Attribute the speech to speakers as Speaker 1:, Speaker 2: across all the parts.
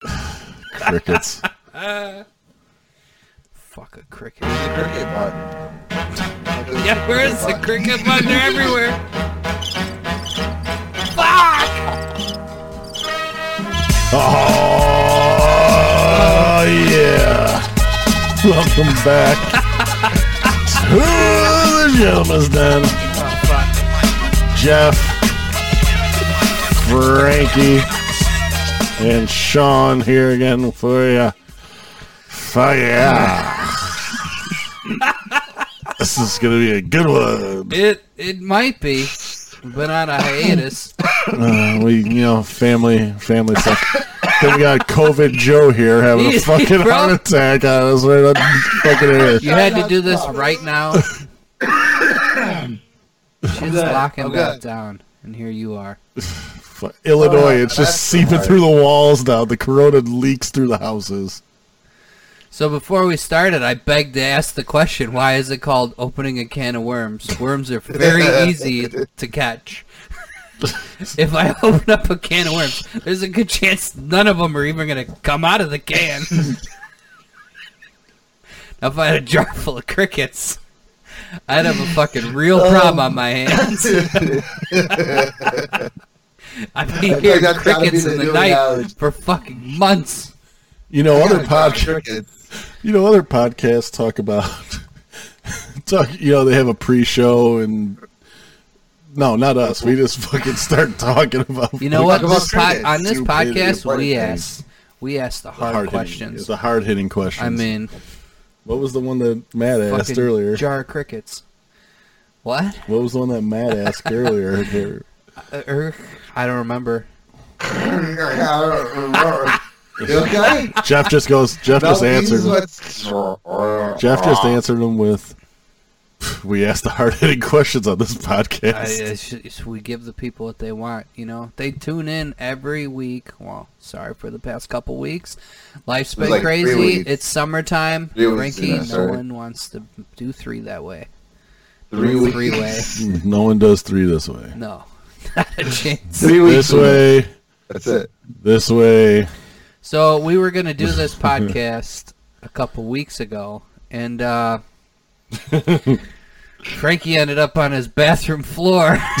Speaker 1: Crickets.
Speaker 2: Fuck a cricket.
Speaker 3: Cricket bud.
Speaker 2: Yeah, where is the
Speaker 3: bud.
Speaker 2: cricket bud? They're everywhere.
Speaker 1: Oh yeah! Welcome back to the Gentleman's Den. Jeff, Frankie, and Sean here again for you. For ya. this is gonna be a good one.
Speaker 2: It it might be. We've Been on a hiatus.
Speaker 1: Uh, we, you know, family, family stuff. then we got COVID Joe here having a
Speaker 2: Easy,
Speaker 1: fucking
Speaker 2: bro.
Speaker 1: heart attack on us right on fucking air.
Speaker 2: You had to do this right now. Shit's locking
Speaker 3: I'm
Speaker 2: that
Speaker 3: good.
Speaker 2: down, and here you are.
Speaker 1: Fu- Illinois,
Speaker 3: Oh,
Speaker 1: it's
Speaker 3: that's
Speaker 1: just seeping
Speaker 3: hard.
Speaker 1: through the walls now. The corona leaks through the houses.
Speaker 2: So before we started, I begged to ask the question: Why is it called opening a can of worms? Worms are very easy to catch. if I open up a can of worms, there's a good chance none of them are even going to come out of the can. now, if I had a jar full of crickets, I'd have a fucking real
Speaker 3: Oh.
Speaker 2: problem on my hands. I've been
Speaker 3: feel like
Speaker 2: hearing
Speaker 3: that's gotta be
Speaker 2: crickets
Speaker 3: the
Speaker 2: in the
Speaker 3: new
Speaker 2: night
Speaker 3: reality.
Speaker 2: for fucking months.
Speaker 1: You know, other podcasts.
Speaker 3: Crickets.
Speaker 1: You know, other podcasts talk about talk. You know, they have a pre-show and no, not us. We just fucking start talking about.
Speaker 2: You know what?
Speaker 3: about
Speaker 2: This pod-
Speaker 3: crickets,
Speaker 2: on this
Speaker 1: stupid,
Speaker 2: podcast,
Speaker 3: important
Speaker 2: we
Speaker 3: things.
Speaker 2: asked we asked the hard,
Speaker 1: Hard
Speaker 2: questions.
Speaker 1: The hard hitting questions.
Speaker 2: I mean,
Speaker 1: what was the one that Matt asked
Speaker 2: fucking
Speaker 1: earlier?
Speaker 2: jar of crickets. What?
Speaker 1: What was the one that Matt asked earlier? Here?
Speaker 2: Uh, er, I don't remember.
Speaker 3: You okay?
Speaker 1: Jeff just goes. Jeff just answered. him.
Speaker 3: what's.
Speaker 1: Jeff just answered him with, "We asked the hard hitting questions on this
Speaker 2: I,
Speaker 1: podcast."
Speaker 2: I should- should we give the people what they want. You know, they tune in every week. Well, sorry for the past couple weeks. Life's been
Speaker 3: like three
Speaker 2: crazy.
Speaker 3: weeks.
Speaker 2: It's summertime.
Speaker 3: Three weeks,
Speaker 2: Frankie,
Speaker 3: yeah,
Speaker 2: no
Speaker 3: sorry.
Speaker 2: one wants to do three that way.
Speaker 3: Three
Speaker 2: Do
Speaker 3: weeks.
Speaker 2: three way.
Speaker 1: no one does three this way.
Speaker 2: No, not a chance.
Speaker 3: Three weeks.
Speaker 1: This way.
Speaker 3: That's it.
Speaker 1: This way.
Speaker 2: So we were gonna do this podcast a couple weeks ago, and uh, Frankie ended up on his bathroom floor.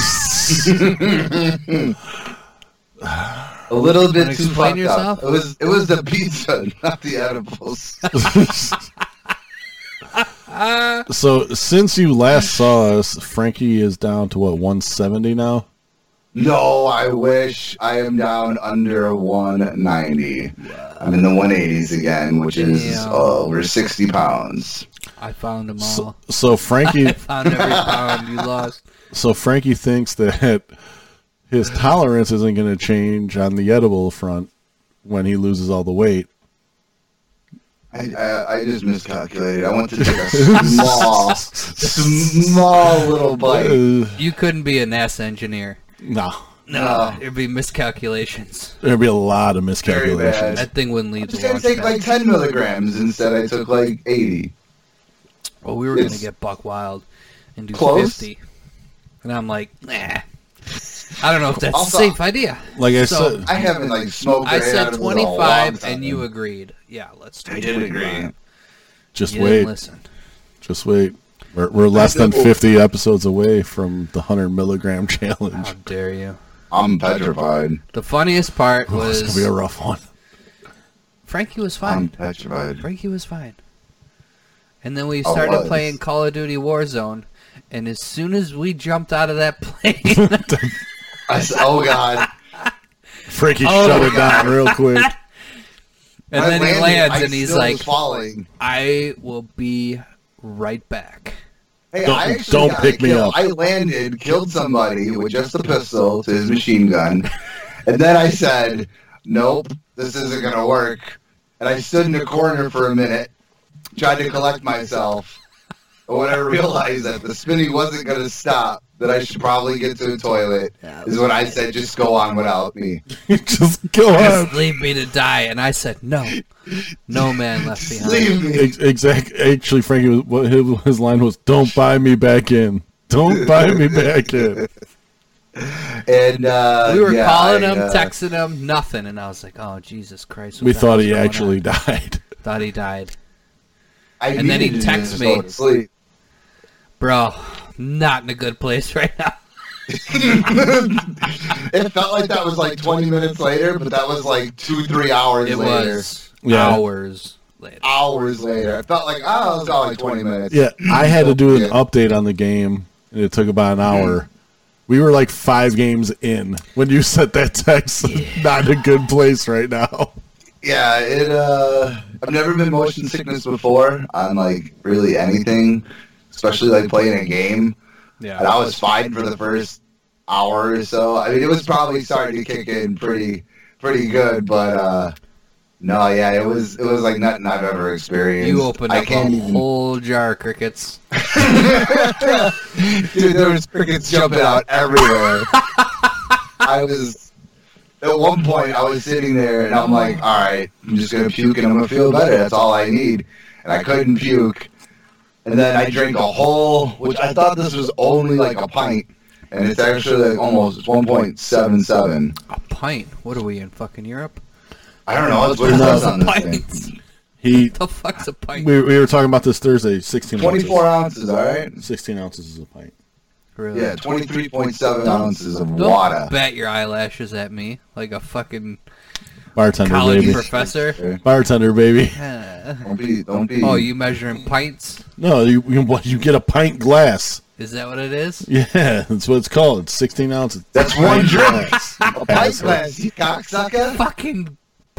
Speaker 3: A little bit
Speaker 2: Wanna
Speaker 3: too
Speaker 2: explain
Speaker 3: fucked
Speaker 2: yourself?
Speaker 3: up. It was it was the pizza, not the edibles.
Speaker 1: so since you last saw us, Frankie is down to what 170 now.
Speaker 3: no, I wish I am down under 190. I'm in the 180s again, which is uh,
Speaker 2: Damn.
Speaker 3: over 60 pounds.
Speaker 2: I found them
Speaker 1: So,
Speaker 2: all.
Speaker 1: so Frankie,
Speaker 2: Found every pound you lost.
Speaker 1: so Frankie thinks that his tolerance isn't going to change on the edible front when he loses all the weight.
Speaker 3: I, I, I just miscalculated. I want to take a small, small little bite.
Speaker 1: Uh,
Speaker 2: You couldn't be a NASA engineer.
Speaker 1: no,
Speaker 2: No,
Speaker 3: No.
Speaker 2: it'd be miscalculations.
Speaker 1: there'd be a lot of
Speaker 3: Very
Speaker 1: miscalculations.
Speaker 3: bad.
Speaker 2: That thing wouldn't leave
Speaker 3: I'm
Speaker 2: the
Speaker 3: just gonna
Speaker 2: launch
Speaker 3: take
Speaker 2: pad.
Speaker 3: like 10 milligrams instead. I took like 80.
Speaker 2: well, we were gonna
Speaker 3: it's-
Speaker 2: get buck wild and do
Speaker 3: Close?
Speaker 2: fifty, and I'm like, nah. I don't know if that's
Speaker 3: Also-
Speaker 2: a safe idea.
Speaker 1: Like I
Speaker 2: So-
Speaker 1: said,
Speaker 3: I haven't like smoked.
Speaker 2: I
Speaker 3: or ate
Speaker 2: said
Speaker 3: edibles in a long
Speaker 2: 25,
Speaker 3: time.
Speaker 2: and you agreed. Yeah, let's do
Speaker 3: I did agree.
Speaker 1: just
Speaker 2: You
Speaker 1: wait,
Speaker 2: didn't listen.
Speaker 1: just wait. We're, we're less than
Speaker 3: know.
Speaker 1: 50 episodes away from the 100 milligram challenge.
Speaker 2: How dare you?
Speaker 3: I'm petrified.
Speaker 2: The funniest part
Speaker 1: Ooh, this is
Speaker 2: was
Speaker 1: Oh, gonna be a Um, rough one.
Speaker 2: Frankie was
Speaker 3: I'm
Speaker 2: fine.
Speaker 3: petrified.
Speaker 2: Frankie was fine. And then we
Speaker 3: I
Speaker 2: started
Speaker 3: Oh, was.
Speaker 2: playing Call of Duty Warzone, and as soon as we jumped out of that plane,
Speaker 3: I s oh god.
Speaker 1: Frankie
Speaker 2: Oh
Speaker 1: shut
Speaker 2: my
Speaker 1: it down real quick.
Speaker 2: and
Speaker 3: I
Speaker 2: then he
Speaker 3: landed,
Speaker 2: lands,
Speaker 3: I
Speaker 2: and he's
Speaker 3: still was
Speaker 2: like,
Speaker 3: falling.
Speaker 2: "I will be right back."
Speaker 3: Hey,
Speaker 1: Don't-
Speaker 3: I actually
Speaker 1: don't
Speaker 3: got
Speaker 1: pick me
Speaker 3: killed.
Speaker 1: up.
Speaker 3: I landed, killed somebody with just a pistol to his machine gun, and then I said, "Nope, this isn't gonna work." And I stood in a corner for a minute, tried to collect myself. But when I realized that the spinning wasn't gonna stop, that I should probably get to a toilet, is when I said, "Just go on without me."
Speaker 1: just go on.
Speaker 2: Just leave me to die, and I said, "No, no man left
Speaker 3: Just
Speaker 2: behind."
Speaker 3: leave me.
Speaker 1: Ex- Exact. Actually, Frankie, was- what his, his line was, "Don't buy me back in. Don't buy me back in."
Speaker 3: And uh,
Speaker 2: we were
Speaker 3: yeah,
Speaker 2: calling
Speaker 3: I,
Speaker 2: him,
Speaker 3: uh,
Speaker 2: texting him, nothing, and I was like, "Oh Jesus Christ!" what
Speaker 1: we
Speaker 2: the hell
Speaker 1: thought
Speaker 2: is
Speaker 1: he
Speaker 2: going on?
Speaker 1: actually died.
Speaker 2: thought he died,
Speaker 3: I
Speaker 2: and then he
Speaker 3: needed to
Speaker 2: texts
Speaker 3: just
Speaker 2: me.
Speaker 3: go to sleep.
Speaker 2: bro. Not in a good place right now.
Speaker 3: it felt like that was like 20 minutes later, but that was like two, three hours
Speaker 2: It
Speaker 3: later.
Speaker 2: was
Speaker 1: Yeah.
Speaker 2: hours later.
Speaker 3: Hours later. It felt like, oh, it was all like 20 minutes.
Speaker 1: Yeah, I had to do
Speaker 3: Yeah. Mm-hmm.
Speaker 1: an update on the game, and it took about an hour. We were like five games in when you sent that text. Not in a good place right now.
Speaker 3: Yeah, it. Uh, I've never been motion sickness before on like really anything, especially like playing a game. And
Speaker 2: Yeah,
Speaker 3: I was fine for the first hour or so. I mean, it was probably starting to kick in pretty, pretty good, but uh, no, yeah, it was. It was like nothing I've ever experienced.
Speaker 2: you opened
Speaker 3: I
Speaker 2: up
Speaker 3: can't
Speaker 2: a
Speaker 3: even.
Speaker 2: whole jar of crickets.
Speaker 3: Dude, there was crickets jumping out everywhere. I was at one point I was sitting there and I'm like, all right, I'm just gonna puke and I'm gonna feel better. That's all I need. And I couldn't puke. And then I drank a whole, which I thought this was only like a pint, and it's actually like almost 1.77.
Speaker 2: A pint. What are we in fucking Europe?
Speaker 3: I don't know. It's what it says on this thing.
Speaker 2: Pints.
Speaker 1: He.
Speaker 2: The fuck's a pint?
Speaker 1: We, we were talking about this Thursday. Sixteen.
Speaker 3: 24
Speaker 1: Ounces.
Speaker 3: ounces, all right.
Speaker 1: Sixteen ounces is a pint.
Speaker 2: Really?
Speaker 3: Yeah, 23.7 ounces of
Speaker 2: Don't
Speaker 3: water.
Speaker 2: bat your eyelashes at me like a fucking
Speaker 1: Bartender
Speaker 2: college
Speaker 1: baby.
Speaker 2: professor.
Speaker 1: Bartender baby.
Speaker 2: Eh.
Speaker 3: Don't be, don't be.
Speaker 2: Oh, you measuring pints?
Speaker 1: No, you you, what, you get a pint glass.
Speaker 2: Is that what it is?
Speaker 1: Yeah, that's what it's called. It's sixteen ounces.
Speaker 3: That's one
Speaker 1: Pint
Speaker 3: drink.
Speaker 1: glass.
Speaker 3: A pint glass, you cocksucker.
Speaker 2: Fucking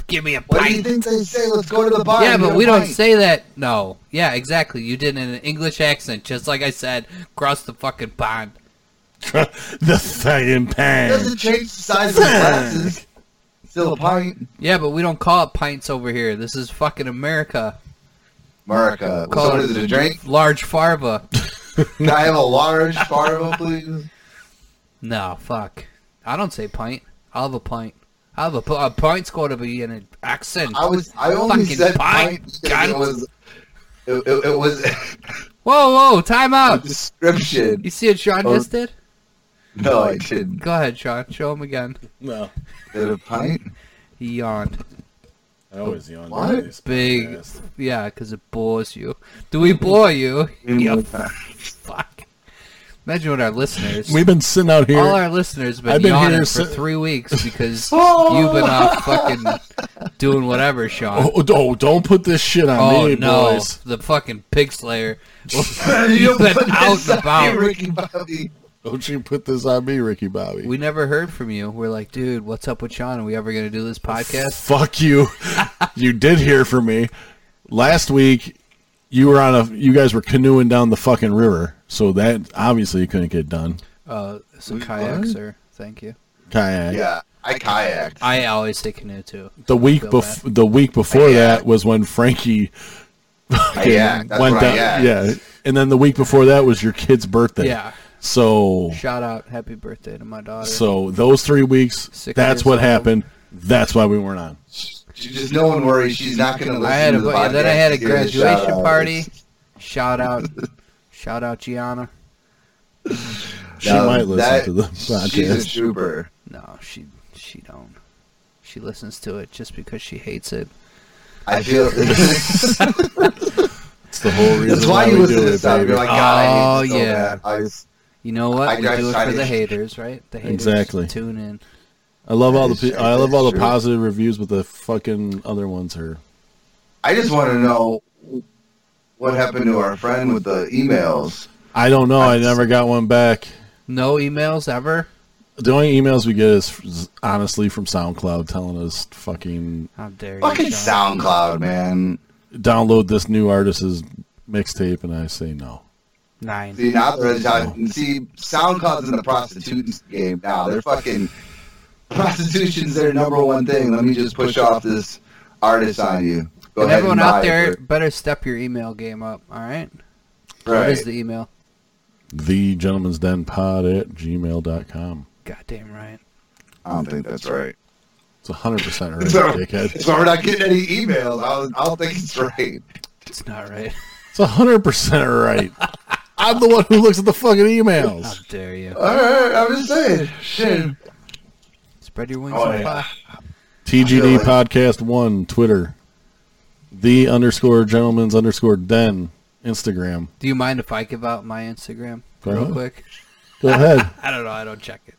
Speaker 2: give me a
Speaker 3: What do you
Speaker 2: pint.
Speaker 3: think they say? Let's go to the bar.
Speaker 2: Yeah,
Speaker 3: and get
Speaker 2: but
Speaker 3: a
Speaker 2: we don't
Speaker 3: pint.
Speaker 2: say that. No. Yeah, exactly. You did it in an English accent, just like I said, cross the fucking pond.
Speaker 1: the fucking
Speaker 3: It
Speaker 1: pint.
Speaker 3: doesn't change the size of the glasses. Still a pint.
Speaker 2: Yeah, but we don't call it pints over here. This is fucking America.
Speaker 3: America.
Speaker 2: Call
Speaker 3: so
Speaker 2: it-
Speaker 3: what is it, a drink?
Speaker 2: Large farva.
Speaker 3: Can I have a large Fargo, please?
Speaker 2: No, fuck. I don't say pint. I'll have a pint. I'll have a, p- a pint's going to be in an accent.
Speaker 3: I was. I only
Speaker 2: Fucking
Speaker 3: said
Speaker 2: pint,
Speaker 3: pint. because
Speaker 2: cunt.
Speaker 3: it was. It, it, it was
Speaker 2: Whoa, whoa, time
Speaker 3: a
Speaker 2: out.
Speaker 3: description.
Speaker 2: You see what Sean
Speaker 3: Oh.
Speaker 2: just did?
Speaker 3: No, I didn't.
Speaker 2: Go ahead, Sean. Show him again.
Speaker 1: No,
Speaker 3: Is it a pint?
Speaker 2: He yawned.
Speaker 1: I always yawn.
Speaker 3: What?
Speaker 1: during these
Speaker 2: Big.
Speaker 1: podcasts.
Speaker 2: Yeah, because it bores you. Do we bore you?
Speaker 3: Yeah.
Speaker 2: you fuck. Imagine what our listeners.
Speaker 1: We've been sitting out here.
Speaker 2: all our listeners have been,
Speaker 1: I've been
Speaker 2: yawning
Speaker 1: here
Speaker 2: for
Speaker 1: si-
Speaker 2: three weeks because
Speaker 3: Oh.
Speaker 2: you've been off fucking doing whatever, Sean.
Speaker 1: Oh, oh, don't put this shit on
Speaker 2: Oh
Speaker 1: me,
Speaker 2: no,
Speaker 1: boys.
Speaker 2: the fucking pig slayer. You've been out and about.
Speaker 3: Ricky Bobby.
Speaker 1: Don't you put this on me, Ricky Bobby.
Speaker 2: We never heard from you. We're like, dude, what's up with Sean? Are we ever gonna do this podcast?
Speaker 1: Fuck you. you did hear from me. Last week you were on a you guys were canoeing down the fucking river. So that obviously you couldn't get done.
Speaker 2: Uh, so
Speaker 3: We-
Speaker 2: kayak,
Speaker 3: what?
Speaker 2: sir. Thank you.
Speaker 1: Kayak.
Speaker 3: Yeah, I kayaked.
Speaker 2: I always say canoe too.
Speaker 1: The week
Speaker 2: Feel
Speaker 1: bef- the week before that was when Frankie
Speaker 3: I yacked. That's
Speaker 1: went
Speaker 3: what
Speaker 1: down.
Speaker 3: I yacked.
Speaker 1: Yeah. And then the week before that was your kid's birthday.
Speaker 2: Yeah.
Speaker 1: So
Speaker 2: Shout out, happy birthday to my daughter.
Speaker 1: so those three weeks
Speaker 2: Six
Speaker 1: that's
Speaker 2: years
Speaker 1: what
Speaker 2: old.
Speaker 1: happened. That's why we weren't on.
Speaker 3: She just no one worries. She's not going to listen
Speaker 2: I had
Speaker 3: to
Speaker 2: a
Speaker 3: the
Speaker 2: bu-
Speaker 3: podcast.
Speaker 2: then I had a
Speaker 3: She's gonna shout
Speaker 2: graduation
Speaker 3: out.
Speaker 2: party. Shout out, shout out Gianna.
Speaker 1: She
Speaker 3: No,
Speaker 1: might listen
Speaker 3: Um, that-
Speaker 1: to the
Speaker 3: She's a
Speaker 1: podcast.
Speaker 3: trooper.
Speaker 2: No, she she don't. She listens to it just because she hates it.
Speaker 3: I feel that's
Speaker 1: It's the whole reason
Speaker 3: why you
Speaker 1: we
Speaker 3: listen
Speaker 1: do
Speaker 3: to
Speaker 1: it,
Speaker 3: stuff.
Speaker 1: baby.
Speaker 3: You're like, God, I hate
Speaker 2: Oh,
Speaker 3: this so
Speaker 2: yeah.
Speaker 3: bad." I was,
Speaker 2: You know what?
Speaker 3: I
Speaker 2: we
Speaker 3: guess
Speaker 2: do it
Speaker 3: I
Speaker 2: for the
Speaker 3: did.
Speaker 2: haters, right? The haters
Speaker 1: Exactly.
Speaker 2: tune in.
Speaker 1: I love all the
Speaker 3: That is
Speaker 1: pe-
Speaker 3: true.
Speaker 1: I love all the
Speaker 3: That's true.
Speaker 1: positive reviews, but the fucking other ones are.
Speaker 3: I just want to know what happened to our friend with the emails.
Speaker 1: I don't know. I
Speaker 3: That's-
Speaker 1: never got one back.
Speaker 2: No emails ever.
Speaker 1: The only emails we get is, is honestly from SoundCloud telling us fucking
Speaker 2: How dare
Speaker 3: Fucking
Speaker 2: you? Sean.
Speaker 3: SoundCloud, man.
Speaker 1: download this new artist's mixtape, and I say no.
Speaker 2: Nine.
Speaker 3: See, now they're talking. See, SoundCloud's in the prostitution game now. They're fucking prostitution's their number one thing. Let me just push off this artist on you. Go
Speaker 2: And
Speaker 3: ahead
Speaker 2: everyone
Speaker 3: and
Speaker 2: out
Speaker 3: buy
Speaker 2: there,
Speaker 3: it
Speaker 2: better step your email game up. All right.
Speaker 3: for-
Speaker 2: What is
Speaker 3: right.
Speaker 2: the email?
Speaker 1: The gentleman's den pod at gmail.com.
Speaker 2: Goddamn right.
Speaker 3: I don't think that's right.
Speaker 1: It's 100% right,
Speaker 3: So-
Speaker 1: dickhead.
Speaker 3: So we're not getting any emails. I, was, I don't think it's right.
Speaker 2: It's not right.
Speaker 1: It's 100% right. I'm the one who looks at the fucking emails.
Speaker 2: dare you?
Speaker 3: All right, I'm just saying. Shit.
Speaker 2: Spread your wings.
Speaker 3: Oh,
Speaker 2: and
Speaker 3: yeah.
Speaker 2: fly.
Speaker 1: TGD
Speaker 3: I feel like-
Speaker 1: Podcast One Twitter, the underscore gentleman's underscore den Instagram.
Speaker 2: Do you mind if I give out my Instagram
Speaker 1: Go
Speaker 2: real
Speaker 1: ahead.
Speaker 2: quick?
Speaker 1: Go ahead.
Speaker 2: I don't know. I don't check it.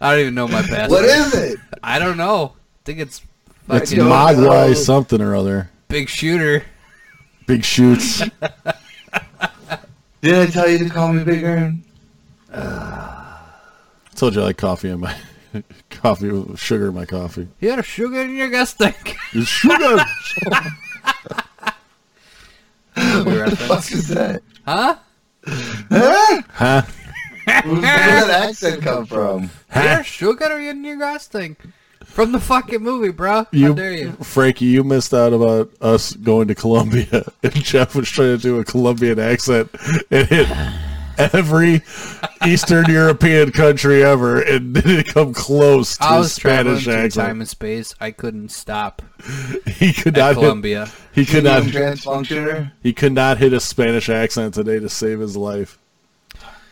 Speaker 2: I don't even know my password.
Speaker 3: What is it?
Speaker 2: I don't know. I think it's
Speaker 1: It's
Speaker 2: fucking
Speaker 3: don't my- know.
Speaker 1: Mogwai something or other.
Speaker 2: big shooter.
Speaker 1: Big shoots.
Speaker 3: Did I tell you to call me Big Earn?
Speaker 1: Told you I like coffee in my coffee with sugar in my coffee.
Speaker 2: You had a sugar in your gas tank.
Speaker 1: It's sugar.
Speaker 2: Movie
Speaker 3: What
Speaker 2: reference.
Speaker 3: is that?
Speaker 2: Huh?
Speaker 3: Huh?
Speaker 1: huh?
Speaker 3: Where did that accent come from?
Speaker 2: You had a sugar in your gas tank. From the fucking movie, bro. How
Speaker 1: You,
Speaker 2: dare you?
Speaker 1: Frankie, you missed out about us going to Columbia, and Jeff was trying to do a Colombian accent and hit every Eastern European country ever, and didn't come close to
Speaker 2: I
Speaker 1: his
Speaker 2: was traveling
Speaker 1: Spanish
Speaker 2: through
Speaker 1: accent.
Speaker 2: time and space. I couldn't stop
Speaker 1: He could not
Speaker 2: at
Speaker 1: hit,
Speaker 2: Columbia.
Speaker 1: he could not
Speaker 3: Medium transfunctioner?
Speaker 1: he could not hit a Spanish accent today to save his life.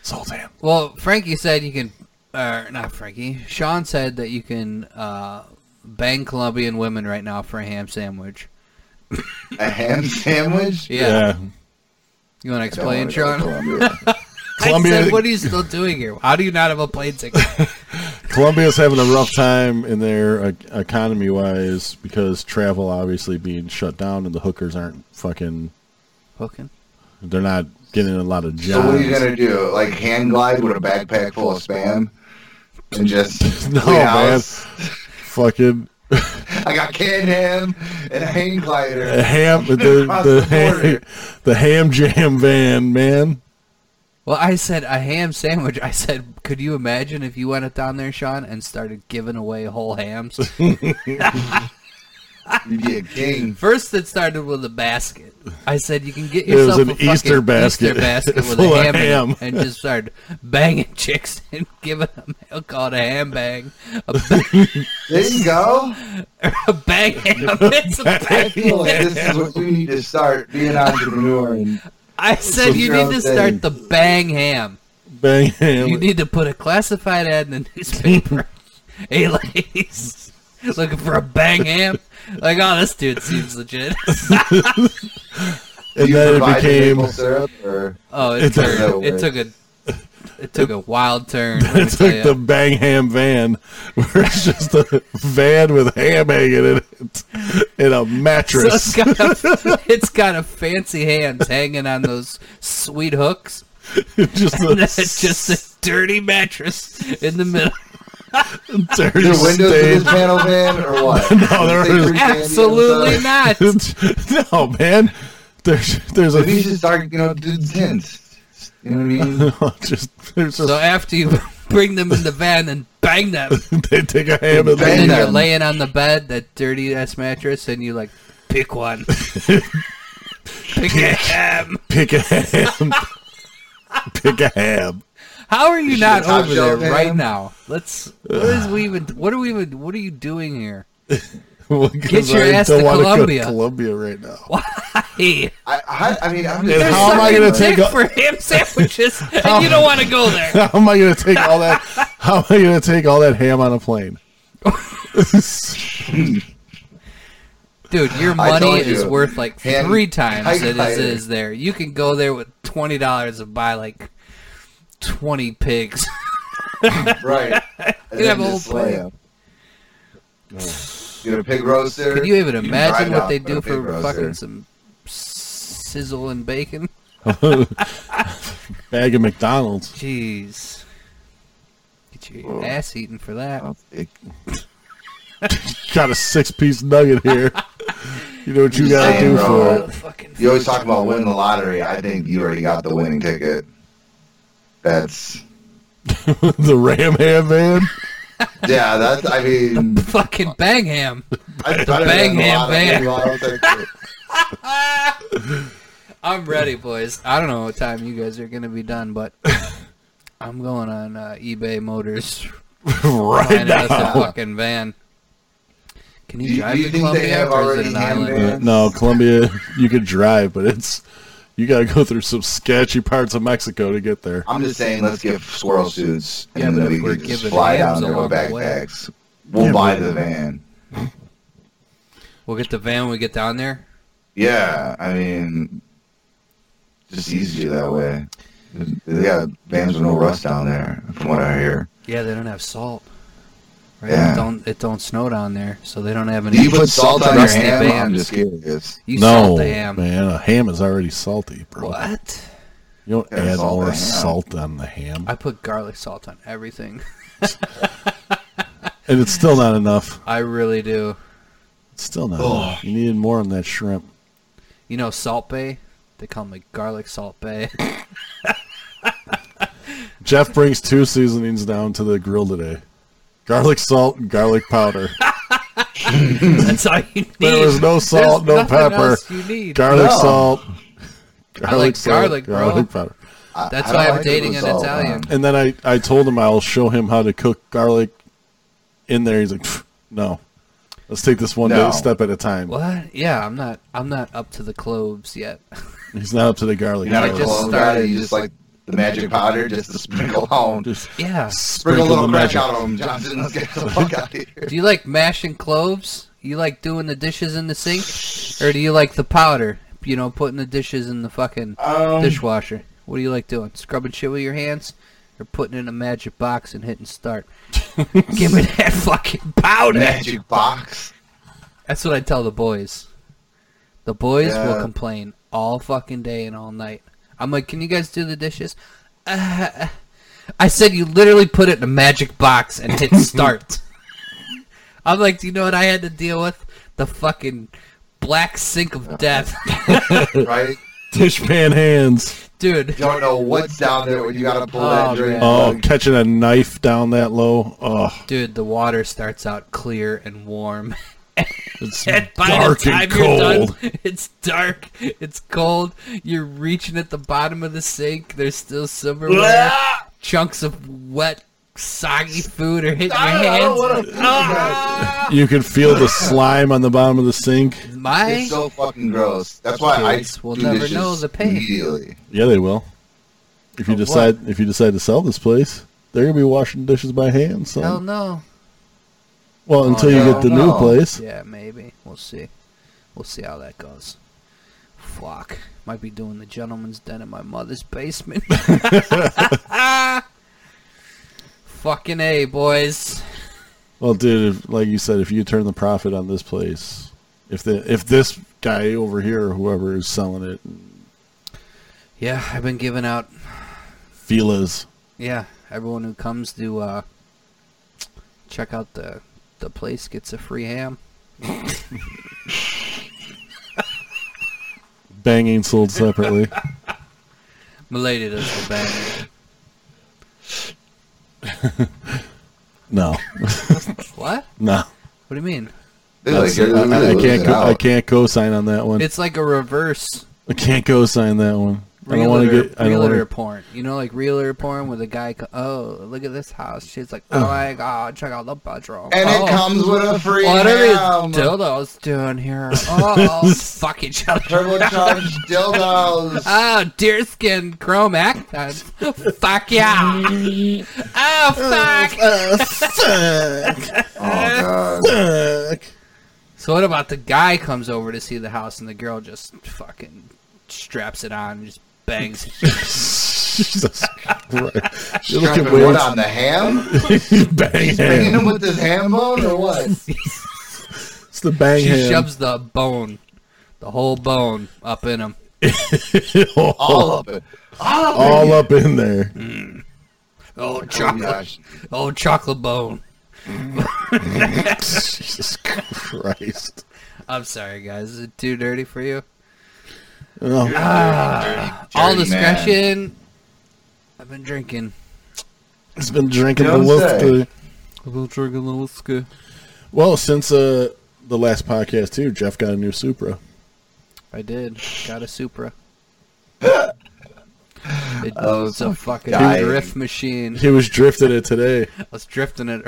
Speaker 1: Sultan,
Speaker 2: Well, Frankie said you can, or not Frankie. Sean said that you can uh, bang Colombian women right now for a ham sandwich.
Speaker 3: A ham sandwich?
Speaker 2: Yeah.
Speaker 1: yeah,
Speaker 2: You want to
Speaker 3: Don't wanna
Speaker 2: explain,
Speaker 3: go to
Speaker 2: Sean?
Speaker 3: Colombia.
Speaker 2: I
Speaker 1: Columbia-
Speaker 2: said, what are you still doing here? How do you not have a plane ticket?
Speaker 1: Colombia's having a rough time in their uh, economy wise because travel obviously being shut down, and the hookers aren't fucking.
Speaker 2: Fucking.
Speaker 1: They're not getting a lot of
Speaker 3: So
Speaker 1: jobs.
Speaker 3: what are you gonna do? Like hand glide with a backpack full of spam and just
Speaker 1: No,
Speaker 3: clean
Speaker 1: man.
Speaker 3: house?
Speaker 1: fucking
Speaker 3: I got canned ham and a hang glider.
Speaker 1: a uh, ham the the,
Speaker 3: Across
Speaker 1: the,
Speaker 3: the
Speaker 1: ham,
Speaker 3: border.
Speaker 1: the ham jam van, man.
Speaker 2: Well, I said a ham sandwich. I said, could you imagine if you went it down there, Sean, and started giving away whole hams?
Speaker 3: You'd be a king.
Speaker 2: First, it started with a basket. I said you can get
Speaker 1: It was
Speaker 2: yourself
Speaker 1: an
Speaker 2: a fucking
Speaker 1: Easter basket
Speaker 2: Easter basket with
Speaker 1: full
Speaker 2: a
Speaker 1: of
Speaker 2: ham, In
Speaker 1: ham.
Speaker 2: it and just started banging chicks and giving them hell called a ham bang, a, ba-
Speaker 3: There you go.
Speaker 2: a bang ham. It's a
Speaker 3: I
Speaker 2: bang.
Speaker 3: feel like this is what you need to start being an entrepreneur and
Speaker 2: I said you need to start the bang ham.
Speaker 1: Bang ham.
Speaker 2: You need to put a classified ad in the newspaper. hey, ladies, looking for a bang ham? Like, oh, this dude seems legit.
Speaker 1: and
Speaker 3: you
Speaker 1: then it
Speaker 3: provide the
Speaker 1: became
Speaker 3: maple syrup or
Speaker 2: oh, it,
Speaker 1: It
Speaker 2: turned,
Speaker 1: doesn't
Speaker 2: it
Speaker 3: work.
Speaker 2: took a it took a wild turn. let me
Speaker 1: it
Speaker 2: tell
Speaker 1: took
Speaker 2: ya.
Speaker 1: the bang ham van where it's just a van with ham hanging in it and a
Speaker 2: So
Speaker 1: mattress.
Speaker 2: it's got a, it's got a fancy hands hanging on those sweet hooks.
Speaker 1: just a
Speaker 2: And then it's just a dirty mattress in the middle.
Speaker 1: dirty
Speaker 3: Is there windows
Speaker 1: stain.
Speaker 3: in this panel van or what?
Speaker 1: No, there
Speaker 3: Is it
Speaker 1: is-
Speaker 3: pretty handy
Speaker 2: Absolutely
Speaker 3: outside?
Speaker 2: not.
Speaker 1: no, man. There's there's
Speaker 3: Maybe you
Speaker 1: a
Speaker 3: should start, you know, dude's hints. You know what I mean?
Speaker 1: just there's
Speaker 2: So
Speaker 1: a,
Speaker 2: after you bring them in the van and bang them,
Speaker 1: they take a ham and
Speaker 2: and then
Speaker 3: Bang
Speaker 1: leave.
Speaker 2: they're
Speaker 3: them.
Speaker 2: laying on the bed, that dirty ass mattress, and you like pick one. pick a ham.
Speaker 1: pick a ham. pick a ham.
Speaker 2: How are you not
Speaker 3: the top
Speaker 2: over there
Speaker 3: shelf ham?
Speaker 2: right now? Let's. What is we even? What are we even? What are you doing here?
Speaker 1: Well,
Speaker 2: Get
Speaker 1: 'cause
Speaker 2: your
Speaker 1: I
Speaker 2: ass
Speaker 1: don't
Speaker 2: to
Speaker 1: wanna go
Speaker 2: Colombia.
Speaker 1: Colombia right now.
Speaker 2: Hey.
Speaker 3: I, I, I mean, I'm
Speaker 1: And
Speaker 3: just.
Speaker 2: There's
Speaker 1: how am I
Speaker 2: something
Speaker 1: gonna
Speaker 2: to
Speaker 1: take
Speaker 2: take
Speaker 1: a-
Speaker 2: for ham sandwiches, and you don't want to go there.
Speaker 1: How am I going to take all that? How am I going to take all that ham on a plane?
Speaker 2: Dude, your
Speaker 3: I
Speaker 2: money
Speaker 3: told you.
Speaker 2: is worth like
Speaker 3: Hand-
Speaker 2: three times
Speaker 3: hand
Speaker 2: it is,
Speaker 3: glider.
Speaker 2: it is there. You can go there with twenty dollars and buy like twenty pigs.
Speaker 3: Right. And
Speaker 2: You have
Speaker 3: then
Speaker 2: a
Speaker 3: just
Speaker 2: whole
Speaker 3: lay
Speaker 2: plate.
Speaker 3: 'em. Get a pig roaster.
Speaker 2: Can you even imagine what
Speaker 3: drive out
Speaker 2: they
Speaker 3: with
Speaker 2: do
Speaker 3: a big
Speaker 2: for
Speaker 3: roaster.
Speaker 2: fucking some sizzle and bacon?
Speaker 1: Bag of McDonald's.
Speaker 2: Jeez, get your ass eaten for that.
Speaker 1: Got a six piece nugget here. You know what you got to
Speaker 3: Damn,
Speaker 1: do
Speaker 3: bro.
Speaker 1: for it.
Speaker 2: Fucking
Speaker 3: You always talk about winning the lottery. I think you already got the winning ticket. That's.
Speaker 1: the Ram Ham Van.
Speaker 3: Yeah, that's. I mean,
Speaker 2: fucking bang ham.
Speaker 3: I thought
Speaker 2: Bang Ham Van.
Speaker 3: van.
Speaker 2: I'm ready, boys. I don't know what time you guys are gonna be done, but I'm going on uh, eBay Motors
Speaker 1: right
Speaker 2: buying us a
Speaker 1: now.
Speaker 2: fucking van. Can
Speaker 3: Do
Speaker 2: you
Speaker 3: you-
Speaker 2: drive
Speaker 3: do you
Speaker 2: to
Speaker 3: think they
Speaker 2: Columbia
Speaker 3: have
Speaker 2: or is it
Speaker 3: already
Speaker 2: an
Speaker 3: hand
Speaker 2: island?
Speaker 3: vans?
Speaker 1: No, Columbia, you could drive, but it's You got to go through some sketchy parts of Mexico to get there.
Speaker 3: I'm just saying, let's give squirrel suits, and
Speaker 2: Yeah, but
Speaker 3: then
Speaker 2: if
Speaker 3: we
Speaker 2: we're
Speaker 3: can just
Speaker 2: giving
Speaker 3: fly
Speaker 2: hams
Speaker 3: down there
Speaker 2: along
Speaker 3: with
Speaker 2: the way.
Speaker 3: backpacks. We'll
Speaker 1: Yeah,
Speaker 3: buy
Speaker 1: but-
Speaker 3: the van.
Speaker 2: We'll get the van when we get down there.
Speaker 3: Yeah, I mean, just easier that way. They got vans with no rust down there, from what I hear.
Speaker 2: Yeah, they don't have salt. Right?
Speaker 3: Yeah.
Speaker 2: It don't it don't snow down there, so they don't have any.
Speaker 3: Do you put salt on your
Speaker 2: Rusty
Speaker 3: ham? I'm
Speaker 2: vans.
Speaker 3: just curious.
Speaker 2: You
Speaker 1: no,
Speaker 2: salt the ham.
Speaker 1: man, a ham is already salty, bro.
Speaker 2: What?
Speaker 1: You don't
Speaker 3: Yeah,
Speaker 1: add
Speaker 3: salt
Speaker 1: more
Speaker 3: the ham.
Speaker 1: salt on the ham,
Speaker 2: I put garlic salt on everything.
Speaker 1: and it's still not enough.
Speaker 2: I really do.
Speaker 1: It's still not
Speaker 3: Ugh.
Speaker 1: enough. You needed more on that shrimp.
Speaker 2: You know Salt Bay? They call me garlic salt bay.
Speaker 1: Jeff brings two seasonings down to the grill today: garlic salt and garlic powder.
Speaker 2: That's all you need.
Speaker 1: There was no salt, no
Speaker 2: There's nothing
Speaker 1: pepper.
Speaker 2: else you need.
Speaker 1: Garlic
Speaker 3: No.
Speaker 1: salt.
Speaker 2: I like garlic, bro.
Speaker 1: garlic powder.
Speaker 3: I-
Speaker 2: That's
Speaker 3: I
Speaker 2: why
Speaker 3: don't
Speaker 2: I'm
Speaker 3: like it
Speaker 2: dating
Speaker 3: with
Speaker 2: an
Speaker 3: salt
Speaker 2: Italian.
Speaker 3: on.
Speaker 1: And then I, I told him I'll show him how to cook garlic in there. He's like, "Pff, no. Let's take this one
Speaker 3: No.
Speaker 1: day, step at a time.
Speaker 2: What? Yeah, I'm not. I'm not up to the cloves yet.
Speaker 1: He's not up to the garlic.
Speaker 3: You're not
Speaker 2: I
Speaker 3: a
Speaker 1: powder.
Speaker 2: just
Speaker 3: clone guy.
Speaker 2: started-
Speaker 3: You just like the magic powder, just to sprinkle on.
Speaker 1: Just
Speaker 2: yeah.
Speaker 3: Sprinkle a little
Speaker 1: the
Speaker 3: crack
Speaker 1: magic.
Speaker 3: out of them, Johnson. Let's get the fuck out of here.
Speaker 2: Do you like mashing cloves? You like doing the dishes in the sink, or do you like the powder? You know, putting the dishes in the fucking
Speaker 3: Um,
Speaker 2: dishwasher. What do you like doing? Scrubbing shit with your hands, or putting in a magic box and hitting start? Give me that fucking powder.
Speaker 3: magic box.
Speaker 2: That's what I tell the boys. The boys will
Speaker 3: Yeah.
Speaker 2: complain all fucking day and all night. I'm like, can you guys do the dishes? Uh, I said you literally put it in a magic box and hit start. I'm like, do you know what I had to deal with? The fucking black sink of death.
Speaker 3: Right?
Speaker 1: Dishpan hands.
Speaker 2: Dude,
Speaker 3: You don't know what's down there when you gotta pull
Speaker 2: Oh,
Speaker 3: that drain.
Speaker 2: man.
Speaker 1: Oh,
Speaker 3: plug.
Speaker 1: catching a knife down that low. Oh,
Speaker 2: dude, the water starts out clear and warm.
Speaker 1: it's
Speaker 2: And by
Speaker 1: dark
Speaker 2: the time
Speaker 1: and
Speaker 2: you're done,
Speaker 1: cold.
Speaker 2: it's dark, it's cold. You're reaching at the bottom of the sink. There's still
Speaker 1: Ah!
Speaker 2: silverware. Chunks of wet, soggy food are hitting your hands.
Speaker 1: You can feel the slime on the bottom of the sink.
Speaker 2: My
Speaker 3: It's so fucking gross. That's why I
Speaker 2: Kids will
Speaker 3: do
Speaker 2: never
Speaker 3: dishes
Speaker 2: know the pain.
Speaker 3: Immediately.
Speaker 1: Yeah, they will. If you
Speaker 2: Of what?
Speaker 1: decide if you decide to sell this place, they're gonna be washing dishes by hand. So
Speaker 2: hell no.
Speaker 1: well, until you
Speaker 3: hell
Speaker 1: get the
Speaker 3: no.
Speaker 1: new place.
Speaker 2: Yeah, maybe we'll see. We'll see how that goes. Fuck, might be doing the gentleman's den in my mother's basement. Fucking a boys.
Speaker 1: Well, dude, if, like you said, if you turn the profit on this place, if the if this guy over here, whoever is selling it,
Speaker 2: Yeah, I've been giving out
Speaker 1: Fila's,
Speaker 2: Yeah, everyone who comes to uh, check out the the place gets a free ham.
Speaker 1: banging sold separately.
Speaker 2: Milady does the bang.
Speaker 1: no,
Speaker 2: what?
Speaker 1: no,
Speaker 2: What do you mean?
Speaker 3: They're like,
Speaker 1: That's-
Speaker 3: you're really
Speaker 1: I, I can't
Speaker 3: losing
Speaker 1: co-
Speaker 3: out.
Speaker 1: I can't co-sign on that one.
Speaker 2: It's like a reverse
Speaker 1: I can't co-sign that one. I don't want to
Speaker 2: realtor,
Speaker 1: get. I don't
Speaker 2: realtor
Speaker 1: want
Speaker 2: porn. You know, like realtor porn with a guy. Co- oh, look at this house. She's like, oh my god, check out the bedroom.
Speaker 3: And
Speaker 2: oh,
Speaker 3: it comes with a free
Speaker 2: What are
Speaker 3: ham.
Speaker 2: these dildos doing here? Oh, fuck each other.
Speaker 3: Turbocharged dildos.
Speaker 2: Oh, deerskin chrome accents. fuck yeah. Oh, fuck.
Speaker 3: Oh god.
Speaker 1: to.
Speaker 2: So what about the guy comes over to see the house and the girl just fucking straps it on and just bangs?
Speaker 1: Jesus Christ! You're
Speaker 3: Strapping
Speaker 1: looking
Speaker 3: wood
Speaker 1: weird.
Speaker 3: on the ham?
Speaker 1: bang
Speaker 3: Banging
Speaker 1: hand.
Speaker 3: him with this ham bone or what?
Speaker 1: It's the bang
Speaker 2: she
Speaker 1: hand.
Speaker 2: shoves the bone, the whole bone, up in him.
Speaker 3: All of it. All of it.
Speaker 1: all up in there.
Speaker 2: Oh
Speaker 3: Oh,
Speaker 2: chocolate,
Speaker 3: gosh.
Speaker 2: oh chocolate bone.
Speaker 1: Jesus Christ!
Speaker 2: I'm sorry, guys. Is it too dirty for you?
Speaker 1: Oh.
Speaker 2: All
Speaker 3: Dirty man.
Speaker 2: discretion. I've been drinking.
Speaker 1: He's been drinking
Speaker 3: You
Speaker 1: the
Speaker 3: know what I'm
Speaker 1: whiskey.
Speaker 2: I've been drinking the whiskey.
Speaker 1: Well, since uh, the last podcast too, Jeff got a new Supra.
Speaker 2: I did. Got a Supra. It-
Speaker 3: Oh,
Speaker 2: it's a fucking
Speaker 3: dying.
Speaker 2: drift machine.
Speaker 1: He was drifting it today.
Speaker 2: I was drifting it.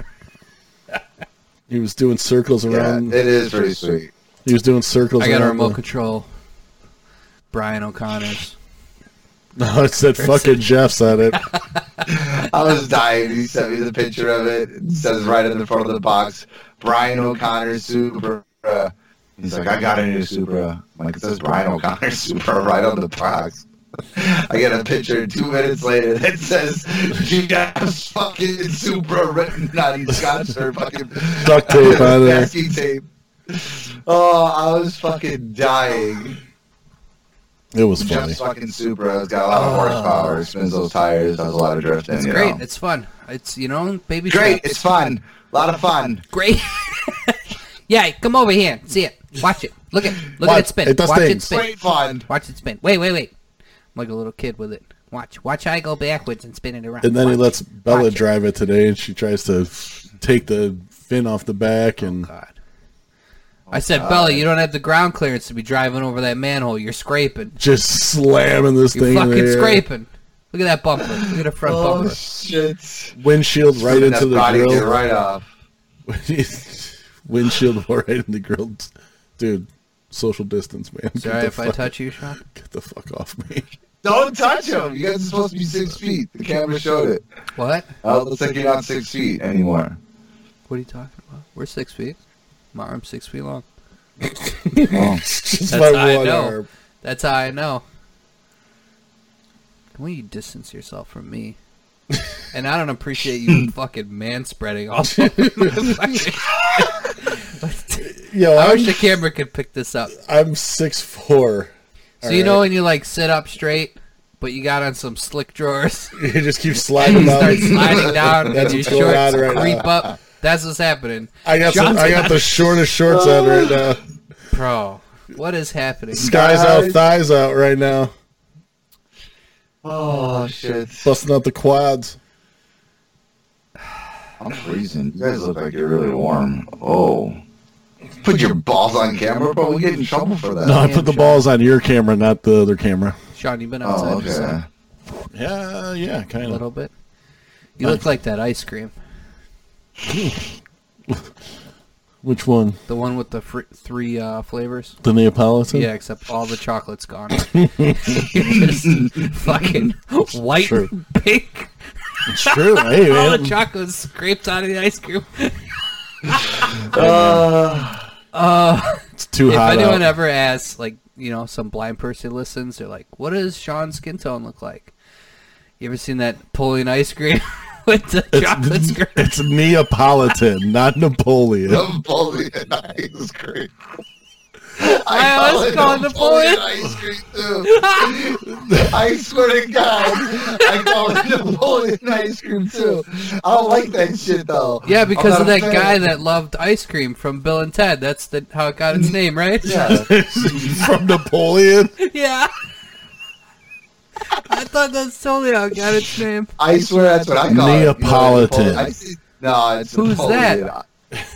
Speaker 1: He was doing circles
Speaker 3: Yeah,
Speaker 1: around.
Speaker 3: it is pretty sweet.
Speaker 1: he was doing circles.
Speaker 2: I got a
Speaker 1: around
Speaker 2: remote
Speaker 1: the-
Speaker 2: control. Brian O'Connor's.
Speaker 1: No, it said fucking Jeff's on it.
Speaker 3: I was dying. He sent me the picture of it. It says right in the front of the box, Brian O'Connor Supra. He's like, I got a new Supra. I'm like, it says Brian O'Connor Supra right on the box. I get a picture two minutes later that says GF's fucking Supra written on Scott's or fucking
Speaker 1: Duct tape on there.
Speaker 3: masking tape. Oh, I was fucking dying.
Speaker 1: It was funny. Ah.
Speaker 3: Jeff's fucking Supra has got a lot of horsepower, spins those tires, does a lot of drifting.
Speaker 2: It's
Speaker 3: you
Speaker 2: great.
Speaker 3: know.
Speaker 2: It's fun. It's you know baby.
Speaker 3: great.
Speaker 2: steps.
Speaker 3: It's fun. A lot of fun.
Speaker 2: great. yeah, come over here. See it. Watch it. Look it. Look
Speaker 1: Watch.
Speaker 2: at it spin.
Speaker 1: It does
Speaker 2: Watch it
Speaker 1: things.
Speaker 2: spin.
Speaker 3: Great fun.
Speaker 2: Watch it spin. Wait, wait, wait. I'm like a little kid with it. Watch. Watch I go backwards and spin it around.
Speaker 1: And then he
Speaker 2: Watch
Speaker 1: lets
Speaker 2: it.
Speaker 1: Bella
Speaker 2: Watch it.
Speaker 1: drive it today, and she tries to take the fin off the back, and
Speaker 2: Oh, God. I said,
Speaker 3: Oh,
Speaker 2: Bella, you don't have the ground clearance to be driving over that manhole. You're scraping.
Speaker 1: just slamming this
Speaker 2: You're
Speaker 1: thing in the
Speaker 2: fucking
Speaker 1: air.
Speaker 2: scraping. Look at that bumper. Look at the front
Speaker 3: Oh
Speaker 2: bumper.
Speaker 3: shit!
Speaker 1: Windshield right
Speaker 3: Ripping
Speaker 1: into
Speaker 3: that
Speaker 1: the
Speaker 3: body
Speaker 1: grill.
Speaker 3: get right off.
Speaker 1: windshield right in the grill. Dude, social distance, man. Get
Speaker 2: Sorry
Speaker 1: the
Speaker 2: if I
Speaker 1: fuck-
Speaker 2: touch you, Sean.
Speaker 1: Get the fuck off me.
Speaker 3: Don't touch him. You guys are supposed to be six feet. The camera showed it.
Speaker 2: What?
Speaker 3: Oh, it looks like you're not six feet anymore.
Speaker 2: What are you talking about? We're six feet. My arm's six feet long.
Speaker 3: Oh.
Speaker 1: Just
Speaker 2: That's
Speaker 1: my
Speaker 2: how I
Speaker 1: one
Speaker 2: know.
Speaker 1: arm.
Speaker 2: That's how I know. When you distance yourself from me, and I don't appreciate you fucking man spreading all.
Speaker 1: Yo,
Speaker 2: I
Speaker 1: I'm,
Speaker 2: wish the camera could pick this up.
Speaker 1: I'm six four.
Speaker 2: So you know when you like sit up straight, but you got on some slick drawers,
Speaker 1: you just keep
Speaker 2: and
Speaker 1: sliding
Speaker 2: you
Speaker 1: out.
Speaker 2: start sliding down,
Speaker 1: Oh, That's
Speaker 2: and your
Speaker 1: what's going on
Speaker 2: shorts
Speaker 1: right
Speaker 2: creep
Speaker 1: now.
Speaker 2: up. That's what's happening.
Speaker 1: I got some,
Speaker 2: Sean's
Speaker 1: I got the shortest shorts out right now.
Speaker 2: Bro, what is happening?
Speaker 1: Skies out, thighs out right now.
Speaker 3: Oh shit!
Speaker 1: Busting out the quads.
Speaker 3: I'm freezing. You guys look like you're really warm. Oh. Put your balls on camera, bro. We get in trouble for that.
Speaker 1: No, I
Speaker 2: Damn,
Speaker 1: put the
Speaker 2: Sean.
Speaker 1: balls on your camera, not the other camera.
Speaker 2: Sean, you've been outside
Speaker 3: Oh,
Speaker 2: for a
Speaker 3: okay.
Speaker 2: sec-
Speaker 1: Yeah, yeah,
Speaker 2: a
Speaker 1: kind of.
Speaker 2: little bit. You look like that ice cream,
Speaker 1: Which one?
Speaker 2: the one with the fr- three uh, flavors.
Speaker 1: The Neapolitan?
Speaker 2: Yeah, except all the chocolate's gone. You're just fucking white,
Speaker 1: True.
Speaker 2: pink.
Speaker 1: It's true. Hey,
Speaker 2: All
Speaker 1: man.
Speaker 2: the chocolate's scraped out of the ice cream.
Speaker 1: It's too
Speaker 2: if
Speaker 1: hot. out.
Speaker 2: anyone ever asks, like, you know, some blind person listens, they're like, what does Sean's skin tone look like? You ever seen that Napoleon ice cream with the chocolate
Speaker 1: it's,
Speaker 2: scraped?
Speaker 1: it's Neapolitan, not Napoleon.
Speaker 3: Napoleon ice cream.
Speaker 2: I always
Speaker 3: it
Speaker 2: call it Napoleon.
Speaker 3: ice cream too. I swear to God, I call it Napoleon ice cream too. I don't like that shit though.
Speaker 2: Yeah,
Speaker 3: I'm
Speaker 2: because
Speaker 3: not
Speaker 2: of
Speaker 3: a
Speaker 2: that
Speaker 3: fan.
Speaker 2: guy that loved ice cream from Bill and Ted. That's the, how it got its name, right?
Speaker 3: Yeah.
Speaker 1: From Napoleon?
Speaker 2: yeah. I thought that's totally how it got its name.
Speaker 3: I swear that's what I call
Speaker 1: Neapolitan.
Speaker 3: it. You know, Napoleon- I see- No, it's
Speaker 2: Who's
Speaker 3: Napoleon.
Speaker 2: that?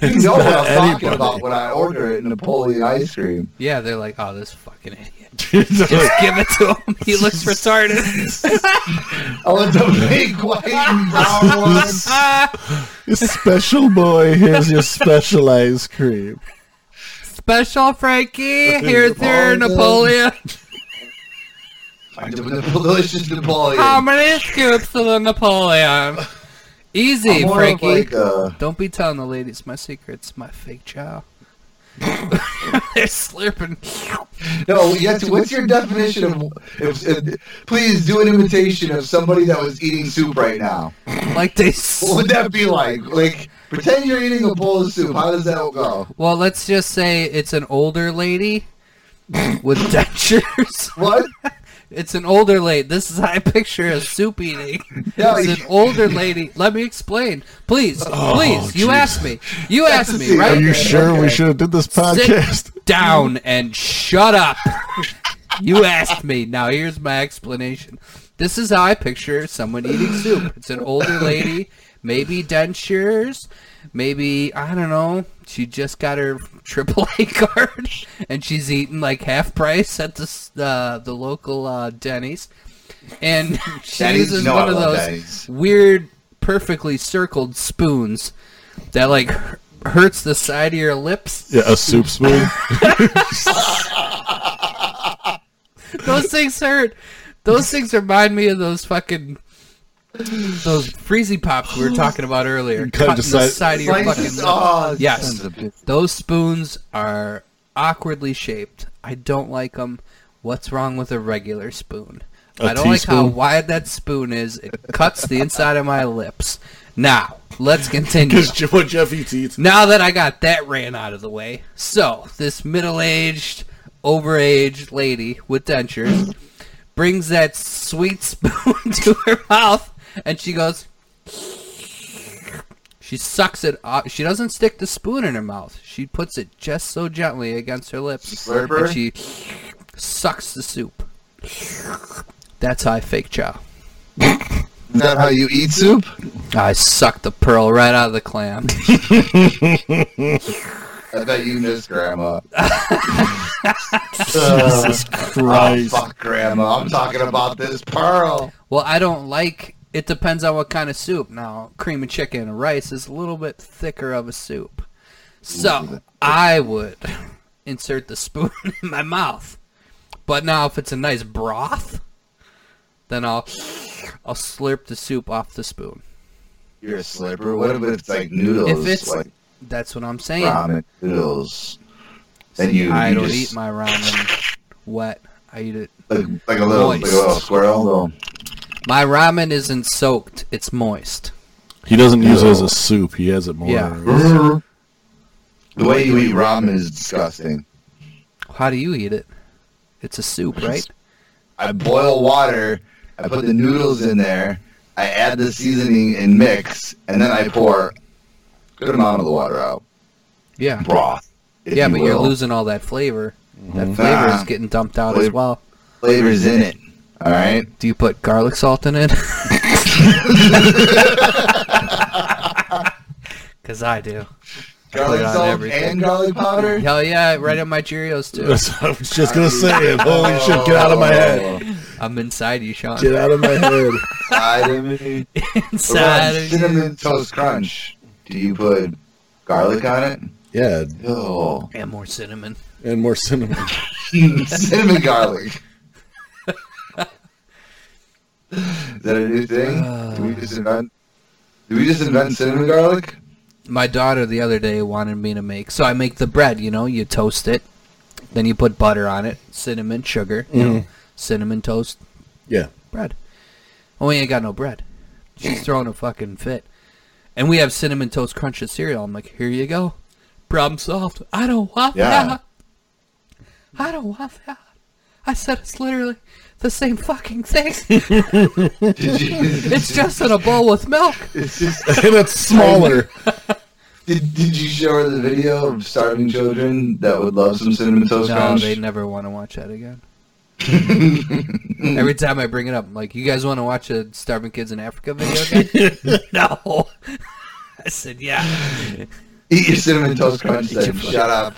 Speaker 3: You know what I'm
Speaker 1: not
Speaker 3: talking
Speaker 1: anybody.
Speaker 3: about when I order it Napoleon ice cream.
Speaker 2: Yeah, they're like, oh, this fucking idiot. Just give it to him. He looks retarded.
Speaker 3: I want the big white and brown one.
Speaker 2: Ah,
Speaker 1: special boy, here's your special ice cream.
Speaker 2: Special Frankie, here's your Napoleon.
Speaker 3: Napoleon. I'm the delicious Napoleon.
Speaker 2: How many scoops of the Napoleon? Easy,
Speaker 3: I'm more of
Speaker 2: Frankie.
Speaker 3: like a-
Speaker 2: Don't be telling the ladies my secrets, my fake child. They're slurping.
Speaker 3: No, you have to. What's your definition of? If, if, please do an imitation of somebody that was eating soup right now.
Speaker 2: Like they. s-
Speaker 3: What would that be like? Like pretend you're eating a bowl of soup. How does that go?
Speaker 2: Well, let's just say it's an older lady with dentures.
Speaker 3: What?
Speaker 2: It's an older lady. This is how I picture a soup eating.
Speaker 3: Yeah,
Speaker 2: it's
Speaker 3: you-
Speaker 2: an older lady. Let me explain, please, please. You
Speaker 1: Jesus.
Speaker 2: asked me. You
Speaker 3: That's
Speaker 2: asked
Speaker 3: the-
Speaker 2: me,
Speaker 1: Are
Speaker 2: right?
Speaker 1: you
Speaker 3: Okay,
Speaker 1: sure we
Speaker 3: okay.
Speaker 1: should have did this podcast?
Speaker 2: Sit down and shut up. you asked me. Now here's my explanation. This is how I picture someone eating soup. It's an older lady, maybe dentures, maybe I don't know. She just got her AAA card, and she's eating like half price at the s- uh, the local uh, Denny's, and she
Speaker 3: Denny's?
Speaker 2: uses
Speaker 3: No,
Speaker 2: one
Speaker 3: I
Speaker 2: of
Speaker 3: love
Speaker 2: those
Speaker 3: Denny's.
Speaker 2: weird, perfectly circled spoons that like hu- hurts the side of your lips.
Speaker 1: Yeah, a soup spoon.
Speaker 2: those things hurt. Those things remind me of those fucking those freezy pops we were talking about earlier.
Speaker 1: Cut
Speaker 2: Cutting the
Speaker 1: side-
Speaker 2: side of your fucking
Speaker 3: Slices-
Speaker 2: lip.
Speaker 3: oh,
Speaker 2: Yes.
Speaker 3: sons of bitches.
Speaker 2: Those spoons are awkwardly shaped. I don't like them. What's wrong with a regular spoon?
Speaker 1: A
Speaker 2: I I don't like how
Speaker 1: teaspoon?
Speaker 2: wide that spoon is. It cuts the inside of my lips. Now, let's continue.
Speaker 1: Because what Jeff eats eats.
Speaker 2: Now that I got that ran out of the way, so this middle-aged, overaged lady with dentures brings that sweet spoon to her mouth, and she goes. She sucks it off. She doesn't stick the spoon in her mouth. She puts it just so gently against her lips,
Speaker 3: Slurper?
Speaker 2: and she sucks the soup. That's how I fake chow.
Speaker 3: Is that how you eat soup?
Speaker 2: I suck the pearl right out of the clam.
Speaker 3: I bet you miss Grandma.
Speaker 1: Jesus
Speaker 3: Oh,
Speaker 1: Christ.
Speaker 3: fuck Grandma. I'm talking about this pearl.
Speaker 2: Well, I don't like. It depends on what kind of soup. Now, cream of chicken and rice is a little bit thicker of a soup, so I would insert the spoon in my mouth. But now, if it's a nice broth, then I'll I'll slurp the soup off the spoon.
Speaker 3: You're a slipper. What if it's like
Speaker 2: If
Speaker 3: noodles?
Speaker 2: it's
Speaker 3: like
Speaker 2: that's what I'm saying.
Speaker 3: ramen noodles. Then you,
Speaker 2: I
Speaker 3: you
Speaker 2: don't
Speaker 3: just-
Speaker 2: eat my ramen wet. I eat it.
Speaker 3: like, like a little like a
Speaker 2: Moist.
Speaker 3: little squirrel. Little.
Speaker 2: My ramen isn't soaked. It's moist.
Speaker 1: He doesn't use it as a soup. He has it more.
Speaker 2: Yeah.
Speaker 3: The way you eat ramen is disgusting.
Speaker 2: How do you eat it? It's a soup, right?
Speaker 3: I boil water, I put the noodles in there, I add the seasoning and mix, and then I pour good amount of the water out.
Speaker 2: Yeah.
Speaker 3: Broth. if
Speaker 2: yeah,
Speaker 3: you
Speaker 2: but you're
Speaker 3: will. Mm-hmm. Ah.
Speaker 2: losing all that flavor. That flavor
Speaker 3: Nah.
Speaker 2: is getting dumped out as
Speaker 3: Flavor-
Speaker 2: well.
Speaker 3: flavors in it. Alright?
Speaker 2: Do you put garlic salt in it? Because I do.
Speaker 3: Garlic
Speaker 2: it on
Speaker 3: salt
Speaker 2: everything.
Speaker 3: and garlic powder?
Speaker 2: Hell yeah, right in my Cheerios too.
Speaker 1: That's what I was just gonna say. Holy shit! Get out of my head.
Speaker 2: I'm inside you, Sean.
Speaker 1: Get out of my head.
Speaker 3: Side of me. What about
Speaker 2: Inside of you.
Speaker 3: cinnamon toast crunch. Do you put garlic on it?
Speaker 1: Yeah,
Speaker 3: Oh.
Speaker 2: And more cinnamon.
Speaker 1: and more cinnamon.
Speaker 3: cinnamon garlic. Is that a new thing?
Speaker 2: Uh,
Speaker 3: Did we just invent? Did we just invent cinnamon garlic?
Speaker 2: My daughter the other day wanted me to make, so I make the bread. You know, you toast it, then you put butter on it, cinnamon, sugar, you
Speaker 3: Mm-hmm.
Speaker 2: know, cinnamon toast,
Speaker 1: Yeah.
Speaker 2: bread. Well, we ain't got no bread. She's throwing a fucking fit. And we have cinnamon toast crunch and cereal. I'm like, here you go. Problem solved. I don't want
Speaker 3: Yeah.
Speaker 2: that. I don't want that. I said it's literally the same fucking thing.
Speaker 3: Did you,
Speaker 2: it's just in a bowl with milk.
Speaker 3: It's just.
Speaker 1: and it's smaller.
Speaker 3: Did, did you show her the video of starving children that would love some cinnamon toast
Speaker 2: No,
Speaker 3: crunch?
Speaker 2: they never want to watch that again. Every time I bring it up, I'm like, you guys want to watch a Starving Kids in Africa video again? no. I said, yeah.
Speaker 3: Eat your cinnamon toast crunch.
Speaker 2: your
Speaker 3: Then
Speaker 2: fucking-
Speaker 3: shut up.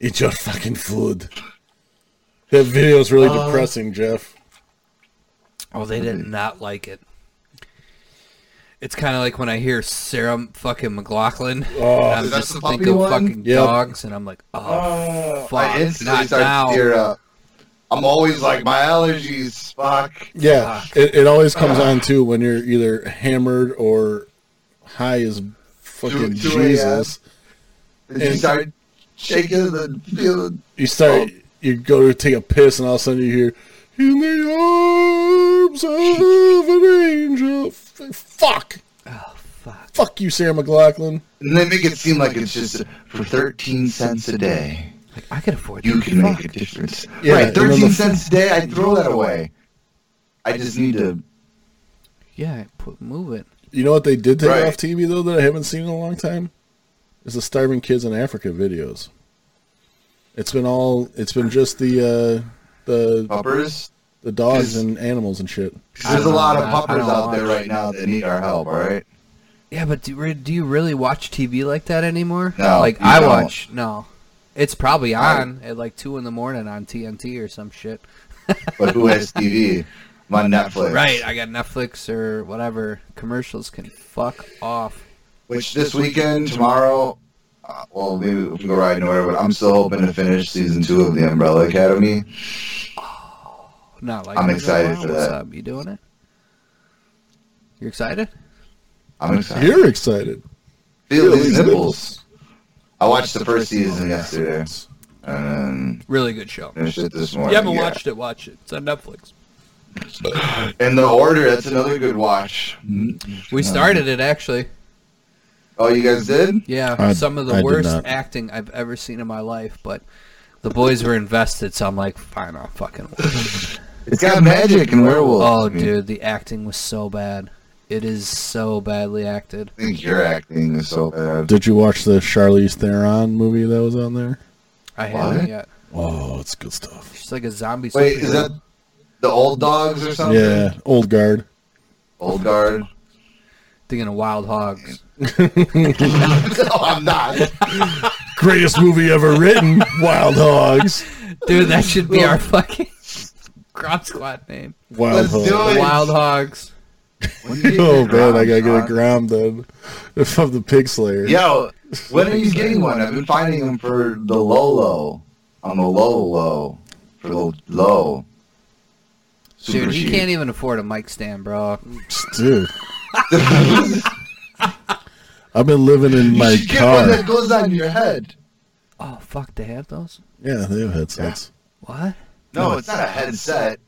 Speaker 1: Eat your fucking food. That video is really depressing, Jeff.
Speaker 2: Oh, they did not like it. It's kind of like when I hear Sarah fucking McLaughlin.
Speaker 1: Oh.
Speaker 2: and I'm
Speaker 3: Is that
Speaker 2: just
Speaker 3: the
Speaker 2: think
Speaker 3: puppy
Speaker 2: of
Speaker 3: one?
Speaker 2: fucking
Speaker 1: Yep.
Speaker 2: dogs, and I'm like, oh,
Speaker 3: I
Speaker 2: fuck,
Speaker 3: instantly
Speaker 2: not
Speaker 3: start
Speaker 2: now.
Speaker 3: to tear up. I'm always like my allergies. Fuck. Uh.
Speaker 1: Yeah, it, it always comes on too when you're either hammered or high as fucking
Speaker 3: Two- two
Speaker 1: Jesus.
Speaker 3: And you
Speaker 1: And-
Speaker 3: start shaking the feeling.
Speaker 1: You start,
Speaker 3: Oh.
Speaker 1: you go to take a piss, and all of a sudden you hear, "In the arms of an angel." F- Fuck,
Speaker 2: Oh, fuck.
Speaker 1: fuck you, Sarah McLaughlin.
Speaker 3: And they make it seem like it's just for 13 cents a day.
Speaker 2: Like, I could afford
Speaker 3: You
Speaker 2: that.
Speaker 3: can
Speaker 2: Fuck.
Speaker 3: make a difference.
Speaker 1: Yeah,
Speaker 3: right,
Speaker 1: and then
Speaker 3: 13
Speaker 1: the-
Speaker 3: cents a day, I'd throw that away. I just need to.
Speaker 2: Yeah, put, move it.
Speaker 1: You know what they did take
Speaker 3: Right.
Speaker 1: off TV though that I haven't seen in a long time? Is the starving kids in Africa videos. It's been all. It's been just the uh, the
Speaker 3: Puppers?
Speaker 1: the dogs
Speaker 3: Is-
Speaker 1: and animals and shit.
Speaker 3: Because there's a
Speaker 2: don't
Speaker 3: lot
Speaker 2: know,
Speaker 3: of
Speaker 2: man. I
Speaker 3: puppers
Speaker 2: don't
Speaker 3: out there
Speaker 2: watch.
Speaker 3: right now that need our help, alright?
Speaker 2: Yeah, but do, re- do you really watch TV like that anymore?
Speaker 3: No,
Speaker 2: Like,
Speaker 3: you
Speaker 2: I
Speaker 3: don't.
Speaker 2: watch, no. It's probably on at like 2 in the morning on TNT or some shit.
Speaker 3: But who has TV? I'm on Netflix.
Speaker 2: Right, I got Netflix or whatever. Commercials can fuck off.
Speaker 3: Which this weekend, tomorrow, uh, well, maybe we can go riding or whatever, but I'm still hoping to finish season two of The Umbrella Academy.
Speaker 2: Not like
Speaker 3: I'm
Speaker 2: it at
Speaker 3: excited
Speaker 2: all.
Speaker 3: for
Speaker 2: What's
Speaker 3: that.
Speaker 2: up? You doing it? You're excited?
Speaker 3: I'm excited.
Speaker 1: You're excited.
Speaker 3: Feel these nipples. I watched the first season yesterday and
Speaker 2: Really good show.
Speaker 3: finished it this
Speaker 2: If
Speaker 3: morning.
Speaker 2: you haven't
Speaker 3: Yeah.
Speaker 2: watched it, watch it. It's on Netflix.
Speaker 3: And the order. That's another good watch. Mm.
Speaker 2: We started it actually.
Speaker 3: Oh, you guys did?
Speaker 2: Yeah,
Speaker 1: I-
Speaker 2: some of the
Speaker 1: I did
Speaker 2: worst
Speaker 1: not.
Speaker 2: acting I've ever seen in my life, but the boys were invested, so I'm like, fine, I'll fucking watch.
Speaker 3: It's got magic and werewolves.
Speaker 2: Oh,
Speaker 3: I mean,
Speaker 2: dude, the acting was so bad. It is so badly acted.
Speaker 3: I think your acting is so bad.
Speaker 1: Did you watch the Charlize Theron movie that was on there?
Speaker 2: I haven't
Speaker 3: What?
Speaker 2: yet.
Speaker 1: Oh, it's good stuff.
Speaker 2: She's like a zombie.
Speaker 3: Wait,
Speaker 2: superhero.
Speaker 3: is that the old dogs or something?
Speaker 1: Yeah, old guard.
Speaker 3: Old guard.
Speaker 2: thinking of Wild Hogs?
Speaker 3: no, I'm not.
Speaker 1: Greatest movie ever written. Wild Hogs.
Speaker 2: Dude, that should be our fucking crop squad name.
Speaker 1: Wild
Speaker 3: Let's do
Speaker 1: Hogs.
Speaker 3: it.
Speaker 2: Wild Hogs.
Speaker 3: When are you
Speaker 1: Oh
Speaker 3: getting a
Speaker 1: man, I gotta get a Grom
Speaker 3: Grom,
Speaker 1: then. If I'm the Pig Slayer.
Speaker 3: Sean? Yo, when are you getting one? I've been finding them for the low low. On the low low. For the low. Super
Speaker 2: Dude, you
Speaker 3: cheap.
Speaker 2: can't even afford a mic stand, bro.
Speaker 1: dude. I've been living in
Speaker 3: You
Speaker 1: my
Speaker 3: should get one
Speaker 1: car.
Speaker 3: that goes on your head.
Speaker 2: Oh fuck, they have those?
Speaker 1: Yeah, they have headsets.
Speaker 2: What?
Speaker 3: No, it's not a headset.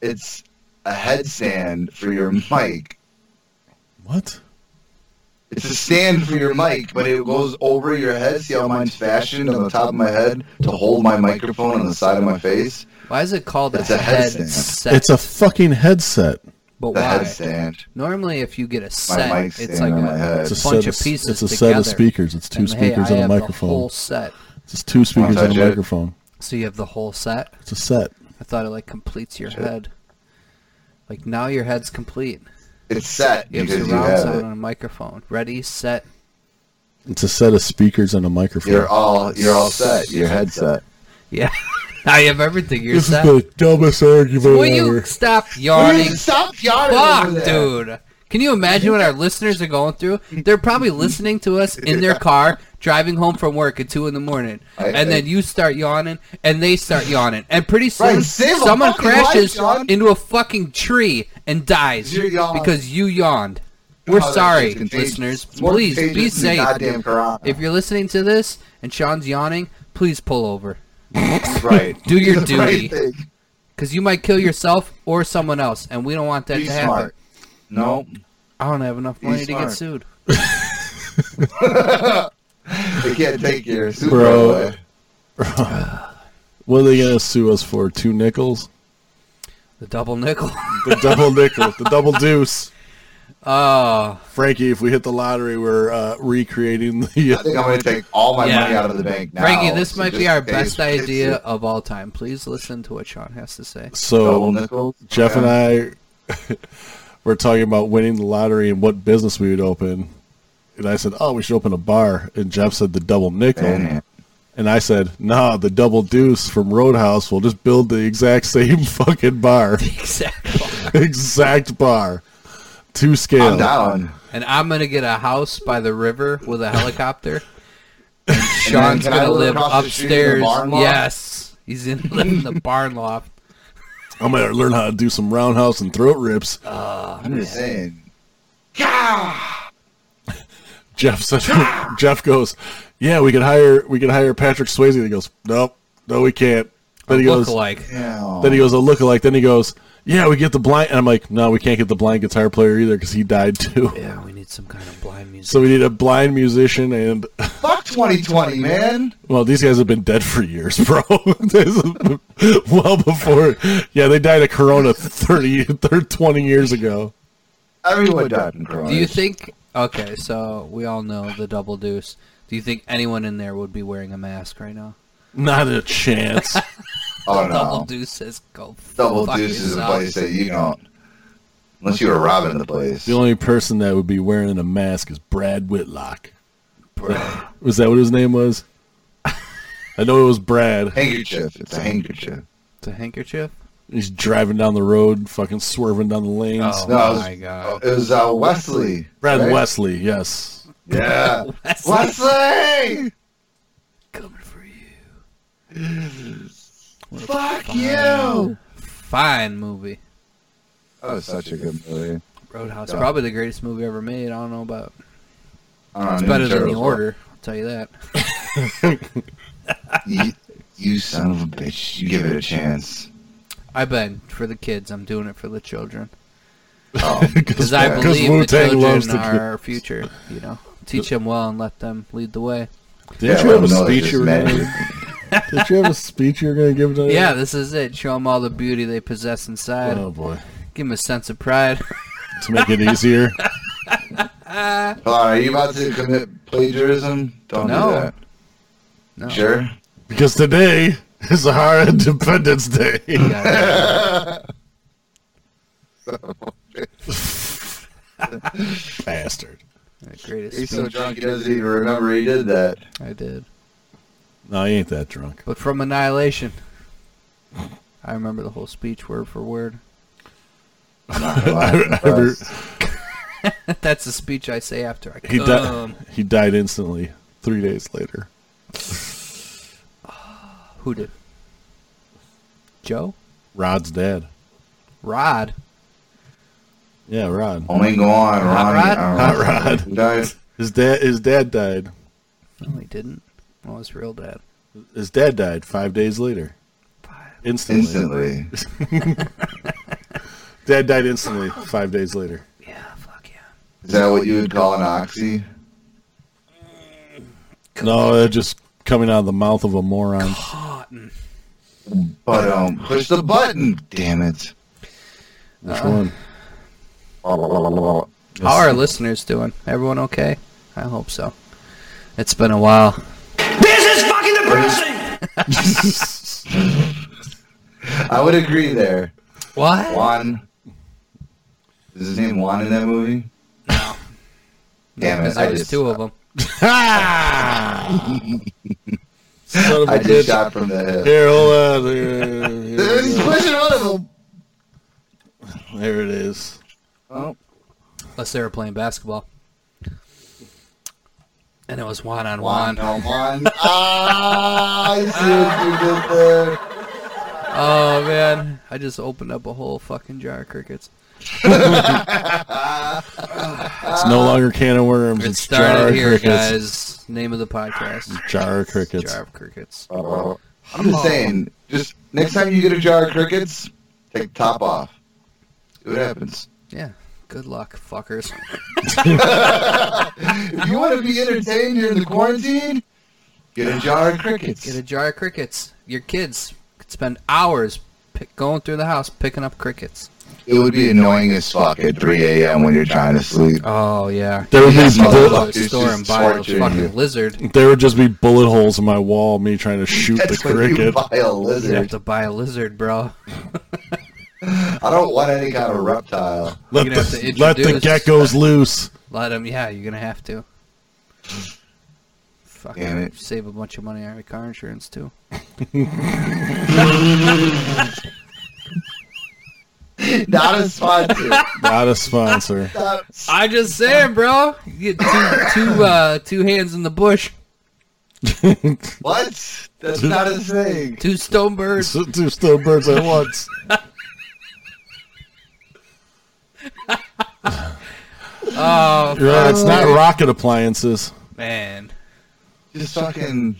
Speaker 3: It's a headstand for your mic.
Speaker 1: What?
Speaker 3: It's a stand for your mic, but it goes over your head. See how mine's fashioned on the top of my head to hold my microphone on the side of my face?
Speaker 2: Why is it called
Speaker 3: It's
Speaker 2: a,
Speaker 3: a headstand.
Speaker 2: headset?
Speaker 1: It's a fucking headset.
Speaker 2: but
Speaker 3: The
Speaker 2: why?
Speaker 3: headstand.
Speaker 2: Normally, if you get a
Speaker 3: My
Speaker 2: set,
Speaker 3: mic
Speaker 2: it's
Speaker 3: stand
Speaker 2: like
Speaker 3: on my
Speaker 2: a,
Speaker 3: head.
Speaker 1: It's a
Speaker 2: bunch
Speaker 1: set
Speaker 2: of pieces
Speaker 1: It's a set
Speaker 2: together.
Speaker 1: of speakers. It's two
Speaker 2: and, hey,
Speaker 1: speakers
Speaker 2: I
Speaker 1: and a
Speaker 2: have
Speaker 1: microphone.
Speaker 2: The whole set.
Speaker 1: It's just two speakers and
Speaker 3: touch
Speaker 1: a
Speaker 3: it?
Speaker 1: microphone.
Speaker 2: So you have the whole set.
Speaker 1: It's a set.
Speaker 2: I thought it like completes your
Speaker 3: Shit.
Speaker 2: head. Like now your head's complete.
Speaker 3: It's set
Speaker 2: You have
Speaker 3: because you
Speaker 2: surround sound
Speaker 3: have it.
Speaker 2: on a microphone. Ready, set.
Speaker 1: It's a set of speakers and a microphone.
Speaker 3: You're all you're all set. Your headset.
Speaker 2: Yeah. now you have everything. You're
Speaker 1: this
Speaker 2: set.
Speaker 1: is the dumbest argument
Speaker 2: Will
Speaker 1: ever.
Speaker 2: you stop yawning?
Speaker 3: Stop yawning, over
Speaker 2: Fuck,
Speaker 3: there.
Speaker 2: dude. Can you imagine what our listeners are going through? They're probably listening to us in their car, driving home from work at two in the morning,
Speaker 3: I-
Speaker 2: and then
Speaker 3: I-
Speaker 2: you start yawning, and they start yawning, and pretty soon
Speaker 3: Right, save a
Speaker 2: someone
Speaker 3: fucking life,
Speaker 2: crashes
Speaker 3: John.
Speaker 2: into a fucking tree and dies
Speaker 3: You yawned.
Speaker 2: because you yawned. We're
Speaker 3: Oh, that
Speaker 2: sorry,
Speaker 3: shit's contagious.
Speaker 2: listeners.
Speaker 3: It's more
Speaker 2: Please be
Speaker 3: contagious than
Speaker 2: safe.
Speaker 3: Goddamn corona.
Speaker 2: If you're listening to this and Sean's yawning, please pull over
Speaker 3: right,
Speaker 2: Do your
Speaker 3: It's the right
Speaker 2: duty.
Speaker 3: thing.
Speaker 2: because you might kill yourself or someone else, and we don't want that
Speaker 3: Be
Speaker 2: to happen.
Speaker 3: smart. No,
Speaker 2: I don't have enough
Speaker 3: Be
Speaker 2: money to get sued.
Speaker 3: smart. they can't take your super
Speaker 1: Bro.
Speaker 3: away.
Speaker 1: What are they gonna sue us for? Two nickels?
Speaker 2: The double nickel.
Speaker 1: The double nickel. The double deuce.
Speaker 2: Oh,
Speaker 1: Frankie, if we hit the lottery, we're uh, recreating the. uh,
Speaker 3: I think I'm going to take all my
Speaker 2: Yeah.
Speaker 3: money out of the bank now.
Speaker 2: Frankie, this
Speaker 3: So
Speaker 2: might be
Speaker 3: just
Speaker 2: our
Speaker 3: in
Speaker 2: best
Speaker 3: case-
Speaker 2: idea of all time. Please listen to what Sean has to say.
Speaker 1: so
Speaker 3: Double nickels.
Speaker 1: Jeff
Speaker 3: Okay.
Speaker 1: and I were talking about winning the lottery and what business we would open. And I said, "Oh, we should open a bar." And Jeff said, "The double nickel."
Speaker 3: Man,
Speaker 1: And I said, "Nah, the double deuce from Roadhouse. We'll just build the exact same fucking bar,
Speaker 2: Exactly.
Speaker 1: exact bar, to
Speaker 3: I'm
Speaker 1: scale."
Speaker 3: down.
Speaker 2: And I'm gonna get a house by the river with a helicopter. And Sean's
Speaker 3: can I
Speaker 2: gonna
Speaker 3: live
Speaker 2: live
Speaker 3: across the street in the
Speaker 2: upstairs.
Speaker 3: barn loft?
Speaker 2: Yes, he's in living in the barn loft.
Speaker 1: I'm gonna learn how to do some roundhouse and throat rips.
Speaker 3: I'm just saying.
Speaker 1: Jeff said, Jeff goes, yeah, we could hire, we could hire Patrick Swayze. And he goes, nope, no, we can't. Then he
Speaker 2: Look
Speaker 1: goes,
Speaker 2: like
Speaker 3: Damn.
Speaker 1: then he goes a lookalike. Then he goes, yeah, we get the blind. And I'm like, no, we can't get the blind guitar player either because he died too.
Speaker 2: yeah, we need some kind of blind music.
Speaker 1: So we need a blind musician, and
Speaker 3: Fuck 2020, man.
Speaker 1: well, these guys have been dead for years, bro. This is well before, yeah, they died of Corona 30, 30 20 years ago.
Speaker 3: Everyone died in Corona.
Speaker 2: Do you think? Okay, so we all know the double deuce. Do you think anyone in there would be wearing a mask right now?
Speaker 1: Not a chance.
Speaker 3: Oh
Speaker 2: Double
Speaker 3: no.
Speaker 2: deuce says go.
Speaker 3: Double
Speaker 2: fuck
Speaker 3: Deuce is a
Speaker 2: yourself.
Speaker 3: place that you don't. Unless you were robbing the place.
Speaker 1: the only person that would be wearing a mask is Brad Whitlock.
Speaker 2: Brad.
Speaker 1: Was that what his name was? I know it was Brad.
Speaker 3: Handkerchief. It's a handkerchief.
Speaker 2: The handkerchief?
Speaker 1: He's driving down the road, fucking swerving down the lanes.
Speaker 2: Oh.
Speaker 3: No, it was,
Speaker 2: my God.
Speaker 3: It was uh, Wesley.
Speaker 1: Brad
Speaker 3: right?
Speaker 1: Wesley, yes.
Speaker 3: Yeah.
Speaker 2: Wesley.
Speaker 3: Wesley!
Speaker 2: Coming for you.
Speaker 3: Fuck you!
Speaker 2: fine movie.
Speaker 3: That was such a good movie.
Speaker 2: Roadhouse,
Speaker 3: Yeah.
Speaker 2: probably the greatest movie ever made. I don't know about.
Speaker 3: I don't
Speaker 2: It's
Speaker 3: know,
Speaker 2: better than
Speaker 3: Turtles
Speaker 2: The
Speaker 3: were-
Speaker 2: Order. I'll tell you that.
Speaker 3: You, you son of a bitch. You give it a chance.
Speaker 2: I bet for the kids. I'm doing it for the children because
Speaker 3: Oh,
Speaker 1: Because
Speaker 2: I
Speaker 3: yeah. 'Cause
Speaker 2: believe the
Speaker 1: Wu-Tang loves
Speaker 2: children
Speaker 1: the
Speaker 2: are
Speaker 1: kid.
Speaker 2: our future. You know, teach them well and let them lead the way.
Speaker 1: Did
Speaker 3: Yeah,
Speaker 1: you have a
Speaker 3: well, no,
Speaker 1: speech
Speaker 3: it's
Speaker 1: you were
Speaker 3: just
Speaker 1: gonna, Did you have a speech you were going to give tonight?
Speaker 2: Yeah, this is it. Show them all the beauty they possess inside.
Speaker 1: Oh boy.
Speaker 2: Give them a sense of pride.
Speaker 1: To make it easier.
Speaker 3: Hold on, are you about to commit plagiarism? Don't
Speaker 2: No.
Speaker 3: do that.
Speaker 2: No.
Speaker 3: Sure.
Speaker 1: because today is our Independence Day.
Speaker 2: Yeah.
Speaker 1: Bastard.
Speaker 2: The greatest
Speaker 3: He's so
Speaker 2: speech
Speaker 3: drunk he doesn't even remember he did that.
Speaker 2: I did.
Speaker 1: No, he ain't that drunk.
Speaker 2: But from Annihilation. I remember the whole speech word for word.
Speaker 1: I, I remember
Speaker 2: That's the speech I say after I
Speaker 1: he,
Speaker 2: come.
Speaker 1: di- he died instantly three days later.
Speaker 2: Who did? Joe?
Speaker 1: Rod's dad.
Speaker 2: Rod?
Speaker 1: Yeah, Rod.
Speaker 3: Only go on, Ronnie.
Speaker 1: Hot
Speaker 2: Rod?
Speaker 3: All right.
Speaker 1: Rod.
Speaker 3: Guys,
Speaker 1: His dad. His dad died.
Speaker 2: No, he didn't. No, his real dad.
Speaker 1: His dad died five days later. Instantly.
Speaker 3: instantly.
Speaker 1: Dad died instantly five days later.
Speaker 2: Yeah, fuck yeah.
Speaker 3: Is that what you would call an oxy?
Speaker 1: No, uh, just coming out of the mouth of a moron.
Speaker 2: Cotton.
Speaker 3: But um, push the button. Damn it.
Speaker 1: Which one?
Speaker 2: How are our listeners doing? Everyone okay? I hope so. It's been a while.
Speaker 3: I would agree there.
Speaker 2: What?
Speaker 3: Juan. Is his name Juan in that movie? Damn it.
Speaker 2: Because there
Speaker 3: I
Speaker 2: was
Speaker 3: just,
Speaker 2: two of them.
Speaker 1: Son of a
Speaker 3: I
Speaker 1: bitch.
Speaker 3: just shot from the hip.
Speaker 1: Here, hold on. Here, here
Speaker 3: He's
Speaker 1: we go.
Speaker 3: pushing one of them.
Speaker 1: There it is.
Speaker 3: Oh,
Speaker 2: Unless they were playing basketball. And it was one on
Speaker 3: Juan.
Speaker 2: one.
Speaker 3: No, Juan. Ah, I see what you did there.
Speaker 2: Oh man, I just opened up a whole fucking jar of crickets.
Speaker 1: It's no longer can of worms.
Speaker 2: It
Speaker 1: It's jar
Speaker 2: started
Speaker 1: of
Speaker 2: here,
Speaker 1: crickets.
Speaker 2: guys. Name of the podcast:
Speaker 1: Jar of crickets. Oh.
Speaker 2: Jar of Crickets.
Speaker 3: I'm just saying, just next time you get a jar of crickets, take the top off. See what happens.
Speaker 2: Yeah. Good luck, fuckers.
Speaker 3: If you want to be entertained during the quarantine, get a jar of crickets.
Speaker 2: Get a jar of crickets. Your kids could spend hours pick, going through the house picking up crickets.
Speaker 3: It would be annoying as fuck at 3 a.m. when you're trying to sleep.
Speaker 2: Oh yeah.
Speaker 1: There would,
Speaker 3: Yes,
Speaker 1: be
Speaker 3: motherfucker.
Speaker 1: bu-
Speaker 2: Go to
Speaker 3: Fuckers
Speaker 2: the store
Speaker 3: just
Speaker 2: and buy a
Speaker 3: torturing
Speaker 2: fucking
Speaker 3: you.
Speaker 2: lizard.
Speaker 1: there would just be bullet holes in my wall, me trying to shoot the
Speaker 3: That's when you
Speaker 1: cricket.
Speaker 3: buy a
Speaker 2: You have
Speaker 3: lizard.
Speaker 2: to buy a lizard, bro.
Speaker 3: I don't want any kind of reptile.
Speaker 1: Let
Speaker 2: You're gonna
Speaker 1: the,
Speaker 2: have to
Speaker 1: let the
Speaker 2: introduce-
Speaker 1: geckos loose.
Speaker 2: Let him. Yeah, you're gonna have to. Fucking
Speaker 3: Damn it.
Speaker 2: save a bunch of money on your car insurance too.
Speaker 3: Not a sponsor.
Speaker 1: Not a sponsor.
Speaker 3: Not a
Speaker 2: I'm just saying, bro. You get two, two, uh, two hands in the bush,
Speaker 3: What? That's not a thing.
Speaker 2: two stone birds.
Speaker 1: So- Two stone birds at once.
Speaker 2: Oh
Speaker 1: You're right, it's not rocket appliances.
Speaker 2: man,
Speaker 3: Just fucking.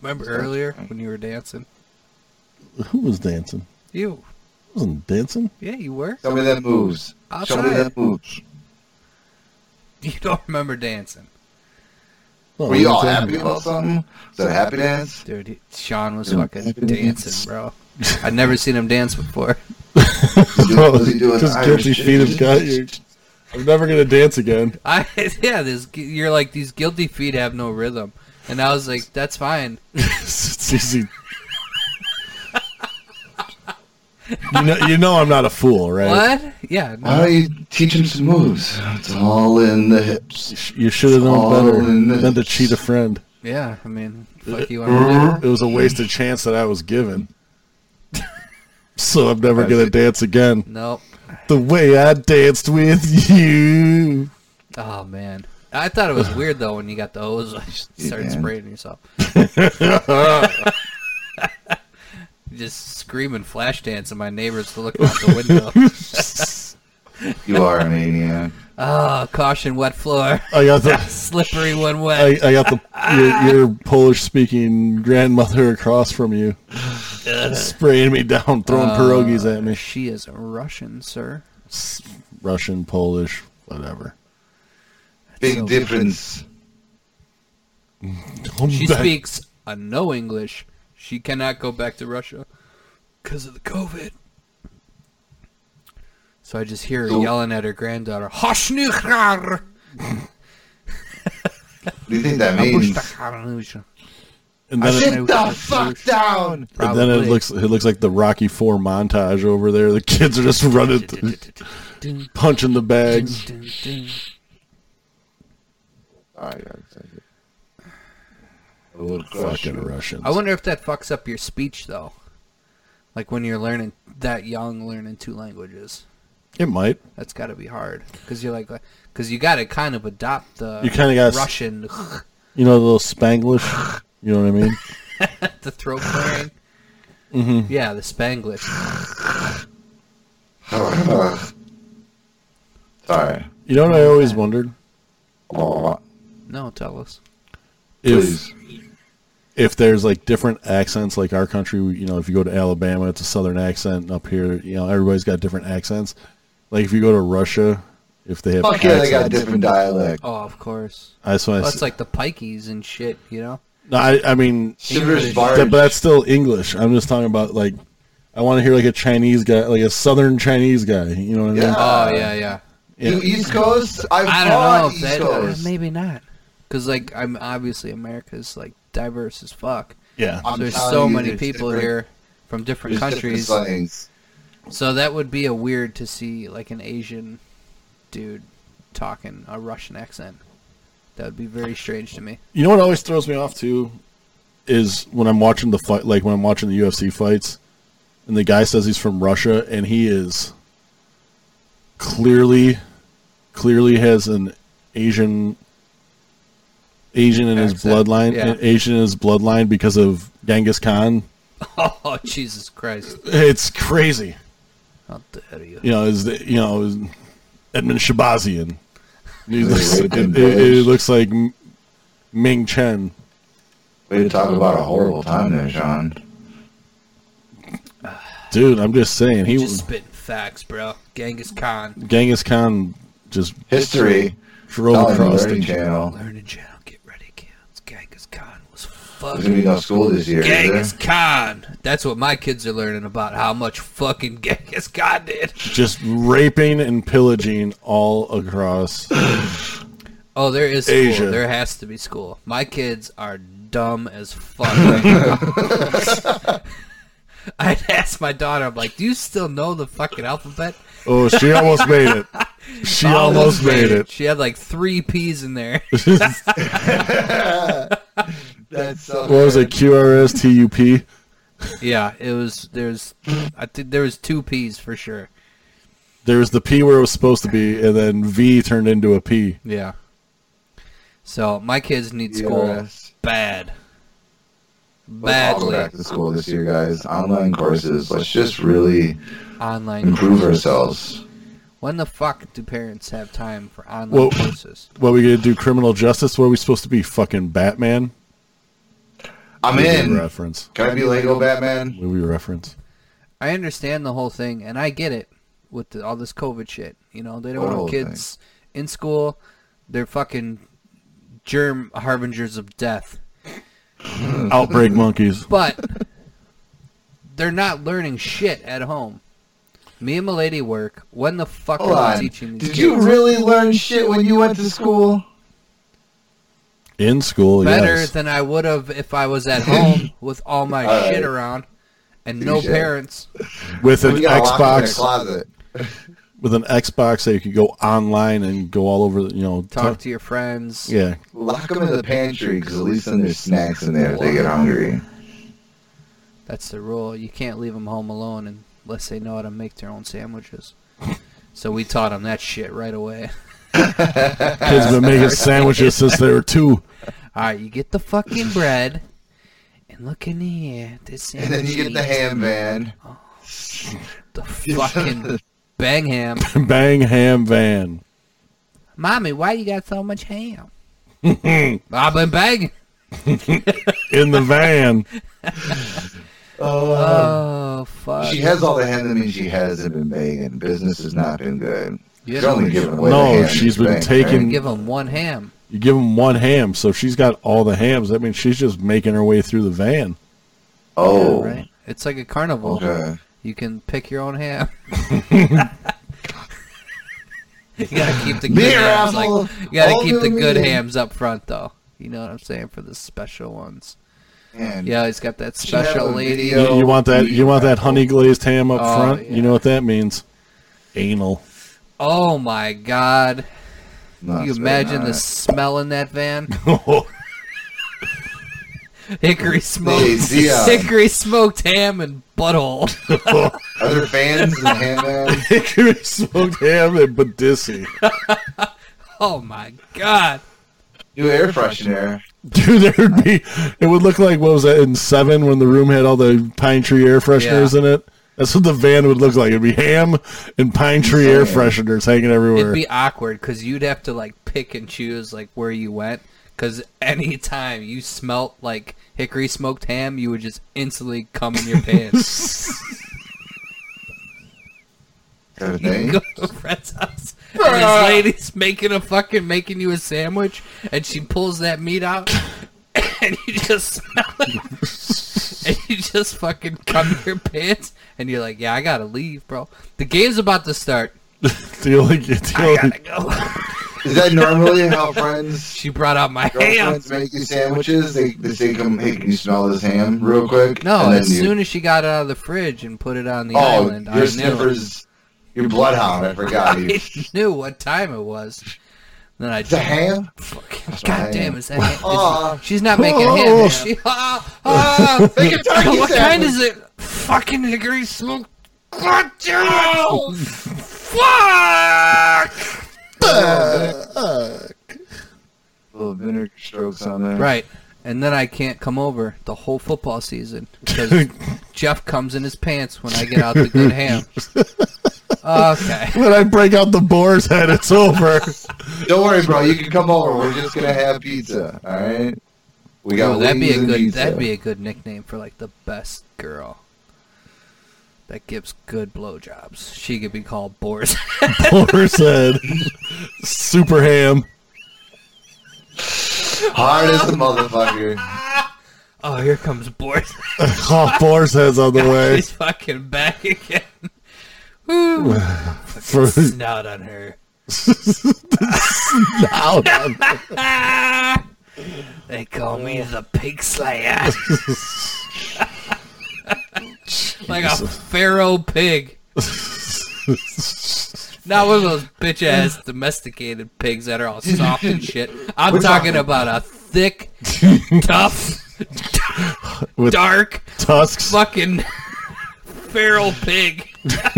Speaker 2: remember earlier when you were dancing?
Speaker 1: Who was dancing?
Speaker 2: You,
Speaker 1: I wasn't dancing.
Speaker 2: yeah, you were.
Speaker 3: Show me that moves.
Speaker 2: I'll
Speaker 3: Show me
Speaker 2: try
Speaker 3: that moves.
Speaker 2: You don't remember dancing,
Speaker 1: No,
Speaker 3: Were you
Speaker 1: what are Oh,
Speaker 3: all
Speaker 1: you
Speaker 3: happy
Speaker 1: talking
Speaker 3: about something? Is that a happy dance?
Speaker 2: dude. he- Sean was
Speaker 3: Yeah.
Speaker 2: fucking dancing, bro. I'd never seen him dance before.
Speaker 1: about?
Speaker 3: Was he doing
Speaker 1: Just
Speaker 3: Irish
Speaker 1: guilty feet have got you. I'm never gonna dance again.
Speaker 2: I yeah, this you're like these guilty feet have no rhythm, and I was like, that's fine.
Speaker 1: it's easy. you know, you know I'm not a fool, right?
Speaker 2: What? Yeah, no.
Speaker 3: Why don't you teach him some moves? It's all in the hips.
Speaker 1: You should have
Speaker 3: All
Speaker 1: known
Speaker 3: in
Speaker 1: better than to
Speaker 3: this.
Speaker 1: cheat a friend.
Speaker 2: yeah. I mean, fuck you. I'm
Speaker 1: It was a wasted chance that I was given. So I'm never gonna dance again.
Speaker 2: nope.
Speaker 1: The way I danced with you.
Speaker 2: Oh man, I thought it was weird though when you got the hose, like, you started
Speaker 3: man.
Speaker 2: spraying yourself. You just screaming Flashdance, and my neighbors were looking out the window.
Speaker 3: You are a maniac.
Speaker 2: oh, caution, wet floor.
Speaker 1: I got the
Speaker 2: Slippery when wet.
Speaker 1: I, I got the your, your Polish speaking grandmother across from you, spraying me down, throwing pierogies at me.
Speaker 2: She is Russian, sir.
Speaker 1: Russian, Polish, whatever.
Speaker 3: Big
Speaker 2: So-
Speaker 3: difference.
Speaker 2: She speaks a no English. She cannot go back to Russia because of the COVID. So I just hear her
Speaker 3: So-
Speaker 2: yelling at her granddaughter, "Hoshnuchar!"
Speaker 3: What do you think that means?
Speaker 2: Probably.
Speaker 1: and then, it,
Speaker 3: Sit the fuck down!
Speaker 1: and then it looks it looks like the Rocky Four montage over there. The kids are just running, through, punching the bags.
Speaker 3: Oh,
Speaker 1: Fucking Russians.
Speaker 2: I wonder if that fucks up your speech though. Like when you're learning that young, learning two languages,
Speaker 1: it might.
Speaker 2: that's got to be hard because you're like, because you got to kind of adopt the
Speaker 1: You kinda gotta s-
Speaker 2: Russian
Speaker 1: You know, the little Spanglish. You know what I mean?
Speaker 2: the throat clearing.
Speaker 3: Mm-hmm.
Speaker 2: Yeah, the Spanglish.
Speaker 3: Sorry.
Speaker 1: You know what I always wondered
Speaker 3: Oh,
Speaker 2: No, tell us.
Speaker 1: if
Speaker 3: please.
Speaker 1: if there's like different accents, like our country. You know, if you go to Alabama, it's a southern accent. Up here, you know, everybody's got different accents. Like if you go to Russia, if they have
Speaker 3: Fuck yeah, they got
Speaker 1: accents-
Speaker 3: different dialect.
Speaker 2: Oh, of course.
Speaker 1: That's why I,
Speaker 2: That's
Speaker 1: s-
Speaker 2: like the Pikeys and shit, you know.
Speaker 1: no, I, I mean,
Speaker 3: Shivers
Speaker 2: English.
Speaker 3: barge.
Speaker 1: that- but that's still English. I'm just talking about like, I want to hear like a Chinese guy, like a Southern Chinese guy. You know what I mean?
Speaker 3: Yeah.
Speaker 2: Oh yeah, yeah.
Speaker 1: Yeah.
Speaker 3: You East Coast? I,
Speaker 2: I don't know if
Speaker 3: East
Speaker 2: that uh,
Speaker 3: Coast.
Speaker 2: maybe not, because like I'm obviously America's like diverse as fuck.
Speaker 1: Yeah.
Speaker 3: I'm
Speaker 2: There's
Speaker 3: telling
Speaker 2: so
Speaker 3: you,
Speaker 2: many
Speaker 3: there's
Speaker 2: people
Speaker 3: different-
Speaker 2: here from different
Speaker 3: there's different
Speaker 2: countries,
Speaker 3: slangs.
Speaker 2: so that would be a weird to see like an Asian dude talking a Russian accent. That would be very strange to me.
Speaker 1: You know what always throws me off too is when I'm watching the fight, like when I'm watching the UFC fights, and the guy says he's from Russia, and he is clearly, clearly has an Asian, Asian in his
Speaker 2: Accent,
Speaker 1: bloodline,
Speaker 2: yeah.
Speaker 1: an Asian in his bloodline because of Genghis Khan.
Speaker 2: Oh Jesus Christ!
Speaker 1: It's crazy,
Speaker 2: How dare you?
Speaker 1: you know. Is the- you know is Edmund Shabazian? He looks,
Speaker 3: raped and
Speaker 1: it, it- it
Speaker 3: pillaged.
Speaker 1: looks like M- Ming Chen.
Speaker 3: Way to talk about a horrible time there, Sean.
Speaker 1: Dude, I'm just saying he
Speaker 2: Just spitting facts, bro. Genghis Khan.
Speaker 1: Genghis Khan just
Speaker 3: History.
Speaker 1: drove
Speaker 3: Not on the
Speaker 1: across
Speaker 3: Learning
Speaker 1: the
Speaker 3: Channel.
Speaker 2: Learning channel, get ready, kids. Genghis Khan was
Speaker 3: There's gonna be
Speaker 2: fucking.
Speaker 3: no school this year. is there?
Speaker 2: Genghis Khan! That's what my kids are learning about how much fucking Genghis Khan did.
Speaker 1: just raping and pillaging all across.
Speaker 2: Oh, there is school.
Speaker 1: Asia.
Speaker 2: There has to be school. My kids are dumb as fuck right now. I'd ask my daughter, I'm like, do you still know the fucking alphabet?
Speaker 1: Oh, she almost made it. She almost made it.
Speaker 2: She had like three P's in there.
Speaker 3: That's so
Speaker 1: What was it? QRSTUP.
Speaker 2: yeah, it was, there's, I think there was two P's for sure.
Speaker 1: There was the P where it was supposed to be, and then V turned into a P.
Speaker 2: Yeah. So my kids need school
Speaker 3: Yes.
Speaker 2: bad.
Speaker 3: Let's all go
Speaker 2: Badly.
Speaker 3: back to school this year, guys. Online courses. Let's just really
Speaker 2: Online.
Speaker 3: improve ourselves.
Speaker 2: When the fuck do parents have time for online
Speaker 1: Well-
Speaker 2: courses?
Speaker 1: What we gonna do? Criminal justice? What are we supposed to be? Fucking Batman?
Speaker 3: I'm
Speaker 1: Movie
Speaker 3: in.
Speaker 1: reference.
Speaker 3: Can I be Lego Batman?
Speaker 1: Movie reference.
Speaker 2: I understand the whole thing, and I get it with the, all this COVID shit. You know, they don't
Speaker 3: What whole
Speaker 2: want kids in school. They're fucking germ harbingers of death.
Speaker 1: Outbreak monkeys.
Speaker 2: But they're not learning shit at home. Me and Milady work. When the fuck
Speaker 3: Hold
Speaker 2: are we
Speaker 3: on.
Speaker 2: teaching these
Speaker 3: Did you
Speaker 2: kids?
Speaker 3: really learn shit when you went to school?
Speaker 1: In school,
Speaker 2: better
Speaker 1: yes.
Speaker 2: than I would have if I was at home with all my
Speaker 3: All
Speaker 2: shit
Speaker 3: right.
Speaker 2: around and no
Speaker 3: Touche.
Speaker 2: parents.
Speaker 1: With an
Speaker 3: We got locked in a
Speaker 1: Xbox,
Speaker 3: closet.
Speaker 1: with an Xbox that you could go online and go all over. the- You know,
Speaker 2: Talk
Speaker 1: t-
Speaker 2: to your friends.
Speaker 1: yeah.
Speaker 3: Lock them in the pantry because at least then there's snacks in there if they get hungry.
Speaker 2: That's the rule. You can't leave them home alone unless they know how to make their own sandwiches. so we taught them that shit right away.
Speaker 1: Kids been making sandwiches since they were two.
Speaker 2: All right, you get the fucking bread, and Look in here. This
Speaker 3: And then you get the ham van.
Speaker 2: The fucking bang ham.
Speaker 1: Bang ham van.
Speaker 2: Mommy, why you got so much ham? I've been begging.
Speaker 1: In the van.
Speaker 2: Oh, fuck.
Speaker 3: Um, She has all the ham. That means she hasn't been banging. Business has not been good.
Speaker 2: You
Speaker 3: She's
Speaker 2: don't-
Speaker 3: only giving away.
Speaker 1: No,
Speaker 3: the ham
Speaker 1: she's
Speaker 3: that's
Speaker 1: been
Speaker 3: banged,
Speaker 1: taking-
Speaker 3: right?
Speaker 2: Give him one ham.
Speaker 1: You give them one ham, so if she's got all the hams, that means she's just making her way through the van.
Speaker 3: Oh,
Speaker 2: Right? It's like a carnival.
Speaker 3: okay.
Speaker 2: You can pick your own ham. you gotta keep the good
Speaker 3: Beer
Speaker 2: hams.
Speaker 3: apple,
Speaker 2: Like, you gotta
Speaker 3: all
Speaker 2: keep the
Speaker 3: new
Speaker 2: good
Speaker 3: meaning.
Speaker 2: hams up front, though. You know what I'm saying for the special ones.
Speaker 3: Man.
Speaker 2: Yeah, he's got that
Speaker 3: had
Speaker 2: special
Speaker 3: a
Speaker 2: lady.
Speaker 3: video-
Speaker 1: You, you want that? You want that honey glazed ham up
Speaker 2: Oh,
Speaker 1: front?
Speaker 2: yeah.
Speaker 1: You know what that means? Anal.
Speaker 2: Oh my God!
Speaker 3: No,
Speaker 2: you
Speaker 3: it's been
Speaker 2: imagine
Speaker 3: not.
Speaker 2: the smell in that van? Hickory smoked,
Speaker 3: Dion.
Speaker 2: hickory smoked ham and butthole.
Speaker 3: Are there fans in the ham van?
Speaker 1: Hickory smoked ham and badissi.
Speaker 2: Oh my God!
Speaker 3: New air freshener.
Speaker 1: Dude, there would be. It would look like what was that in Seven when the room had all the pine tree air fresheners
Speaker 2: Yeah.
Speaker 1: in it. That's what the van would look like. It'd be ham and pine tree air fresheners hanging everywhere.
Speaker 2: It'd be awkward because you'd have to like pick and choose like where you went. Because anytime you smelt like hickory smoked ham, you would just instantly cum in your pants.
Speaker 3: Kind of
Speaker 2: You
Speaker 3: thing.
Speaker 2: go to a friend's house, and this lady's making a fucking making you a sandwich, and she pulls that meat out, and you just smell it, and you just fucking cum in your pants, and you're like, yeah, I gotta leave, bro. The game's about to start.
Speaker 1: the only, the
Speaker 2: I
Speaker 1: only-
Speaker 2: gotta go.
Speaker 3: Is that normally how friends
Speaker 2: she brought out my ham.
Speaker 3: girlfriends make you sandwiches? They they say, "Come, hey, can you smell this ham real quick?"
Speaker 2: No,
Speaker 3: And then
Speaker 2: as
Speaker 3: you-
Speaker 2: soon as she got it out of the fridge and put it on the
Speaker 3: oh,
Speaker 2: island, I
Speaker 3: your
Speaker 2: knew,
Speaker 3: sniffers, your bloodhound. I forgot. You-
Speaker 2: I knew what time it was. Then I
Speaker 3: The ham.
Speaker 2: fucking God damn,
Speaker 3: ham.
Speaker 2: is that ham? is-
Speaker 3: Aw. Oh.
Speaker 2: she's not making ham, is she? Ah, ah,
Speaker 3: Make a turkey
Speaker 2: what kind
Speaker 3: sandwich.
Speaker 2: is it? Fucking hickory smoke. God damn it. Fuck!
Speaker 3: little vinegar strokes on there.
Speaker 2: Right. And then I can't come over the whole football season because Jeff comes in his pants when I get out the good ham. Okay.
Speaker 1: when I break out the boar's head, it's over.
Speaker 3: Don't worry, bro. You can come over. We're just gonna have pizza. All right. We got.
Speaker 2: Ooh, that'd be
Speaker 3: wings
Speaker 2: a
Speaker 3: and
Speaker 2: good
Speaker 3: Pizza.
Speaker 2: that'd be a good nickname for like the best girl that gives good blowjobs. She could be called Boris.
Speaker 1: boar's head. Super ham.
Speaker 3: hard as a motherfucker.
Speaker 2: oh, here comes Boris.
Speaker 1: Oh, boar's head's on the way.
Speaker 2: She's fucking back again. Woo.
Speaker 1: For,
Speaker 2: Snout on her.
Speaker 1: out on-
Speaker 2: They call me the pig slayer. like a pharaoh pig. Not one of those bitch ass domesticated pigs that are all soft and shit. I'm talking about a thick, tough,
Speaker 1: With-
Speaker 2: dark,
Speaker 1: tusks.
Speaker 2: fucking feral pig.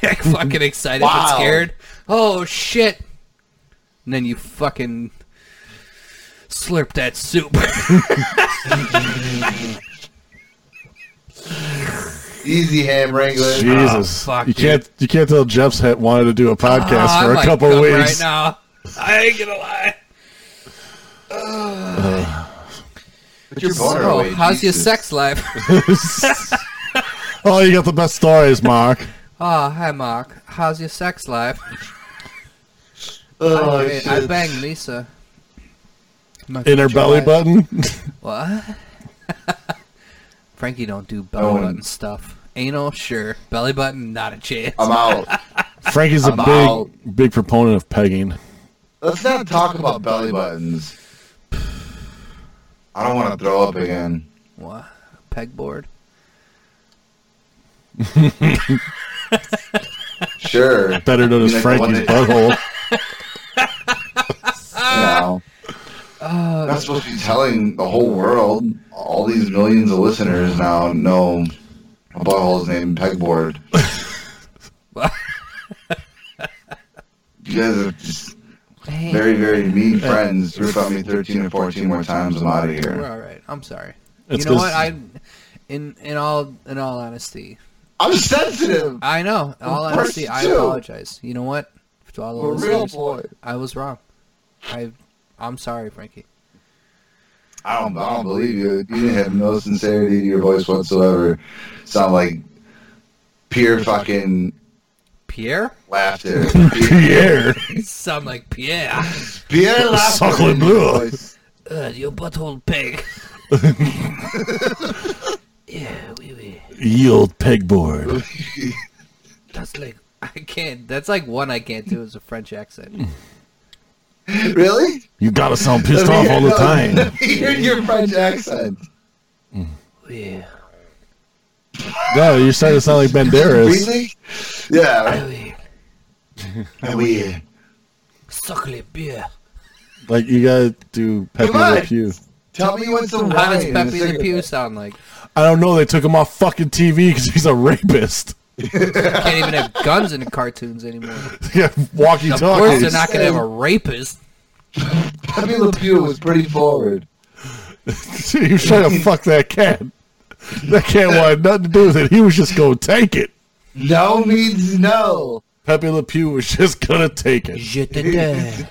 Speaker 2: Like, fucking excited
Speaker 3: Wow.
Speaker 2: but scared. Oh shit! And then you fucking slurp that soup.
Speaker 3: Easy ham wrangler.
Speaker 1: Jesus,
Speaker 2: Oh, fuck,
Speaker 1: you
Speaker 2: dude.
Speaker 1: can't you can't tell Jeff's head wanted to do a podcast
Speaker 2: Oh, I
Speaker 1: for a
Speaker 2: might
Speaker 1: couple
Speaker 2: come
Speaker 1: weeks.
Speaker 2: right now. I ain't gonna lie.
Speaker 3: Put your boner
Speaker 2: So,
Speaker 3: away,
Speaker 2: how's your
Speaker 3: Jesus.
Speaker 2: sex life?
Speaker 1: oh, you got the best stories, Mark.
Speaker 2: oh, hi Mark. How's your sex life?
Speaker 3: Oh,
Speaker 2: Hey, I
Speaker 3: shit.
Speaker 2: banged Lisa. My
Speaker 1: In her
Speaker 2: future
Speaker 1: belly
Speaker 2: wife.
Speaker 1: button.
Speaker 2: What? Frankie don't do belly
Speaker 3: Owen.
Speaker 2: button stuff. Anal, sure. Belly button, not a chance.
Speaker 3: I'm out.
Speaker 1: Frankie's a
Speaker 3: I'm
Speaker 1: big
Speaker 3: out.
Speaker 1: big proponent of pegging.
Speaker 3: Let's not talk about belly buttons. I don't want to throw up again.
Speaker 2: What? Pegboard.
Speaker 3: Sure. You
Speaker 1: Better known as
Speaker 3: Like the one
Speaker 1: Frankie's
Speaker 3: that-
Speaker 1: butthole.
Speaker 3: know. I'm not supposed to be telling the whole world, all these millions of listeners now know a butthole's named Pegboard. you guys are just
Speaker 2: Dang.
Speaker 3: Very, very mean friends threw at me 13 or 14 more times. I'm out of
Speaker 2: We're
Speaker 3: here.
Speaker 2: all right. I'm sorry.
Speaker 1: It's
Speaker 2: you know
Speaker 1: 'cause-
Speaker 2: what? I, in in all in all honesty,
Speaker 3: I'm sensitive.
Speaker 2: I know. In all
Speaker 3: Of course
Speaker 2: honesty,
Speaker 3: you
Speaker 2: I
Speaker 3: do.
Speaker 2: apologize. You know what? To all the
Speaker 3: I'm a real
Speaker 2: listeners,
Speaker 3: boy.
Speaker 2: I was wrong. I I'm sorry, Frankie.
Speaker 3: I don't, I don't believe you. You didn't have no sincerity to your voice whatsoever. Sound like pure fucking
Speaker 2: Pierre?
Speaker 3: laughter.
Speaker 1: Pierre.
Speaker 2: You sound like Pierre.
Speaker 3: pure laughter.
Speaker 1: Suckling
Speaker 3: in your
Speaker 1: blue.
Speaker 3: voice.
Speaker 2: Uh, you butthole pig. yeah, wee wee.
Speaker 1: Yield pegboard.
Speaker 2: That's like I can't. That's like one I can't do is a French accent.
Speaker 3: Really?
Speaker 1: You gotta sound pissed
Speaker 3: Let me
Speaker 1: off
Speaker 3: hear-
Speaker 1: all the
Speaker 3: no,
Speaker 1: time.
Speaker 3: let me Hear your French accent.
Speaker 2: Yeah,
Speaker 1: No, you're starting to sound like Banderas.
Speaker 3: Really?
Speaker 2: wee.
Speaker 3: Yeah. Weird.
Speaker 2: Suckle beer.
Speaker 1: Like you gotta do Pepe
Speaker 3: Come
Speaker 1: Le
Speaker 3: on.
Speaker 1: Pew.
Speaker 3: Tell me what's some
Speaker 2: How does
Speaker 3: wine and a
Speaker 2: Pepe Le
Speaker 3: cigarette.
Speaker 2: Pew sound like?
Speaker 1: I don't know. They took him off fucking TV because he's a rapist.
Speaker 2: Can't even have guns in cartoons anymore.
Speaker 1: Yeah, walkie
Speaker 2: Of course, they're
Speaker 1: talkies.
Speaker 2: not gonna have a rapist.
Speaker 3: Pepe Le Pew was pretty forward.
Speaker 1: he was trying to fuck that cat. That cat wanted nothing to do with it. He was just gonna take it.
Speaker 3: No means no.
Speaker 1: Pepe Le Pew was just gonna take it.
Speaker 2: Je te dis.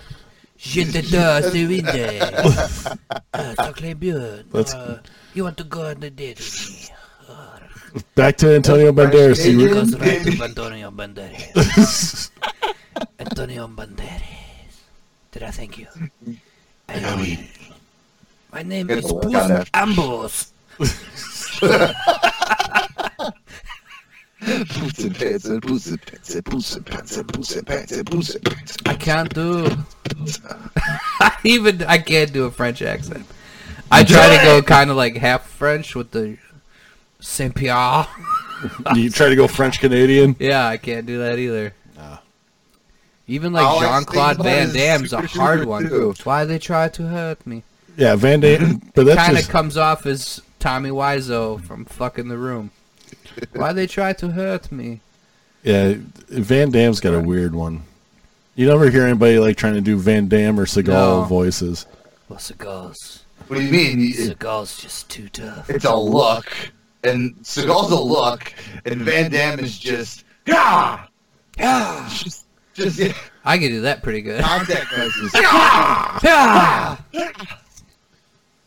Speaker 2: Je te dis, c'est windy. Uh, suckle beer.
Speaker 1: Let's-
Speaker 2: Uh, you want to go on the date with me?
Speaker 1: Back to Antonio Banderas. He re-
Speaker 2: Goes right to Antonio Banderas. Antonio Banderas. Did I thank you? I- My name
Speaker 3: Get
Speaker 2: is
Speaker 3: the work
Speaker 2: Bruce
Speaker 3: on that.
Speaker 2: Ambrose.
Speaker 3: Puss and pants and puss and pants and puss and pants and puss and pants and puss and pants.
Speaker 2: I can't do. I even I can't do a French accent. I try to go kind of like half French with the Saint Pierre.
Speaker 1: you try to go French Canadian.
Speaker 2: Yeah, I can't do that either. Even
Speaker 3: All
Speaker 2: like
Speaker 3: I
Speaker 2: Jean Claude
Speaker 3: think about
Speaker 2: Van
Speaker 3: is
Speaker 2: Damme's a
Speaker 3: Super
Speaker 2: hard
Speaker 3: Trooper
Speaker 2: one.
Speaker 3: 2.
Speaker 2: Why they try to hurt me?
Speaker 1: Yeah, Van Damme. But that's
Speaker 2: Kind of
Speaker 1: just
Speaker 2: comes off as Tommy Wiseau from fucking the room. Why they try to hurt me?
Speaker 1: yeah. Van Damme's got a weird one. You never hear anybody like trying to do Van Damme or Seagal
Speaker 2: No.
Speaker 1: voices.
Speaker 2: Well, Seagal's
Speaker 3: What do you mean? You-
Speaker 2: Seagal's just too tough.
Speaker 3: It's a look, and Seagal's a look, and Van Damme is just Gah! Gah! Just, just yeah,
Speaker 2: I can do that pretty good.
Speaker 3: contact lenses. Gah!
Speaker 2: Ah!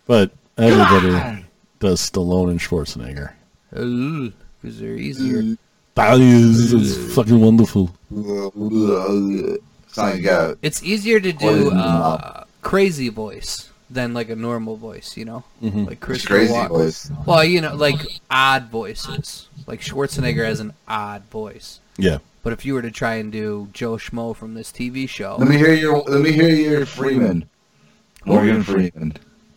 Speaker 1: But everybody
Speaker 3: God!
Speaker 1: does Stallone and Schwarzenegger.
Speaker 2: Ooh, 'cause they're easier.
Speaker 1: That is it's fucking wonderful.
Speaker 3: It's not like a
Speaker 2: It's easier to do
Speaker 3: Well,
Speaker 2: uh, crazy voice than like a normal voice, you know, like Chris
Speaker 3: it's crazy
Speaker 2: Walken.
Speaker 3: voice.
Speaker 2: Well, you know, like odd voices. Like Schwarzenegger has an odd voice.
Speaker 1: Yeah.
Speaker 2: But if you were to try and do Joe Schmo from this TV show,
Speaker 3: Let me hear your. Let me hear your Freeman. Morgan Freeman.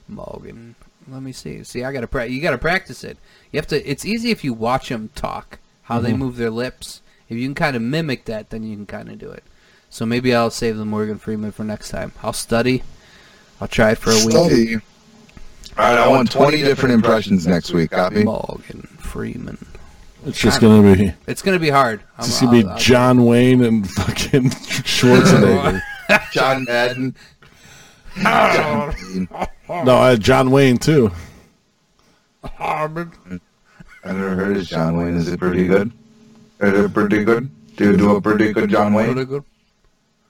Speaker 2: Morgan, let me see. See, I gotta pra- you gotta practice it. You have to. It's easy if you watch them talk, how
Speaker 1: Mm-hmm.
Speaker 2: they move their lips. If you can kind of mimic that, then you can kind of do it. So maybe I'll save the Morgan Freeman for next time. I'll study. I'll try it for a week.
Speaker 3: Study. All right, I want 20 different impressions next week. Copy.
Speaker 2: Morgan Freeman.
Speaker 1: It's just gonna be
Speaker 2: It's gonna be hard. I'm,
Speaker 1: it's just gonna be
Speaker 2: I'll- I'll-
Speaker 1: John Wayne and fucking Schwarzenegger.
Speaker 3: John Madden. John Madden.
Speaker 1: no, I had John Wayne too.
Speaker 3: I never heard of John Wayne. Is it pretty good? Is it pretty good? Do you do a pretty good John Wayne?
Speaker 2: Pretty good.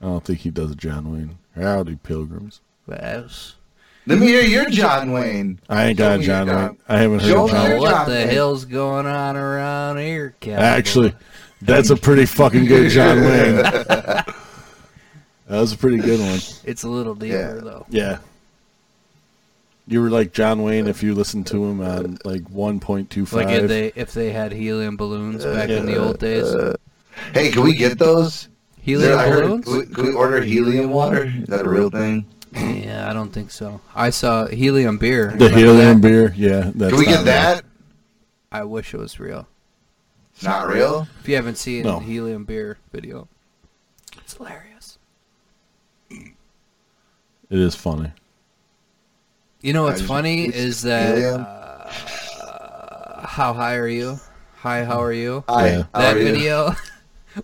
Speaker 1: I don't think he does a John Wayne. Howdy, pilgrims.
Speaker 2: Yes.
Speaker 3: Let me hear your John Wayne.
Speaker 1: I ain't
Speaker 3: Show
Speaker 1: got a
Speaker 3: me
Speaker 1: John
Speaker 3: your
Speaker 1: Wayne. I haven't heard
Speaker 3: Show
Speaker 1: of
Speaker 3: me
Speaker 1: John
Speaker 3: your
Speaker 1: Wayne.
Speaker 2: What
Speaker 3: John
Speaker 2: the
Speaker 3: Wayne.
Speaker 2: hell's going on around here, cowboy?
Speaker 1: Actually, that's a pretty fucking good John Wayne. that was a pretty good one.
Speaker 2: it's a little deeper though.
Speaker 1: Yeah. You were like John Wayne if you listened to him on like 1.25.
Speaker 2: Like if they if they had helium balloons back in the old days.
Speaker 3: Hey, can we get those? Is
Speaker 2: helium
Speaker 3: there- I heard-
Speaker 2: balloons?
Speaker 3: can, we, can we order helium water? Is that a real thing?
Speaker 2: Yeah, I don't think so. I saw helium beer.
Speaker 1: the
Speaker 2: Remember
Speaker 1: helium
Speaker 2: that?
Speaker 1: beer, yeah. That's
Speaker 3: Can we
Speaker 1: not
Speaker 3: get
Speaker 1: real.
Speaker 3: that?
Speaker 2: I wish it was real.
Speaker 3: It's not real.
Speaker 2: If you haven't seen
Speaker 1: No.
Speaker 2: the helium beer video, it's hilarious.
Speaker 1: It is funny.
Speaker 2: You know what's
Speaker 3: just-
Speaker 2: funny
Speaker 3: it's
Speaker 2: is that
Speaker 3: helium.
Speaker 2: uh, how high are you? Hi, how are you?
Speaker 3: Hi,
Speaker 1: Yeah.
Speaker 3: how
Speaker 2: that
Speaker 3: are you?
Speaker 2: video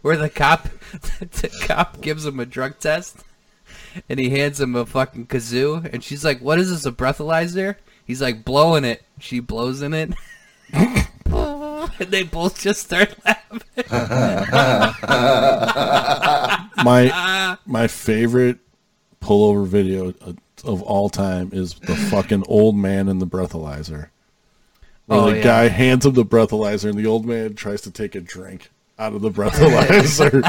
Speaker 2: where the cop the cop gives him a drug test and he hands him a fucking kazoo, and she's like, "What is this? A breathalyzer?" He's like, "Blowing it." She blows in it, and they both just start laughing.
Speaker 1: my my favorite pullover video uh, of all time is the fucking old man in the breathalyzer. Where
Speaker 2: Oh,
Speaker 1: the
Speaker 2: yeah.
Speaker 1: guy hands him the breathalyzer, and the old man tries to take a drink out of the breathalyzer,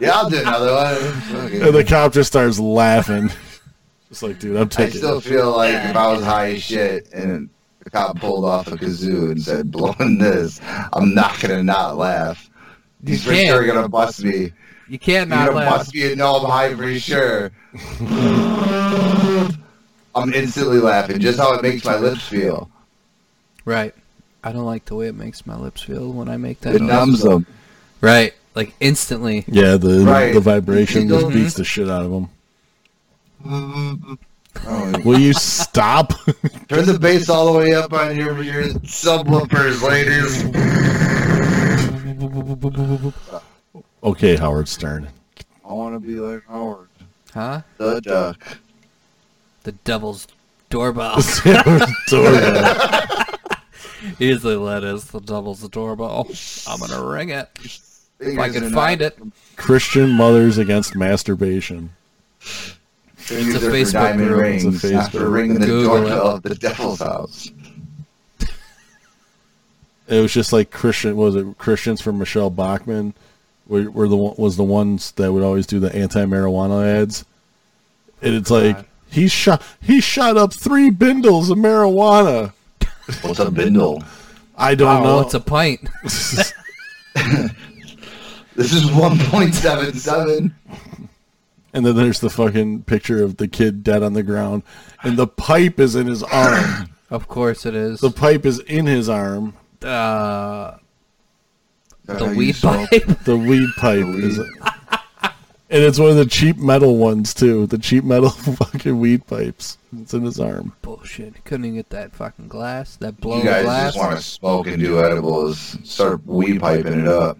Speaker 3: Yeah, I'll do another one. Fuck it.
Speaker 1: and the cop just starts laughing. It's like, dude, I'm
Speaker 3: I
Speaker 1: taking.
Speaker 3: still feel like if I was high as shit and the cop pulled off a kazoo and said, blowing this, I'm not going to not laugh. He's for
Speaker 2: can't.
Speaker 3: sure going to bust me.
Speaker 2: You can't
Speaker 3: You're
Speaker 2: not
Speaker 3: going to
Speaker 2: laugh.
Speaker 3: bust me and know I'm high for sure. I'm instantly laughing, just how it makes my lips feel.
Speaker 2: Right. I don't like the way it makes my lips feel when I make that
Speaker 3: It
Speaker 2: noise.
Speaker 3: numbs them.
Speaker 2: Right. Like instantly.
Speaker 1: yeah, the
Speaker 3: Right.
Speaker 1: the vibration just
Speaker 3: Mhm.
Speaker 1: beats the shit out of him.
Speaker 3: Oh,
Speaker 1: Will you stop?
Speaker 3: Turn the bass all the way up on your, your subwoofers, ladies.
Speaker 1: okay, Howard Stern.
Speaker 3: I want to be like Howard.
Speaker 2: Huh?
Speaker 3: The duck.
Speaker 2: The devil's doorbell.
Speaker 1: Doorbell.
Speaker 2: Easily let us the devil's doorbell. I'm gonna ring it. If I
Speaker 3: Fingers are
Speaker 2: can
Speaker 3: not-
Speaker 2: find it.
Speaker 1: Christian mothers against masturbation.
Speaker 3: Fingers
Speaker 2: It's a
Speaker 3: are for
Speaker 2: Facebook
Speaker 3: diamond
Speaker 2: group.
Speaker 1: It's a
Speaker 3: rings, not for
Speaker 1: Facebook.
Speaker 3: ringing the
Speaker 2: Google it.
Speaker 3: doorbell of the devil's house.
Speaker 1: it was just like Christian what was it Christians from Michelle Bachman were, were the one- was the ones that would always do the anti-marijuana ads, and it's like he shot he shot up three bindles of marijuana.
Speaker 3: What's a bindle?
Speaker 1: I don't
Speaker 2: Oh, it's
Speaker 1: know.
Speaker 2: a pint.
Speaker 3: This is 1.77.
Speaker 1: and then there's the fucking picture of the kid dead on the ground, and the pipe is in his arm.
Speaker 2: Of course it is.
Speaker 1: the pipe is in his arm.
Speaker 2: uh,
Speaker 3: How
Speaker 2: the
Speaker 3: you
Speaker 2: weed
Speaker 3: smoke?
Speaker 2: pipe.
Speaker 1: The weed pipe is. And it's one of the cheap metal ones too. The cheap metal fucking weed pipes. It's in his arm.
Speaker 2: Bullshit. Couldn't even get that fucking glass. That blow
Speaker 3: You guys
Speaker 2: glass
Speaker 3: just want to smoke and do edibles. Start weed piping it up.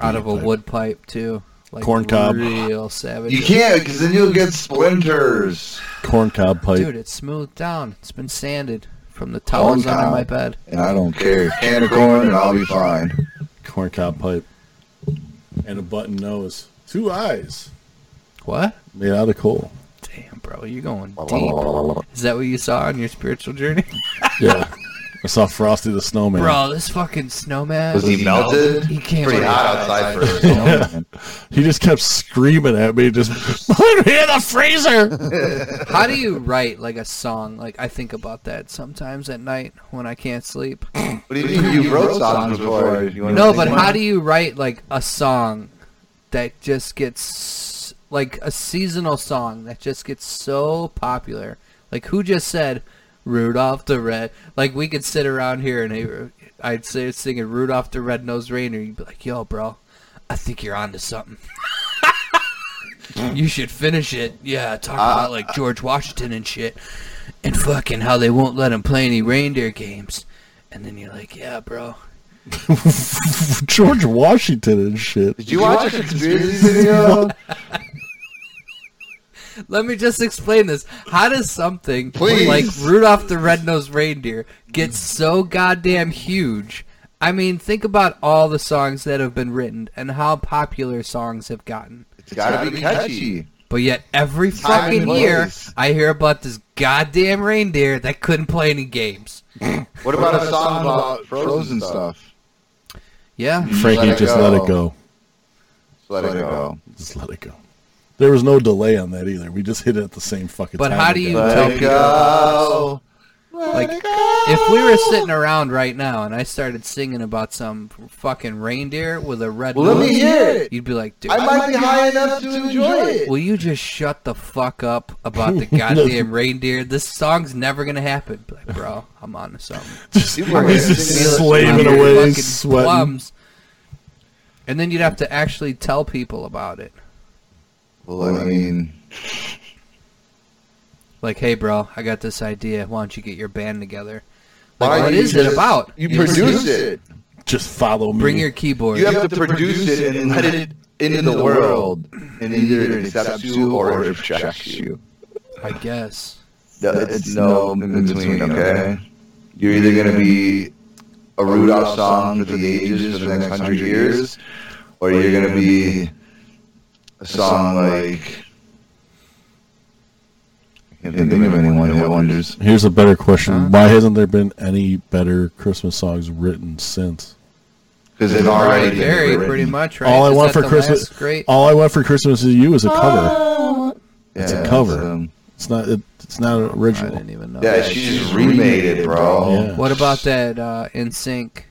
Speaker 2: out of a
Speaker 1: Pipe.
Speaker 2: wood pipe too. Like
Speaker 1: Corn cob.
Speaker 2: Real savage.
Speaker 3: You can't, because then you'll get splinters.
Speaker 1: Corn cob pipe.
Speaker 2: Dude, it's smoothed down. It's been sanded from the towels under
Speaker 3: cob.
Speaker 2: my bed.
Speaker 3: And I don't care. Can of corn, and I'll be fine.
Speaker 1: corn cob pipe, and a button nose, two eyes
Speaker 2: What?
Speaker 1: made out of coal.
Speaker 2: Damn, bro, you're going deep. Is that what you saw on your spiritual journey?
Speaker 1: Yeah, I saw Frosty the Snowman.
Speaker 2: Bro, this fucking snowman.
Speaker 3: Was he melted?
Speaker 2: He can't
Speaker 3: Pretty
Speaker 2: believe
Speaker 3: hot outside for a snowman.
Speaker 1: He just kept screaming at me, just put me in the freezer.
Speaker 2: How do you write like a song? Like I think about that sometimes at night when I can't sleep.
Speaker 3: What do you mean? You wrote songs before. You wanna
Speaker 2: No,
Speaker 3: sing
Speaker 2: but
Speaker 3: one?
Speaker 2: how do you write like a song that just gets like a seasonal song that just gets so popular? Like who just said Rudolph the Red? Like we could sit around here and they- I'd say singing Rudolph the Red Nosed Reindeer. You'd be like, "Yo, bro, I think you're onto something." you should finish it. Yeah, talk about like George Washington and shit, and fucking how they won't let him play any reindeer games. And then you're like, "Yeah, bro,
Speaker 1: George Washington and shit.
Speaker 3: Did you watch a conspiracy video?
Speaker 2: Let me just explain this. How does something
Speaker 3: Please.
Speaker 2: like Rudolph the Red-Nosed Reindeer get so goddamn huge? I mean, think about all the songs that have been written and how popular songs have gotten.
Speaker 3: It's gotta be catchy.
Speaker 2: But yet every
Speaker 3: Time
Speaker 2: fucking
Speaker 3: and
Speaker 2: year
Speaker 3: place.
Speaker 2: I hear about this goddamn reindeer that couldn't play any games.
Speaker 3: What about a song about frozen stuff?
Speaker 2: Yeah.
Speaker 1: Frankie,
Speaker 3: Let it
Speaker 1: just let
Speaker 3: go.
Speaker 1: it go.
Speaker 3: Let it go.
Speaker 1: Just let it go. There was no delay on that either. We just hit it at the same fucking
Speaker 2: But
Speaker 1: time.
Speaker 2: how do
Speaker 1: again.
Speaker 2: you
Speaker 3: Let
Speaker 2: tell
Speaker 3: it
Speaker 2: people
Speaker 3: go.
Speaker 2: like if we were sitting around right now and I started singing about some fucking reindeer with a red
Speaker 3: Well, let
Speaker 2: nose,
Speaker 3: me hear it.
Speaker 2: you'd be like, dude,
Speaker 3: I might be high enough to enjoy it.
Speaker 2: Will you just shut the fuck up about the goddamn reindeer? This song's never gonna happen. Be Like, bro, I'm on to something.
Speaker 1: Just,
Speaker 3: You were
Speaker 1: he's just
Speaker 3: sitting-
Speaker 1: slaving
Speaker 2: Your
Speaker 1: away,
Speaker 2: fucking
Speaker 1: sweating.
Speaker 2: plums. And then you'd have to actually tell people about it.
Speaker 3: Well, I mean,
Speaker 2: Like, hey, bro, I got this idea. Why don't you get your band together? Like,
Speaker 3: why
Speaker 2: what
Speaker 3: you
Speaker 2: is it
Speaker 3: just-
Speaker 2: about?
Speaker 3: You produce it.
Speaker 1: Just follow me.
Speaker 2: Bring your keyboard.
Speaker 3: You have to produce it and let it into the world and either it accepts you or it rejects you.
Speaker 2: I guess.
Speaker 3: No, it's no in between, okay? You're either going to be a Rudolph song for the ages for the next hundred years, or you're going to be a song like. I can't think of anyone that wonders.
Speaker 1: Here's a better question:
Speaker 2: Huh?
Speaker 1: Why hasn't there been any better Christmas songs written since?
Speaker 3: Because they've already been
Speaker 2: very
Speaker 3: written.
Speaker 2: pretty much right.
Speaker 1: All I
Speaker 2: Is
Speaker 1: want
Speaker 2: that
Speaker 1: for
Speaker 2: the
Speaker 1: Christmas-
Speaker 2: last Great.
Speaker 1: All I want for Christmas is you
Speaker 2: Uh.
Speaker 1: is a cover.
Speaker 3: Yeah,
Speaker 1: It's a cover.
Speaker 3: um,
Speaker 1: It's not. It, it's not
Speaker 2: I
Speaker 1: original.
Speaker 2: didn't even know.
Speaker 3: yeah,
Speaker 2: that.
Speaker 3: she just remade it, bro.
Speaker 1: Yeah.
Speaker 2: What about that uh, in sync?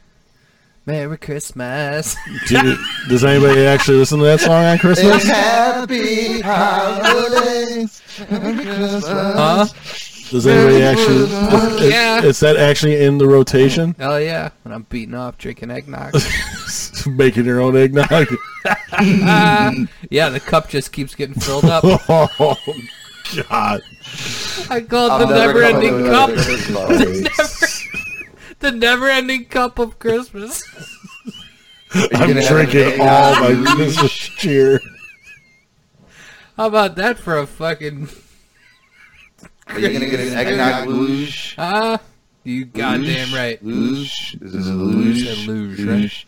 Speaker 2: Merry Christmas.
Speaker 1: Do- does anybody actually listen to that song on Christmas?
Speaker 3: happy holidays.
Speaker 2: Huh?
Speaker 1: Does anybody actually? Is, is-
Speaker 2: Yeah.
Speaker 1: is that actually in the rotation?
Speaker 2: Hell Oh, yeah. When I'm beating off, drinking eggnog.
Speaker 1: Making your own eggnog.
Speaker 2: yeah, the cup just keeps getting filled up.
Speaker 1: oh God!
Speaker 2: I call it the never ending cup. The never ending cup of Christmas.
Speaker 1: I'm drinking all my Christmas cheer.
Speaker 2: How about that for a fucking.
Speaker 3: Are you gonna get an eggnog luge?
Speaker 2: Ah, you goddamn right.
Speaker 3: Luge. This is a
Speaker 2: You said luge,
Speaker 3: luge.
Speaker 2: right?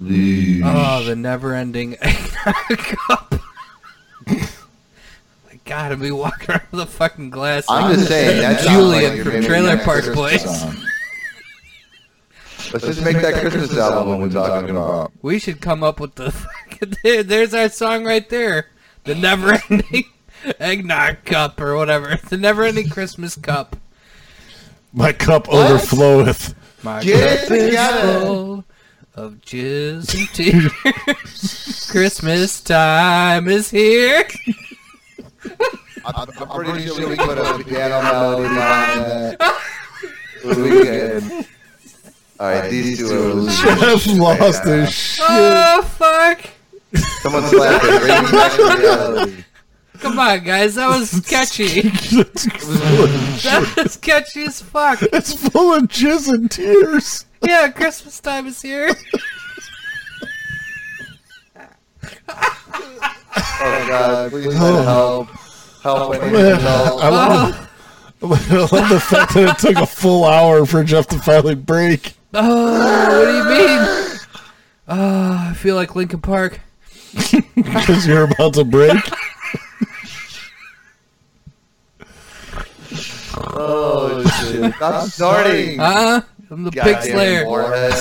Speaker 3: Luge. Luge.
Speaker 2: Oh, the never-ending eggnog cup. My God, I'd be walking around with a fucking glass.
Speaker 3: I'm just saying. That sounds
Speaker 2: Julian
Speaker 3: like
Speaker 2: from
Speaker 3: maybe
Speaker 2: Trailer
Speaker 3: next
Speaker 2: Park
Speaker 3: Christmas
Speaker 2: Boys.
Speaker 3: song. Let's just make that Christmas album we're talking about.
Speaker 2: We should come up with the fucking. There, there's our song right there. The never-ending eggnog cup or whatever. The never-ending Christmas cup.
Speaker 1: My cup overfloweth.
Speaker 2: My
Speaker 3: Get it
Speaker 2: cup is
Speaker 3: together.
Speaker 2: full of jizz and tears. Christmas time is here.
Speaker 3: I'm, I'm pretty sure we put a piano melody behind that. We could. All right, these two are
Speaker 1: Jeff
Speaker 3: losing.
Speaker 1: lost his shit.
Speaker 2: Oh fuck!
Speaker 3: Someone slapped it. Bring it back to reality.
Speaker 2: Come on, guys, that was catchy. That was catchy as fuck.
Speaker 1: It's full of jizz and tears.
Speaker 2: Yeah, Christmas time is here.
Speaker 3: Oh God! Please send help. Help! I need help.
Speaker 1: I
Speaker 2: Oh,
Speaker 1: love, I love the fact that it took a full hour for Jeff to finally break.
Speaker 2: Oh, what do you mean? Oh, I feel like Lincoln Park.
Speaker 1: Because you're about to break.
Speaker 3: Oh shit! Stop snorting.
Speaker 2: Huh? I'm the Uh, pig
Speaker 3: Goddamn
Speaker 2: slayer.
Speaker 3: warhead.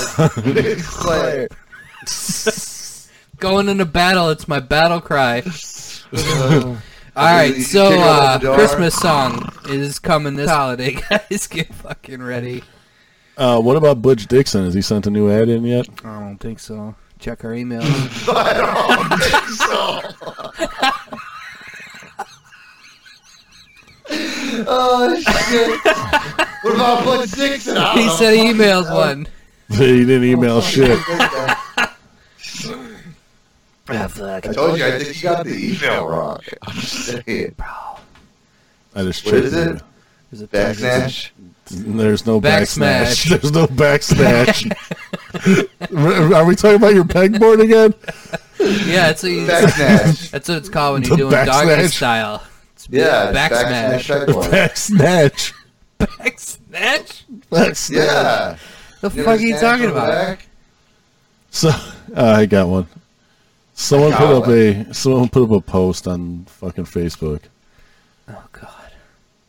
Speaker 3: Pig slayer.
Speaker 2: Going into battle, it's my battle cry.
Speaker 3: Uh,
Speaker 2: Alright,
Speaker 3: You
Speaker 2: so
Speaker 3: kick open
Speaker 2: uh,
Speaker 3: the door.
Speaker 2: Christmas song is coming this holiday, guys. Get fucking ready.
Speaker 1: Uh, what about Butch Dixon? Has he sent a new ad in yet?
Speaker 2: I don't think so. Check our emails.
Speaker 3: oh shit! what about Oh, Butch Dixon? I don't
Speaker 2: he
Speaker 3: know.
Speaker 2: said he emailed one.
Speaker 1: he didn't
Speaker 3: Oh,
Speaker 1: email shit.
Speaker 2: Ah,
Speaker 3: I told you, I think you got the email wrong. I'm just saying.
Speaker 1: I just
Speaker 3: What
Speaker 1: checked.
Speaker 3: is it?
Speaker 2: Is it
Speaker 3: Back snatch?
Speaker 1: There's no back,
Speaker 2: Back
Speaker 1: snatch.
Speaker 2: smash.
Speaker 1: There's no back snatch. Are we talking about your pegboard again?
Speaker 2: Yeah, it's a,
Speaker 3: Back snatch.
Speaker 2: that's what it's called when
Speaker 1: The
Speaker 2: you're doing
Speaker 1: back
Speaker 2: doggy
Speaker 1: snatch.
Speaker 2: style. It's
Speaker 3: Yeah,
Speaker 2: back, smash.
Speaker 3: checkpoint.
Speaker 1: Back snatch.
Speaker 2: Back snatch?
Speaker 1: Back snatch.
Speaker 3: Yeah.
Speaker 2: The fuck are you talking about?
Speaker 1: So uh, I got one. Someone
Speaker 3: I
Speaker 1: put
Speaker 3: got
Speaker 1: up a someone put up a post on fucking Facebook
Speaker 2: Oh god.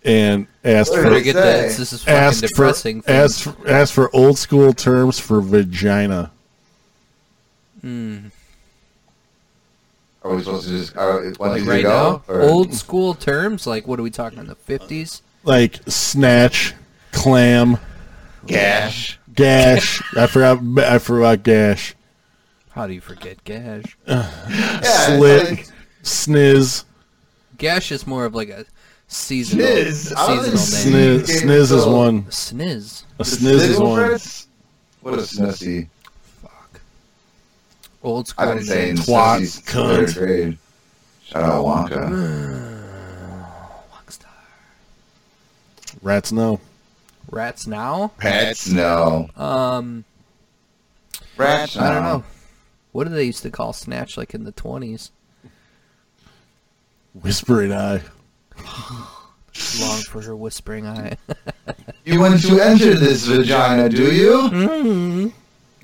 Speaker 1: and asked
Speaker 3: Where
Speaker 2: Better
Speaker 1: for
Speaker 3: is-
Speaker 2: get
Speaker 3: say?
Speaker 2: this. This is fucking
Speaker 1: asked for,
Speaker 2: depressing. thing.
Speaker 1: asked for asked for old school terms for vagina.
Speaker 3: Are we supposed to just are, one
Speaker 2: like
Speaker 3: thing
Speaker 2: right
Speaker 3: to go?
Speaker 2: now,
Speaker 3: Or-
Speaker 2: old school terms. Like, what are we talking in the fifties?
Speaker 1: Like snatch, clam,
Speaker 3: gash.
Speaker 1: gash. I forgot I forgot gash.
Speaker 2: How do you forget gash?
Speaker 3: Yeah,
Speaker 1: Slit, sniz,
Speaker 2: Gash is more of like a seasonal
Speaker 3: Sniz. I don't think
Speaker 2: seasonal name.
Speaker 1: sniz,
Speaker 3: Okay,
Speaker 1: sniz is
Speaker 3: so-
Speaker 1: one.
Speaker 2: Sniz.
Speaker 1: A sniz is one.
Speaker 3: What a snussy.
Speaker 2: Fuck. Old school.
Speaker 3: I've been saying
Speaker 2: names.
Speaker 1: Twat,
Speaker 3: snussies since
Speaker 1: cunt.
Speaker 3: third grade. Shout out Wonka.
Speaker 2: Rockstar.
Speaker 1: Rats no.
Speaker 2: Rats now.
Speaker 3: Pets, no.
Speaker 2: Um,
Speaker 3: Rats,
Speaker 2: I don't know. What did they used to call snatch like in the twenties?
Speaker 1: Whispering eye.
Speaker 2: Long for her whispering eye.
Speaker 3: You want to enter this vagina, do you?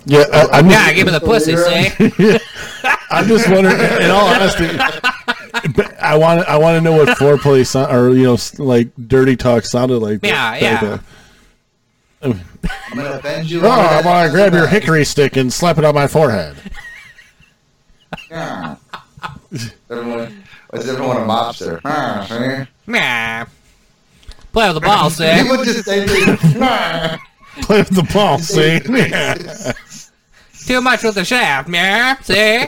Speaker 1: Yeah, I, I'm,
Speaker 2: yeah,
Speaker 1: just,
Speaker 2: give me the pussy, say.
Speaker 1: I'm just wondering. In all honesty, but I want I want to know what foreplay sound or you know s- like dirty talk sounded like.
Speaker 2: Yeah,
Speaker 1: back
Speaker 2: yeah.
Speaker 1: then.
Speaker 3: I'm gonna bend you.
Speaker 1: Oh,
Speaker 3: over
Speaker 1: I
Speaker 3: that
Speaker 1: want to grab your
Speaker 3: back.
Speaker 1: hickory stick and slap it on my forehead.
Speaker 3: Yeah. everyone, was everyone a mobster? Huh, huh?
Speaker 2: Nah. Play with the ball, say.
Speaker 3: People just say things, "Huh."
Speaker 1: Play with the ball, see? Yeah.
Speaker 2: Too much with the shaft, yeah. See?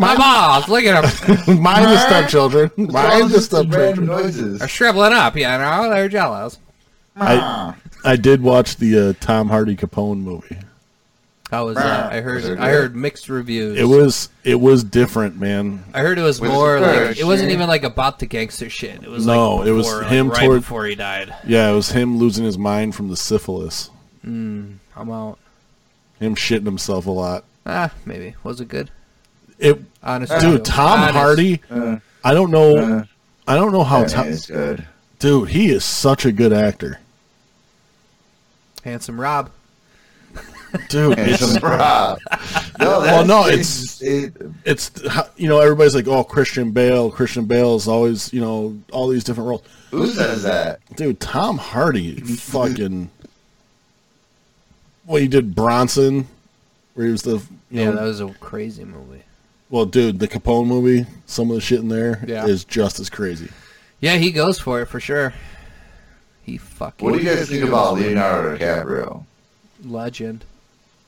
Speaker 2: My balls, look at them.
Speaker 1: Mine the stepchildren. Mine
Speaker 3: All
Speaker 1: the
Speaker 3: just random
Speaker 1: stepchildren.
Speaker 3: noises.
Speaker 2: They're shriveling up, you know? They're jellos.
Speaker 1: I, I did watch the uh, Tom Hardy Capone movie.
Speaker 2: I was, uh, I heard, I heard mixed reviews.
Speaker 1: It was it was different, man.
Speaker 2: I heard it was
Speaker 3: Was
Speaker 2: more
Speaker 3: it
Speaker 2: like
Speaker 3: first,
Speaker 2: it wasn't
Speaker 3: yeah?
Speaker 2: even like about the gangster shit. It was
Speaker 1: No,
Speaker 2: like
Speaker 1: it was
Speaker 2: before, like,
Speaker 1: him
Speaker 2: right
Speaker 1: toward-
Speaker 2: before he died.
Speaker 1: Yeah, it was him losing his mind from the syphilis.
Speaker 2: I'm out.
Speaker 1: Him shitting himself a lot.
Speaker 2: Ah, maybe was it good?
Speaker 1: It
Speaker 2: Honest, review.
Speaker 1: dude, Tom
Speaker 2: Honest.
Speaker 1: Hardy.
Speaker 3: Uh,
Speaker 1: I don't know. I don't know how.
Speaker 3: that
Speaker 1: Tom,
Speaker 3: is good.
Speaker 1: dude, he is such a good actor.
Speaker 2: handsome Rob.
Speaker 1: Dude, it's,
Speaker 3: Handsome Rob. No, that's,
Speaker 1: Well, no,
Speaker 3: it's, it,
Speaker 1: it's you know everybody's like, oh, Christian Bale. Christian Bale is always you know all these different roles.
Speaker 3: who says that?
Speaker 1: Dude, Tom Hardy fucking. Well, he did Bronson, where he was the. You
Speaker 2: Yeah,
Speaker 1: know,
Speaker 2: that was a crazy movie.
Speaker 1: well, dude, the Capone movie, some of the shit in there is
Speaker 2: Yeah.
Speaker 1: just as crazy.
Speaker 2: Yeah, he goes for it for sure. He fucking
Speaker 3: What do you guys think about Leonardo DiCaprio?
Speaker 2: legend.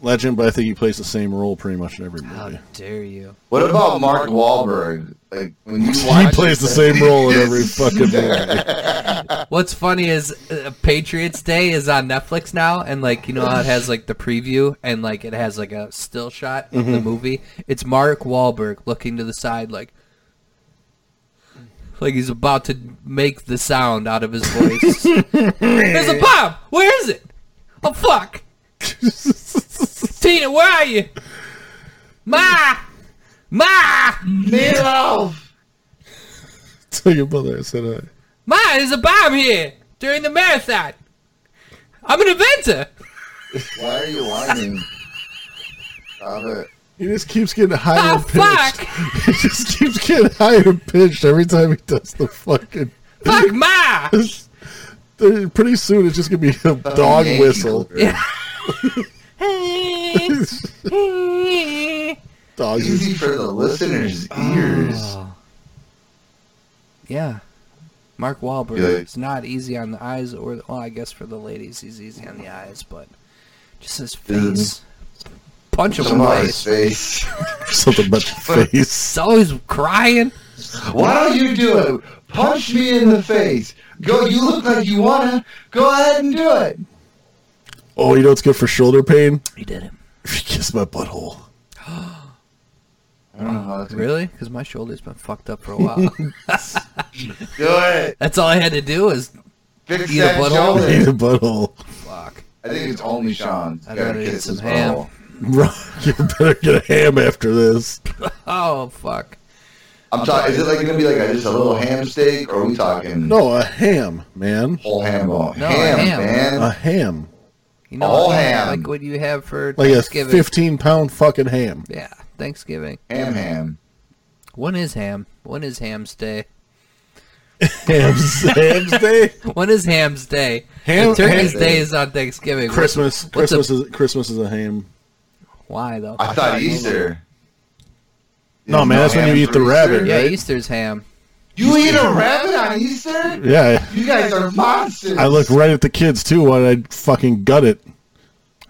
Speaker 1: Legend, but I think he plays the same role pretty much in every
Speaker 2: How
Speaker 1: movie.
Speaker 2: dare you?
Speaker 3: What about Mark Wahlberg? Like when you
Speaker 1: He
Speaker 3: watch
Speaker 1: plays
Speaker 3: it,
Speaker 1: the same role in every fucking movie.
Speaker 2: What's funny is uh, Patriots Day is on Netflix now, and like you know how it has like the preview and like it has like a still shot of the movie. It's Mark Wahlberg looking to the side, like like he's about to make the sound out of his voice. There's a bomb. Where is it? Oh fuck! Tina, where are you? Ma, ma,
Speaker 3: Meatloaf!
Speaker 1: Tell your mother I said uh, hi.
Speaker 2: ma! There's a bomb here during the marathon. I'm an inventor.
Speaker 3: Why are you whining? Stop it.
Speaker 1: He just keeps getting higher
Speaker 2: Oh,
Speaker 1: and pitched.
Speaker 2: fuck.
Speaker 1: He just keeps getting higher and pitched every time he does the fucking.
Speaker 2: Fuck ma!
Speaker 1: They're- Pretty soon, it's just gonna be
Speaker 2: Uh,
Speaker 1: a dog
Speaker 3: Yankee
Speaker 1: whistle.
Speaker 3: Goldberg.
Speaker 1: Dogs.
Speaker 3: Easy for the listeners' ears.
Speaker 1: Ah.
Speaker 2: yeah. Mark Wahlberg.
Speaker 3: Yeah.
Speaker 2: It's not easy on the eyes or the, well, I guess for the ladies he's easy on the eyes, but just his face. Punch him in the
Speaker 3: Somebody's
Speaker 2: face.
Speaker 3: face.
Speaker 1: something about your face.
Speaker 2: He's always crying.
Speaker 3: Why don't you do it? Punch me in the face. Go. You look like you wanna. Go ahead and do it.
Speaker 1: Oh, you know what's good for shoulder pain?
Speaker 2: He did it.
Speaker 1: If you kiss my butthole.
Speaker 3: I don't know how that's
Speaker 2: Really? Because my shoulder's been fucked up for a while.
Speaker 3: Do it.
Speaker 2: That's all I had to do was
Speaker 3: Fix
Speaker 2: Eat a
Speaker 3: that
Speaker 2: butthole?
Speaker 1: Need
Speaker 3: shoulder.
Speaker 1: a butthole.
Speaker 2: fuck.
Speaker 3: I think it's only Sean's.
Speaker 2: I'd
Speaker 3: gotta
Speaker 2: rather eat
Speaker 3: kiss
Speaker 2: some
Speaker 3: his
Speaker 2: ham.
Speaker 3: butthole.
Speaker 1: you better get a ham after this.
Speaker 2: Oh fuck.
Speaker 3: I'm talking. Is it like gonna be like a, just a little ham steak, or are we talking
Speaker 1: No, a ham, man.
Speaker 3: whole ham bone?
Speaker 2: No, a
Speaker 3: ham,
Speaker 2: ham.
Speaker 3: man.
Speaker 1: A ham.
Speaker 2: You know
Speaker 3: All
Speaker 2: like-
Speaker 3: ham.
Speaker 2: like what you have for
Speaker 1: Like a
Speaker 2: Thanksgiving.
Speaker 1: 15 pound fucking ham.
Speaker 2: yeah, Thanksgiving.
Speaker 3: ham, ham.
Speaker 2: When is ham? When is ham's day?
Speaker 1: Ham's, ham's day?
Speaker 2: When is ham's day?
Speaker 1: Ham-
Speaker 2: the turkey's
Speaker 1: ham-
Speaker 2: day is on Thanksgiving.
Speaker 1: Christmas.
Speaker 2: what's a-
Speaker 1: Christmas, is, Christmas is a ham.
Speaker 2: Why though?
Speaker 3: I thought Easter.
Speaker 1: No,
Speaker 3: There's
Speaker 1: man, that's when
Speaker 3: ham
Speaker 1: you eat
Speaker 3: for
Speaker 1: the
Speaker 3: Easter?
Speaker 1: rabbit,
Speaker 2: yeah,
Speaker 1: right?
Speaker 2: Easter's ham.
Speaker 3: You eat a rabbit on Easter?
Speaker 1: Yeah.
Speaker 3: You guys are monsters.
Speaker 1: I look right at the kids, too, why did I fucking gut it?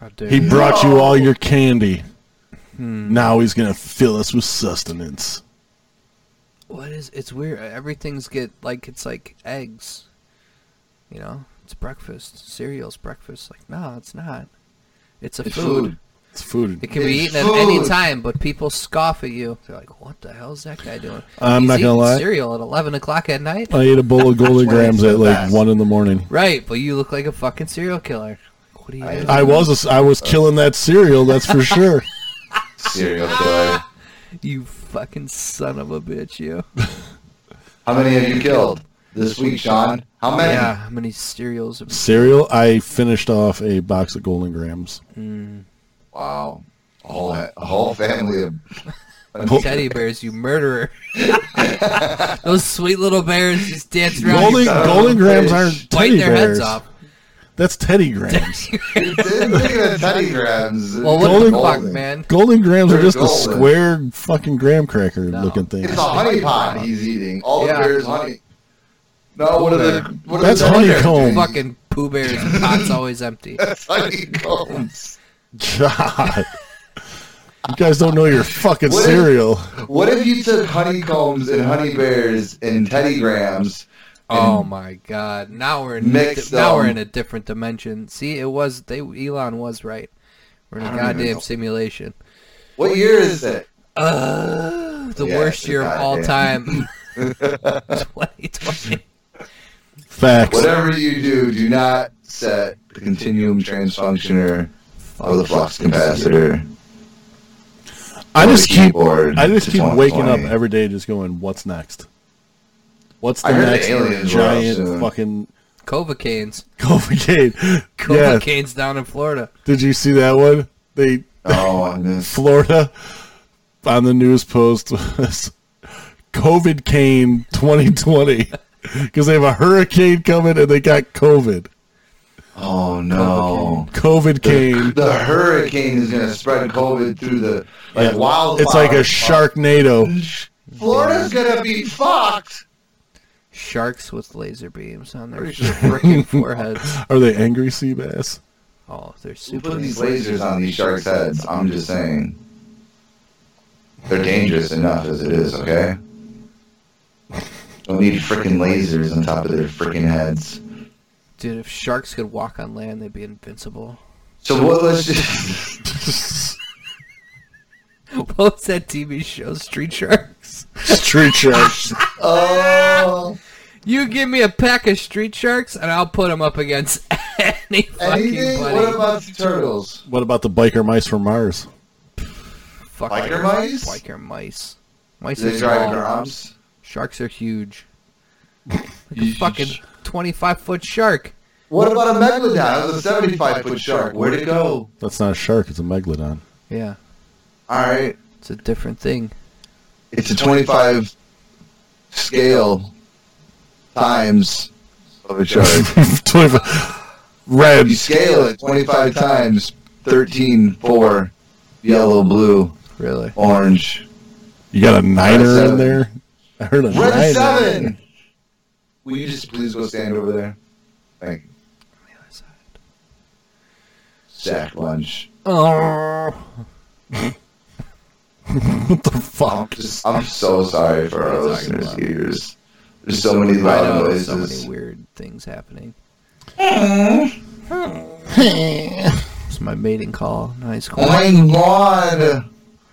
Speaker 2: How dare
Speaker 1: Oh, He
Speaker 2: you.
Speaker 1: brought you all your candy.
Speaker 2: Hmm.
Speaker 1: Now he's going to fill us with sustenance.
Speaker 2: What is? It's weird. Everything's get like it's like eggs. You know, it's breakfast. Cereal's breakfast. Like no, it's not. It's a
Speaker 3: It's
Speaker 2: food.
Speaker 3: food.
Speaker 1: It's food.
Speaker 2: It can be
Speaker 3: It's
Speaker 2: eaten at any
Speaker 3: food.
Speaker 2: time, but people scoff at you. They're like, "What the hell is that guy doing?"
Speaker 1: I'm
Speaker 2: He's
Speaker 1: not gonna
Speaker 2: eating
Speaker 1: lie.
Speaker 2: Cereal at eleven o'clock at night.
Speaker 1: I ate a bowl of Golden
Speaker 3: That's when it's
Speaker 1: Grams at
Speaker 3: the
Speaker 1: like
Speaker 3: best.
Speaker 1: one in the morning.
Speaker 2: Right, but you look like a fucking serial killer. Like, What are you?
Speaker 3: I-
Speaker 2: doing?
Speaker 1: I was I was killing that cereal, that's for sure.
Speaker 3: Serial killer.
Speaker 2: You fucking son of a bitch, you.
Speaker 3: How many have you killed this week, Sean? How many?
Speaker 2: Yeah, how many cereals? Have...
Speaker 1: Cereal. I finished off a box of Golden Grams.
Speaker 3: Wow. A whole, a whole family of.
Speaker 2: Teddy bears, you murderer. Those sweet little bears just dance around.
Speaker 1: Golden
Speaker 3: son of
Speaker 1: Golden
Speaker 3: a
Speaker 1: Grams
Speaker 3: bitch.
Speaker 1: aren't teddy
Speaker 2: biting their
Speaker 1: bears.
Speaker 2: heads off.
Speaker 1: That's Teddy Grams.
Speaker 3: Look at Teddy grams.
Speaker 2: Well, what
Speaker 1: Golden-
Speaker 2: the fuck,
Speaker 3: Golden.
Speaker 2: man?
Speaker 1: Golden Grams are
Speaker 3: They're
Speaker 1: just a
Speaker 3: golden.
Speaker 1: square fucking graham cracker looking thing.
Speaker 3: It's a honey pot he's eating. All
Speaker 2: Yeah.
Speaker 3: the bears honey. No, what are the what are
Speaker 1: That's
Speaker 3: the teddy bears
Speaker 1: honeycomb.
Speaker 3: doing?
Speaker 2: Fucking Pooh Bear's pot's always empty.
Speaker 3: That's honeycombs.
Speaker 1: God. you guys don't know your fucking
Speaker 3: What is-
Speaker 1: cereal.
Speaker 3: What if you took honeycombs and honey bears and teddy grams?
Speaker 2: Oh my god! Now we're in
Speaker 3: Mix
Speaker 2: now we're
Speaker 3: them.
Speaker 2: in a different dimension. See, it was they Elon was right. We're in
Speaker 3: I
Speaker 2: a
Speaker 3: don't even
Speaker 2: goddamn
Speaker 3: know.
Speaker 2: simulation.
Speaker 3: What year is it?
Speaker 2: Uh, the
Speaker 3: Yeah,
Speaker 2: worst year of all
Speaker 3: goddamn.
Speaker 2: time. 2020.
Speaker 1: Facts.
Speaker 3: Whatever you do, do not set the continuum transfunctioner or the flux capacitor.
Speaker 1: I
Speaker 3: or the
Speaker 1: just keep
Speaker 3: keyboard
Speaker 1: I just
Speaker 3: to
Speaker 1: keep waking up
Speaker 3: 2020.
Speaker 1: every day just going, What's next? What's the
Speaker 3: I heard the
Speaker 1: next
Speaker 3: aliens were up
Speaker 1: giant
Speaker 3: soon.
Speaker 1: fucking
Speaker 2: Covacaines.
Speaker 1: Covicaine? Yeah.
Speaker 2: Covacaines down in Florida.
Speaker 1: Did you see that one? They
Speaker 3: Oh, I missed.
Speaker 1: Florida on the news post was COVID cane 2020 because they have a hurricane coming and they got COVID.
Speaker 3: Oh no.
Speaker 1: COVID cane.
Speaker 3: The hurricane is gonna spread COVID through the like wildfire.
Speaker 1: It's like a sharknado.
Speaker 3: Florida's gonna be fucked.
Speaker 2: Sharks with laser beams on their
Speaker 3: Pretty sure-
Speaker 2: freaking foreheads.
Speaker 1: Are they angry sea bass?
Speaker 2: Oh, they're
Speaker 3: Who
Speaker 2: super.
Speaker 3: put these lasers on these sharks' heads? I'm just saying. They're dangerous enough as it is, okay? Don't need freaking lasers on top of their freaking heads.
Speaker 2: Dude, if sharks could walk on land, they'd be invincible.
Speaker 3: So what? Let's just
Speaker 2: What was that TV show, Street Sharks?
Speaker 1: Street sharks.
Speaker 3: oh
Speaker 2: You give me a pack of street sharks, and I'll put them up against any fucking
Speaker 3: anything.
Speaker 2: buddy.
Speaker 3: What about the turtles?
Speaker 1: What about the biker mice from Mars?
Speaker 2: Fuck
Speaker 3: Biker
Speaker 2: your-
Speaker 3: mice?
Speaker 2: Biker mice. Mice
Speaker 3: They
Speaker 2: are
Speaker 3: drive
Speaker 2: small.
Speaker 3: drums.
Speaker 2: Sharks are huge. Like a
Speaker 3: You-
Speaker 2: fucking twenty-five foot shark.
Speaker 3: What about a megalodon? It was a 75 foot shark. Where'd it go?
Speaker 1: That's not a shark. It's a megalodon.
Speaker 2: Yeah,
Speaker 3: All right.
Speaker 2: it's a different thing.
Speaker 3: It's a 25 scale times of a shark.
Speaker 1: 25 Red.
Speaker 3: you scale it 25 times 13, 4, yellow, blue,
Speaker 2: Really?
Speaker 3: orange.
Speaker 1: You got a niner in
Speaker 3: seven.
Speaker 1: there? I heard a
Speaker 3: We're
Speaker 1: niner.
Speaker 3: at seven! Will you just please go stand over there? Thank you. Sack lunch.
Speaker 2: Oh,
Speaker 1: What the
Speaker 3: I'm
Speaker 1: fuck?
Speaker 3: just, I'm so sorry for
Speaker 2: What are
Speaker 3: our
Speaker 2: you talking
Speaker 3: listeners'
Speaker 2: about?
Speaker 3: ears. There's so many
Speaker 2: I
Speaker 3: loud
Speaker 2: know there's
Speaker 3: noises.
Speaker 2: so many weird things happening. It's my mating call. Nice
Speaker 3: Oh
Speaker 2: call.
Speaker 3: my god!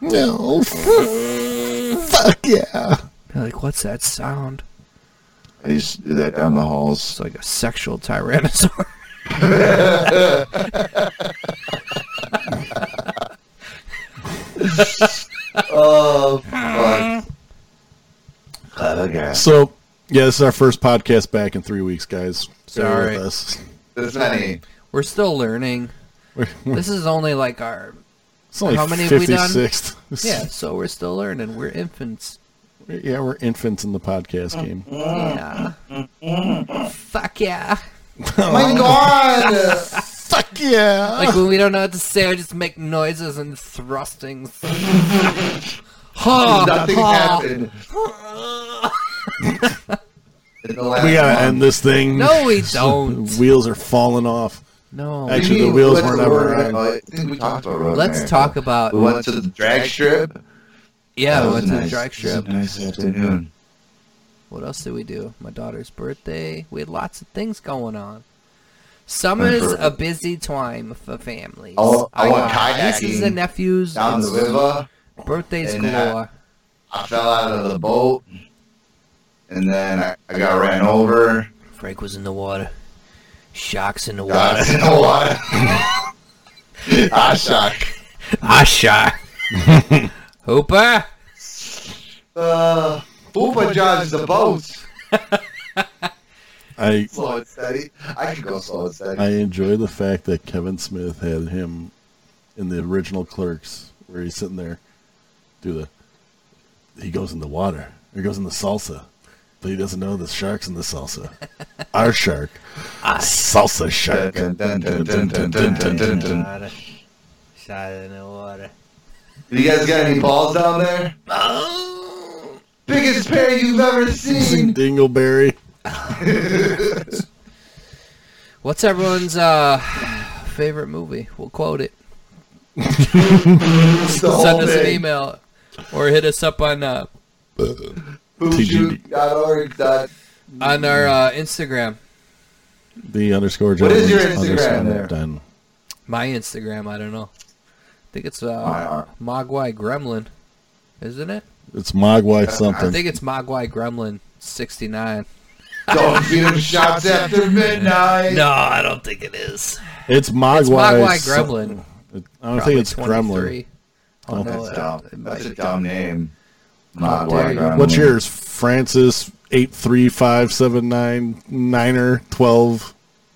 Speaker 1: no. Fuck yeah.
Speaker 2: You're like, what's that sound?
Speaker 3: I used to do that down the
Speaker 2: It's
Speaker 3: halls.
Speaker 2: like a sexual tyrannosaur.
Speaker 3: Oh, fuck. Oh, God.
Speaker 1: So, yeah, this is our first podcast back in three weeks, guys. Bear
Speaker 2: Sorry.
Speaker 1: with us.
Speaker 3: There's many.
Speaker 2: We're still learning.
Speaker 1: We're- we're-
Speaker 2: This is only like our
Speaker 1: It's only
Speaker 2: How many have we done?
Speaker 1: 56th.
Speaker 2: yeah. So we're still learning. We're infants.
Speaker 1: Yeah, we're infants in the
Speaker 2: Oh.
Speaker 1: podcast game.
Speaker 2: Yeah. Fuck yeah.
Speaker 3: Oh my god!
Speaker 1: Fuck yeah.
Speaker 2: Like when we don't know what to say, I just make noises and thrustings. ha!
Speaker 3: Nothing happened. In the last
Speaker 1: we gotta
Speaker 3: month.
Speaker 1: end this thing.
Speaker 2: No, we don't.
Speaker 1: Wheels are falling off.
Speaker 2: No.
Speaker 1: Actually-
Speaker 3: Maybe
Speaker 1: the wheels
Speaker 3: let's
Speaker 1: weren't
Speaker 3: go
Speaker 1: ever
Speaker 3: over-
Speaker 1: on.
Speaker 3: I think we talked about Road
Speaker 2: Let's
Speaker 3: America.
Speaker 2: talk about.
Speaker 3: We went to the drag strip.
Speaker 2: Yeah, we
Speaker 3: That was
Speaker 2: went to the
Speaker 3: nice.
Speaker 2: drag
Speaker 3: It was a
Speaker 2: strip.
Speaker 3: Nice afternoon.
Speaker 2: What else did we do? My daughter's birthday. We had lots of things going on. Summer's
Speaker 3: Remember-
Speaker 2: a busy time for families.
Speaker 3: Oh, I went
Speaker 2: got Nieces
Speaker 3: kayaking
Speaker 2: and nephews.
Speaker 3: Down the
Speaker 2: it's
Speaker 3: river.
Speaker 2: Birthdays
Speaker 3: and, uh,
Speaker 2: galore.
Speaker 3: I fell out of the boat. And then I, I got ran over.
Speaker 2: Frank was in the water. Sharks in the
Speaker 3: Got
Speaker 2: water.
Speaker 3: in the water. I shock.
Speaker 2: I shot. Ah, Hooper.
Speaker 3: Uh, Booba drives the boat.
Speaker 1: I
Speaker 3: Slow and steady. I can go slow and steady.
Speaker 1: I enjoy the fact that Kevin Smith had him in the original Clerks, where he's sitting there, do the. He goes in the water. He goes in the salsa, but he doesn't know the shark's in the salsa. Our shark, salsa shark.
Speaker 3: Ah. Dun, dun, dun, dun, dun, dun, dun, dun, dun.
Speaker 4: Water. Shot in the water.
Speaker 3: You guys got any balls down there?
Speaker 2: Oh.
Speaker 3: Biggest pair you've ever seen.
Speaker 1: Dingleberry.
Speaker 2: What's everyone's uh, favorite movie? We'll quote it.
Speaker 3: It's the
Speaker 2: Send
Speaker 3: whole
Speaker 2: us an
Speaker 3: thing.
Speaker 2: email or hit us up on uh,
Speaker 3: Boomshoot.org. dot-
Speaker 2: on our uh, Instagram.
Speaker 1: The underscore.
Speaker 3: What is your
Speaker 1: Jones underscore
Speaker 3: Instagram there?
Speaker 1: done.
Speaker 2: My Instagram, I don't know. I think it's
Speaker 3: My
Speaker 2: uh,
Speaker 3: arm.
Speaker 2: Mogwai Gremlin, isn't it?
Speaker 1: It's
Speaker 3: Uh,
Speaker 1: Mogwai
Speaker 2: I
Speaker 1: something.
Speaker 2: think it's Mogwai Gremlin 69.
Speaker 3: Don't get him shots after midnight.
Speaker 2: No, I don't think it is.
Speaker 1: it's Mogwai.
Speaker 2: It's Mogwai
Speaker 1: so-
Speaker 2: Gremlin.
Speaker 1: It- I don't
Speaker 2: Probably
Speaker 1: think it's Gremlin.
Speaker 2: 23. Oh, no,
Speaker 3: That's
Speaker 2: it-
Speaker 3: dumb.
Speaker 2: it might
Speaker 3: That's
Speaker 2: be
Speaker 3: a dumb name. Not
Speaker 2: dare
Speaker 3: like
Speaker 2: you.
Speaker 3: Gremlin.
Speaker 1: What's yours? Francis eight three five seven nine niner twelve.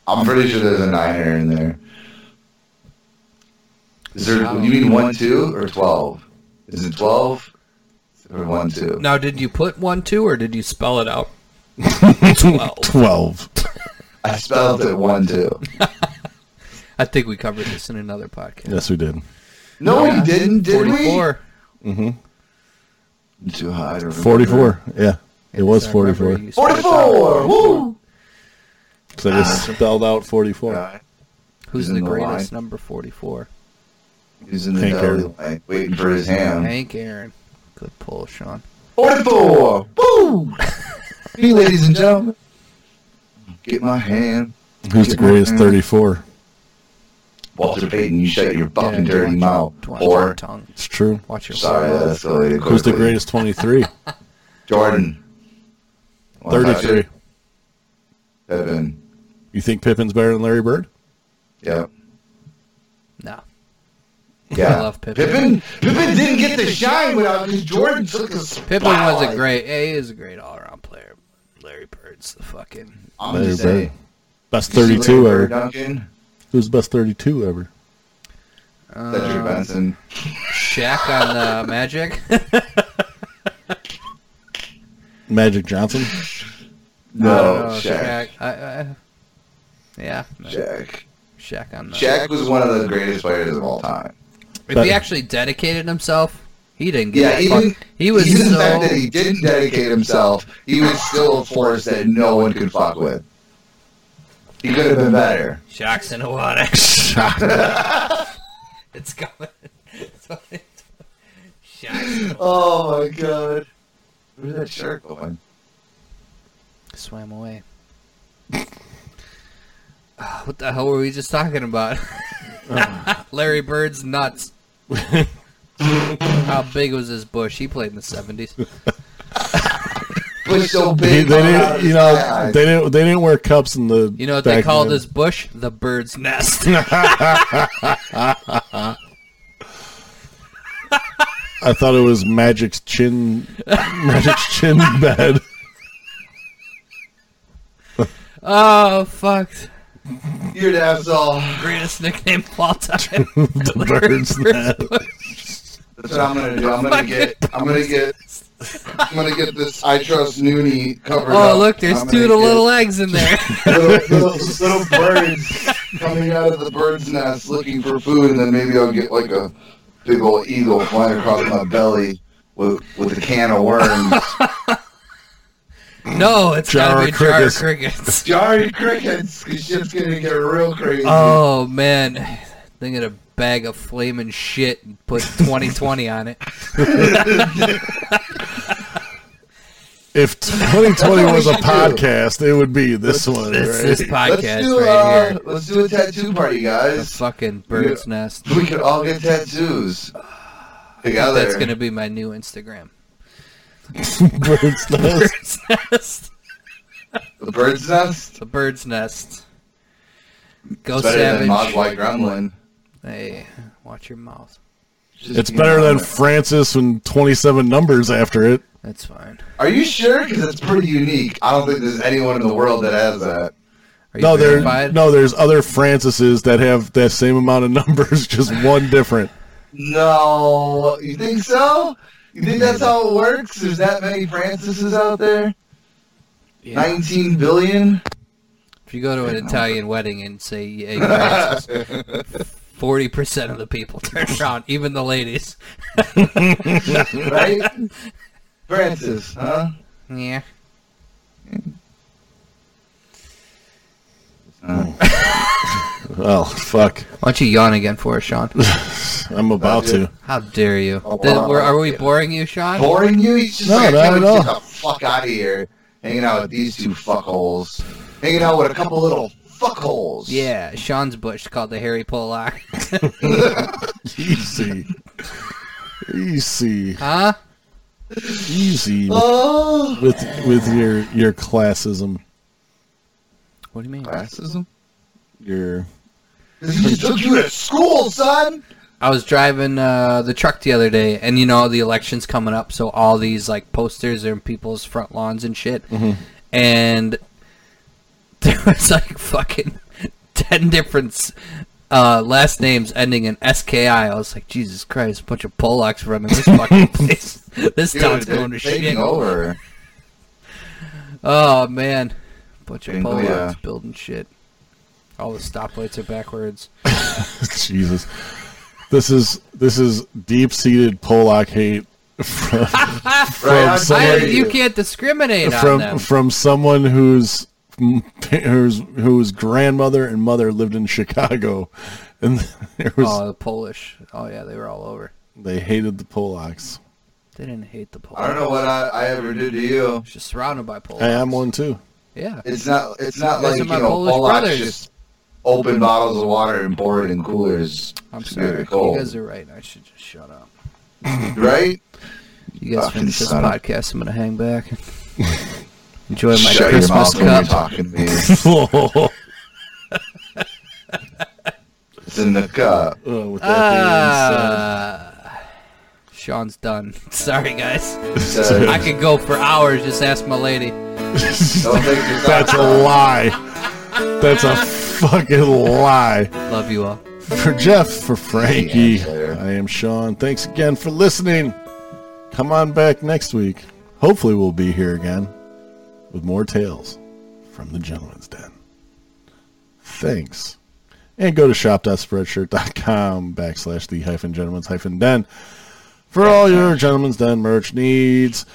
Speaker 3: I'm pretty sure there's a niner in there. Is there?
Speaker 2: Wow.
Speaker 3: You mean one, two, or twelve? Is it twelve or one, two?
Speaker 2: Now, did you put one, two, or did you spell it out? Twelve.
Speaker 1: 12.
Speaker 3: I spelled it one, two.
Speaker 2: I think we covered this in another podcast.
Speaker 1: yes, we did.
Speaker 3: No, we didn't. Did we?
Speaker 2: Forty-four.
Speaker 3: I'm Too high. I don't remember.
Speaker 1: 44. Yeah. It was
Speaker 2: So I remember
Speaker 1: 44.
Speaker 2: you started
Speaker 3: Forty-four.
Speaker 2: talking about
Speaker 3: Woo!
Speaker 1: Because I just spelled out 44.
Speaker 3: Ah. Yeah,
Speaker 2: Who's
Speaker 3: Isn't
Speaker 2: the
Speaker 3: the line.
Speaker 2: greatest number forty-four?
Speaker 3: He's in the
Speaker 1: Hank
Speaker 3: deli
Speaker 1: Aaron.
Speaker 3: line, waiting for his ham.
Speaker 2: Hank Aaron. Good pull, Sean.
Speaker 3: Forty-four. Woo! Me, ladies and gentlemen. Get my hand.
Speaker 1: Who's the greatest
Speaker 3: Mm-hmm.
Speaker 1: 34?
Speaker 3: Walter Payton, you shut your fucking
Speaker 2: Yeah,
Speaker 3: dirty
Speaker 2: watch-
Speaker 3: mouth.
Speaker 2: Watch your
Speaker 3: Or,
Speaker 2: tongue.
Speaker 1: It's true.
Speaker 2: Watch your
Speaker 3: sorry, that
Speaker 2: mouth.
Speaker 3: escalated quickly.
Speaker 1: Who's the greatest 23?
Speaker 3: Jordan. Well,
Speaker 1: 33.
Speaker 3: Pippen.
Speaker 1: You think Pippen's better than Larry Bird?
Speaker 3: Yeah.
Speaker 2: No.
Speaker 3: Yeah.
Speaker 2: I love Pippen.
Speaker 3: Pippen. Pippen didn't get the shine without because Jordan took a spotlight.
Speaker 2: Pippen was a great. Yeah, he is a great all-around player. Larry Bird's the fucking.
Speaker 3: I'm
Speaker 1: Larry
Speaker 3: just saying.
Speaker 1: Bird. Best
Speaker 3: You see
Speaker 1: 32
Speaker 3: Larry Bird
Speaker 1: ever.
Speaker 3: Duncan,
Speaker 1: Who's the best 32 ever?
Speaker 3: Cedric
Speaker 2: Uh,
Speaker 3: Benson.
Speaker 2: Shaq on the Magic.
Speaker 3: Oh,
Speaker 1: Magic Johnson?
Speaker 3: No,
Speaker 2: I don't know,
Speaker 3: Shaq.
Speaker 2: Shaq. I, I, yeah,
Speaker 3: Shaq.
Speaker 2: Shaq on the.
Speaker 3: Shaq was one of the greatest players of all time.
Speaker 2: If he actually dedicated himself, he didn't
Speaker 3: Yeah,
Speaker 2: get.
Speaker 3: even
Speaker 2: he was
Speaker 3: even the
Speaker 2: so.
Speaker 3: fact that he didn't dedicate himself, he was still a force that no one could fuck with. He could have been better.
Speaker 2: Shaq's in the water. it's coming. Shaq
Speaker 3: Oh my god. Where's that shark going?
Speaker 2: swam away. Ah, What the hell were we just talking about?
Speaker 1: Uh-huh.
Speaker 2: Larry Bird's nuts. How big was his bush? He played in the seventies.
Speaker 3: Push so
Speaker 1: They,
Speaker 3: big.
Speaker 1: they
Speaker 3: coming out
Speaker 1: didn't,
Speaker 3: of
Speaker 1: you
Speaker 3: his
Speaker 1: know,
Speaker 3: eyes.
Speaker 1: they didn't, they didn't wear cups in the.
Speaker 2: You know what they
Speaker 1: back
Speaker 2: called
Speaker 1: then.
Speaker 2: his bush? The bird's nest.
Speaker 1: I thought it was Magic's chin, Magic's chin bed.
Speaker 2: oh fuck!
Speaker 3: Your dad's all.
Speaker 2: Greatest nickname of all time.
Speaker 1: the bird's nest.
Speaker 3: That's what I'm gonna do. I'm gonna get. I'm gonna get. I'm gonna get this. I trust Noonie covered up.
Speaker 2: Oh look, there's
Speaker 3: I'm
Speaker 2: two to
Speaker 3: gonna
Speaker 2: little eggs in there.
Speaker 3: get little, little, little birds coming out of the bird's nest looking for food, and then maybe I'll get like a big old eagle flying across my belly with with a can of worms.
Speaker 2: no, it's
Speaker 1: Jar
Speaker 2: gotta be a
Speaker 1: of
Speaker 2: jar of
Speaker 1: crickets.
Speaker 2: crickets.
Speaker 3: Jarring crickets, 'cause shit's gonna get real crazy.
Speaker 2: Oh man, they get a bag of flaming shit and put 2020 on it.
Speaker 1: If 2020
Speaker 3: what
Speaker 1: was
Speaker 3: we
Speaker 1: a
Speaker 3: should do.
Speaker 1: podcast, it would be this one,
Speaker 2: This
Speaker 1: right?
Speaker 2: this podcast
Speaker 3: let's do.
Speaker 2: right
Speaker 3: uh,
Speaker 2: here.
Speaker 3: let's do a tattoo party,
Speaker 2: The
Speaker 3: guys.
Speaker 2: fucking bird's nest.
Speaker 3: We could all get tattoos together.
Speaker 2: That's gonna be my new Instagram.
Speaker 1: Bird's nest.
Speaker 2: Bird's nest.
Speaker 3: the bird's nest.
Speaker 2: The bird's nest. Go
Speaker 3: It's better than
Speaker 2: savage.
Speaker 3: Mogwai Gremlin.
Speaker 2: Hey, watch your mouth.
Speaker 1: It's better than Francis and 27 numbers after it.
Speaker 2: That's fine.
Speaker 3: Are you sure? Because it's pretty unique. I don't think there's anyone in the world that has that.
Speaker 2: Are you
Speaker 1: No, there
Speaker 2: verified?
Speaker 1: no, there's other Francises that have that same amount of numbers, just one different.
Speaker 3: No, you think so? You think that's how it works? There's that many Francises out there?
Speaker 2: Yeah.
Speaker 3: 19 billion?
Speaker 2: If you go to an Italian wedding and say, "Hey, Francis," forty percent of the people turn around, even the ladies.
Speaker 3: Right? Francis, huh?
Speaker 2: Yeah.
Speaker 1: Oh fuck,
Speaker 2: Why don't you yawn again for us, Sean?
Speaker 1: I'm about to.
Speaker 2: How dare you?
Speaker 3: Oh,
Speaker 2: Did-
Speaker 3: wow.
Speaker 2: were- are we boring you, Sean?
Speaker 3: Boring you? He's just
Speaker 1: No,
Speaker 3: like, I
Speaker 1: not
Speaker 3: can't wait
Speaker 1: at
Speaker 3: to get
Speaker 1: all.
Speaker 3: the fuck out of here. Hanging out with these two fuckholes. Hanging out with a couple little fuckholes.
Speaker 2: Yeah, Sean's bush called the hairy Polar.
Speaker 1: Easy, easy,
Speaker 2: huh?
Speaker 1: easy
Speaker 3: Oh.
Speaker 1: with with your your classism,
Speaker 2: What do you mean?
Speaker 3: Classism?
Speaker 1: your
Speaker 3: He took you to school, son!
Speaker 2: I was driving uh, the truck the other day, and you know the election's coming up, so all these like posters are in people's front lawns and shit. And there was like fucking ten different s- uh, last names ending in SKI. I was like, Jesus Christ, a bunch of Polacks running this fucking place. This town's
Speaker 3: they're
Speaker 2: going to
Speaker 3: taking
Speaker 2: shit.
Speaker 3: over.
Speaker 2: Oh man, bunch of
Speaker 3: Didn't go,
Speaker 2: Polacks
Speaker 3: yeah.
Speaker 2: building shit. All the stoplights are backwards.
Speaker 1: Jesus. This is this is deep seated Polak hate from
Speaker 3: Right, how
Speaker 1: someone-
Speaker 2: I,
Speaker 3: dare
Speaker 2: you can't discriminate on
Speaker 1: from
Speaker 2: them.
Speaker 1: from someone who's whose whose grandmother and mother lived in Chicago, and there was
Speaker 2: Oh, the Polish. Oh yeah, they were all over.
Speaker 1: they hated the Polacks.
Speaker 2: They didn't hate the Polish.
Speaker 3: I don't know what I, I ever did to you.
Speaker 2: Just surrounded by Poles.
Speaker 1: I am one too.
Speaker 2: Yeah.
Speaker 3: It's not. It's not
Speaker 2: Those
Speaker 3: like
Speaker 2: are
Speaker 3: you
Speaker 2: my
Speaker 3: know,
Speaker 2: Polish
Speaker 3: Polacks
Speaker 2: brothers.
Speaker 3: just open bottles of water and pour it in coolers.
Speaker 2: I'm
Speaker 3: to get
Speaker 2: sorry.
Speaker 3: it cold,
Speaker 2: You guys are right. I should just shut up.
Speaker 3: right?
Speaker 2: You guys
Speaker 3: Fucking
Speaker 2: finish this
Speaker 3: son of-
Speaker 2: podcast. I'm gonna hang back. Enjoy my
Speaker 3: Shut your
Speaker 2: Christmas
Speaker 3: mouth when you're
Speaker 2: cup.
Speaker 3: talking to me.
Speaker 1: Oh,
Speaker 3: It's in the cup.
Speaker 1: Oh, with that
Speaker 2: Ah. Sean's done. Sorry, guys.
Speaker 3: So
Speaker 2: I could go for hours. Just ask my lady.
Speaker 1: being said.
Speaker 3: don't think you're
Speaker 1: That's a lie. That's a fucking lie.
Speaker 2: Love you all.
Speaker 1: For Jeff, for Frankie,
Speaker 3: Yeah, sure.
Speaker 1: I am Sean. Thanks again for listening. Come on back next week. Hopefully, we'll be here again with more tales from the Gentleman's Den. Thanks. And go to shop.spreadshirt.com backslash the hyphen gentleman's hyphen den for all your gentleman's den merch needs.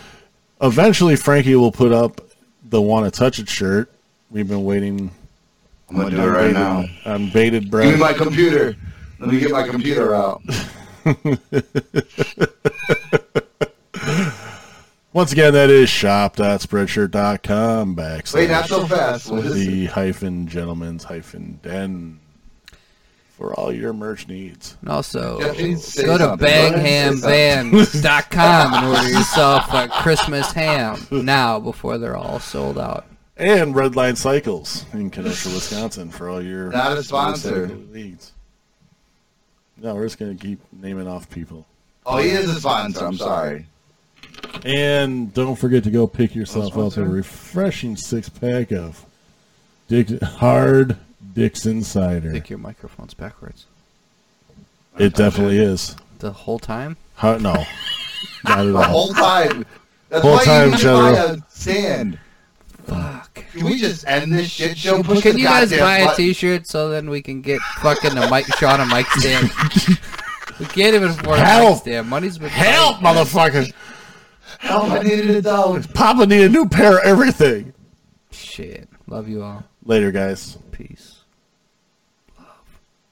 Speaker 1: Eventually, Frankie will put up the want to touch it shirt. We've been waiting
Speaker 3: I'm gonna do it right now.
Speaker 1: on bated breath.
Speaker 3: Give me my computer. Let me get my computer out.
Speaker 1: Once again, that is shop.spreadshirt.com backslash
Speaker 3: Wait, not so fast. What is it?
Speaker 1: the hyphen gentleman's hyphen den for all your merch needs.
Speaker 2: And also,
Speaker 3: Jeff, you didn't say
Speaker 2: go to
Speaker 3: something. Go ahead and say
Speaker 2: banghamband.com and order yourself a Christmas ham now before they're all sold out.
Speaker 1: And Redline Cycles in Kenosha, Wisconsin for all your
Speaker 3: Not a sponsor.
Speaker 1: needs. No, we're just gonna keep naming off people.
Speaker 3: Oh, he is a sponsor. I'm sorry.
Speaker 1: And don't forget to go pick yourself up a
Speaker 3: Sponsor.
Speaker 1: refreshing six pack of Dick Hard Dixon
Speaker 2: I
Speaker 1: Cider.
Speaker 2: think your microphone's backwards.
Speaker 1: It definitely is.
Speaker 2: The whole time?
Speaker 1: How, no. Not at
Speaker 3: The
Speaker 1: all.
Speaker 3: whole time. That's
Speaker 1: Whole
Speaker 3: why
Speaker 1: time,
Speaker 3: you need to
Speaker 1: General.
Speaker 3: buy a stand.
Speaker 2: Fuck.
Speaker 3: Can we just end this shit show? Push
Speaker 2: Can
Speaker 3: the
Speaker 2: you guys
Speaker 3: goddamn
Speaker 2: buy a
Speaker 3: button.
Speaker 2: t-shirt so then we can get fucking a mic Sean a mic stand? we can't even afford a mic
Speaker 1: Help!
Speaker 2: stand. Money's been
Speaker 1: Help, motherfucker!
Speaker 3: Help, I needed a dollar.
Speaker 1: Papa need a new pair of everything.
Speaker 2: Shit. Love you all.
Speaker 1: Later, guys.
Speaker 2: Peace.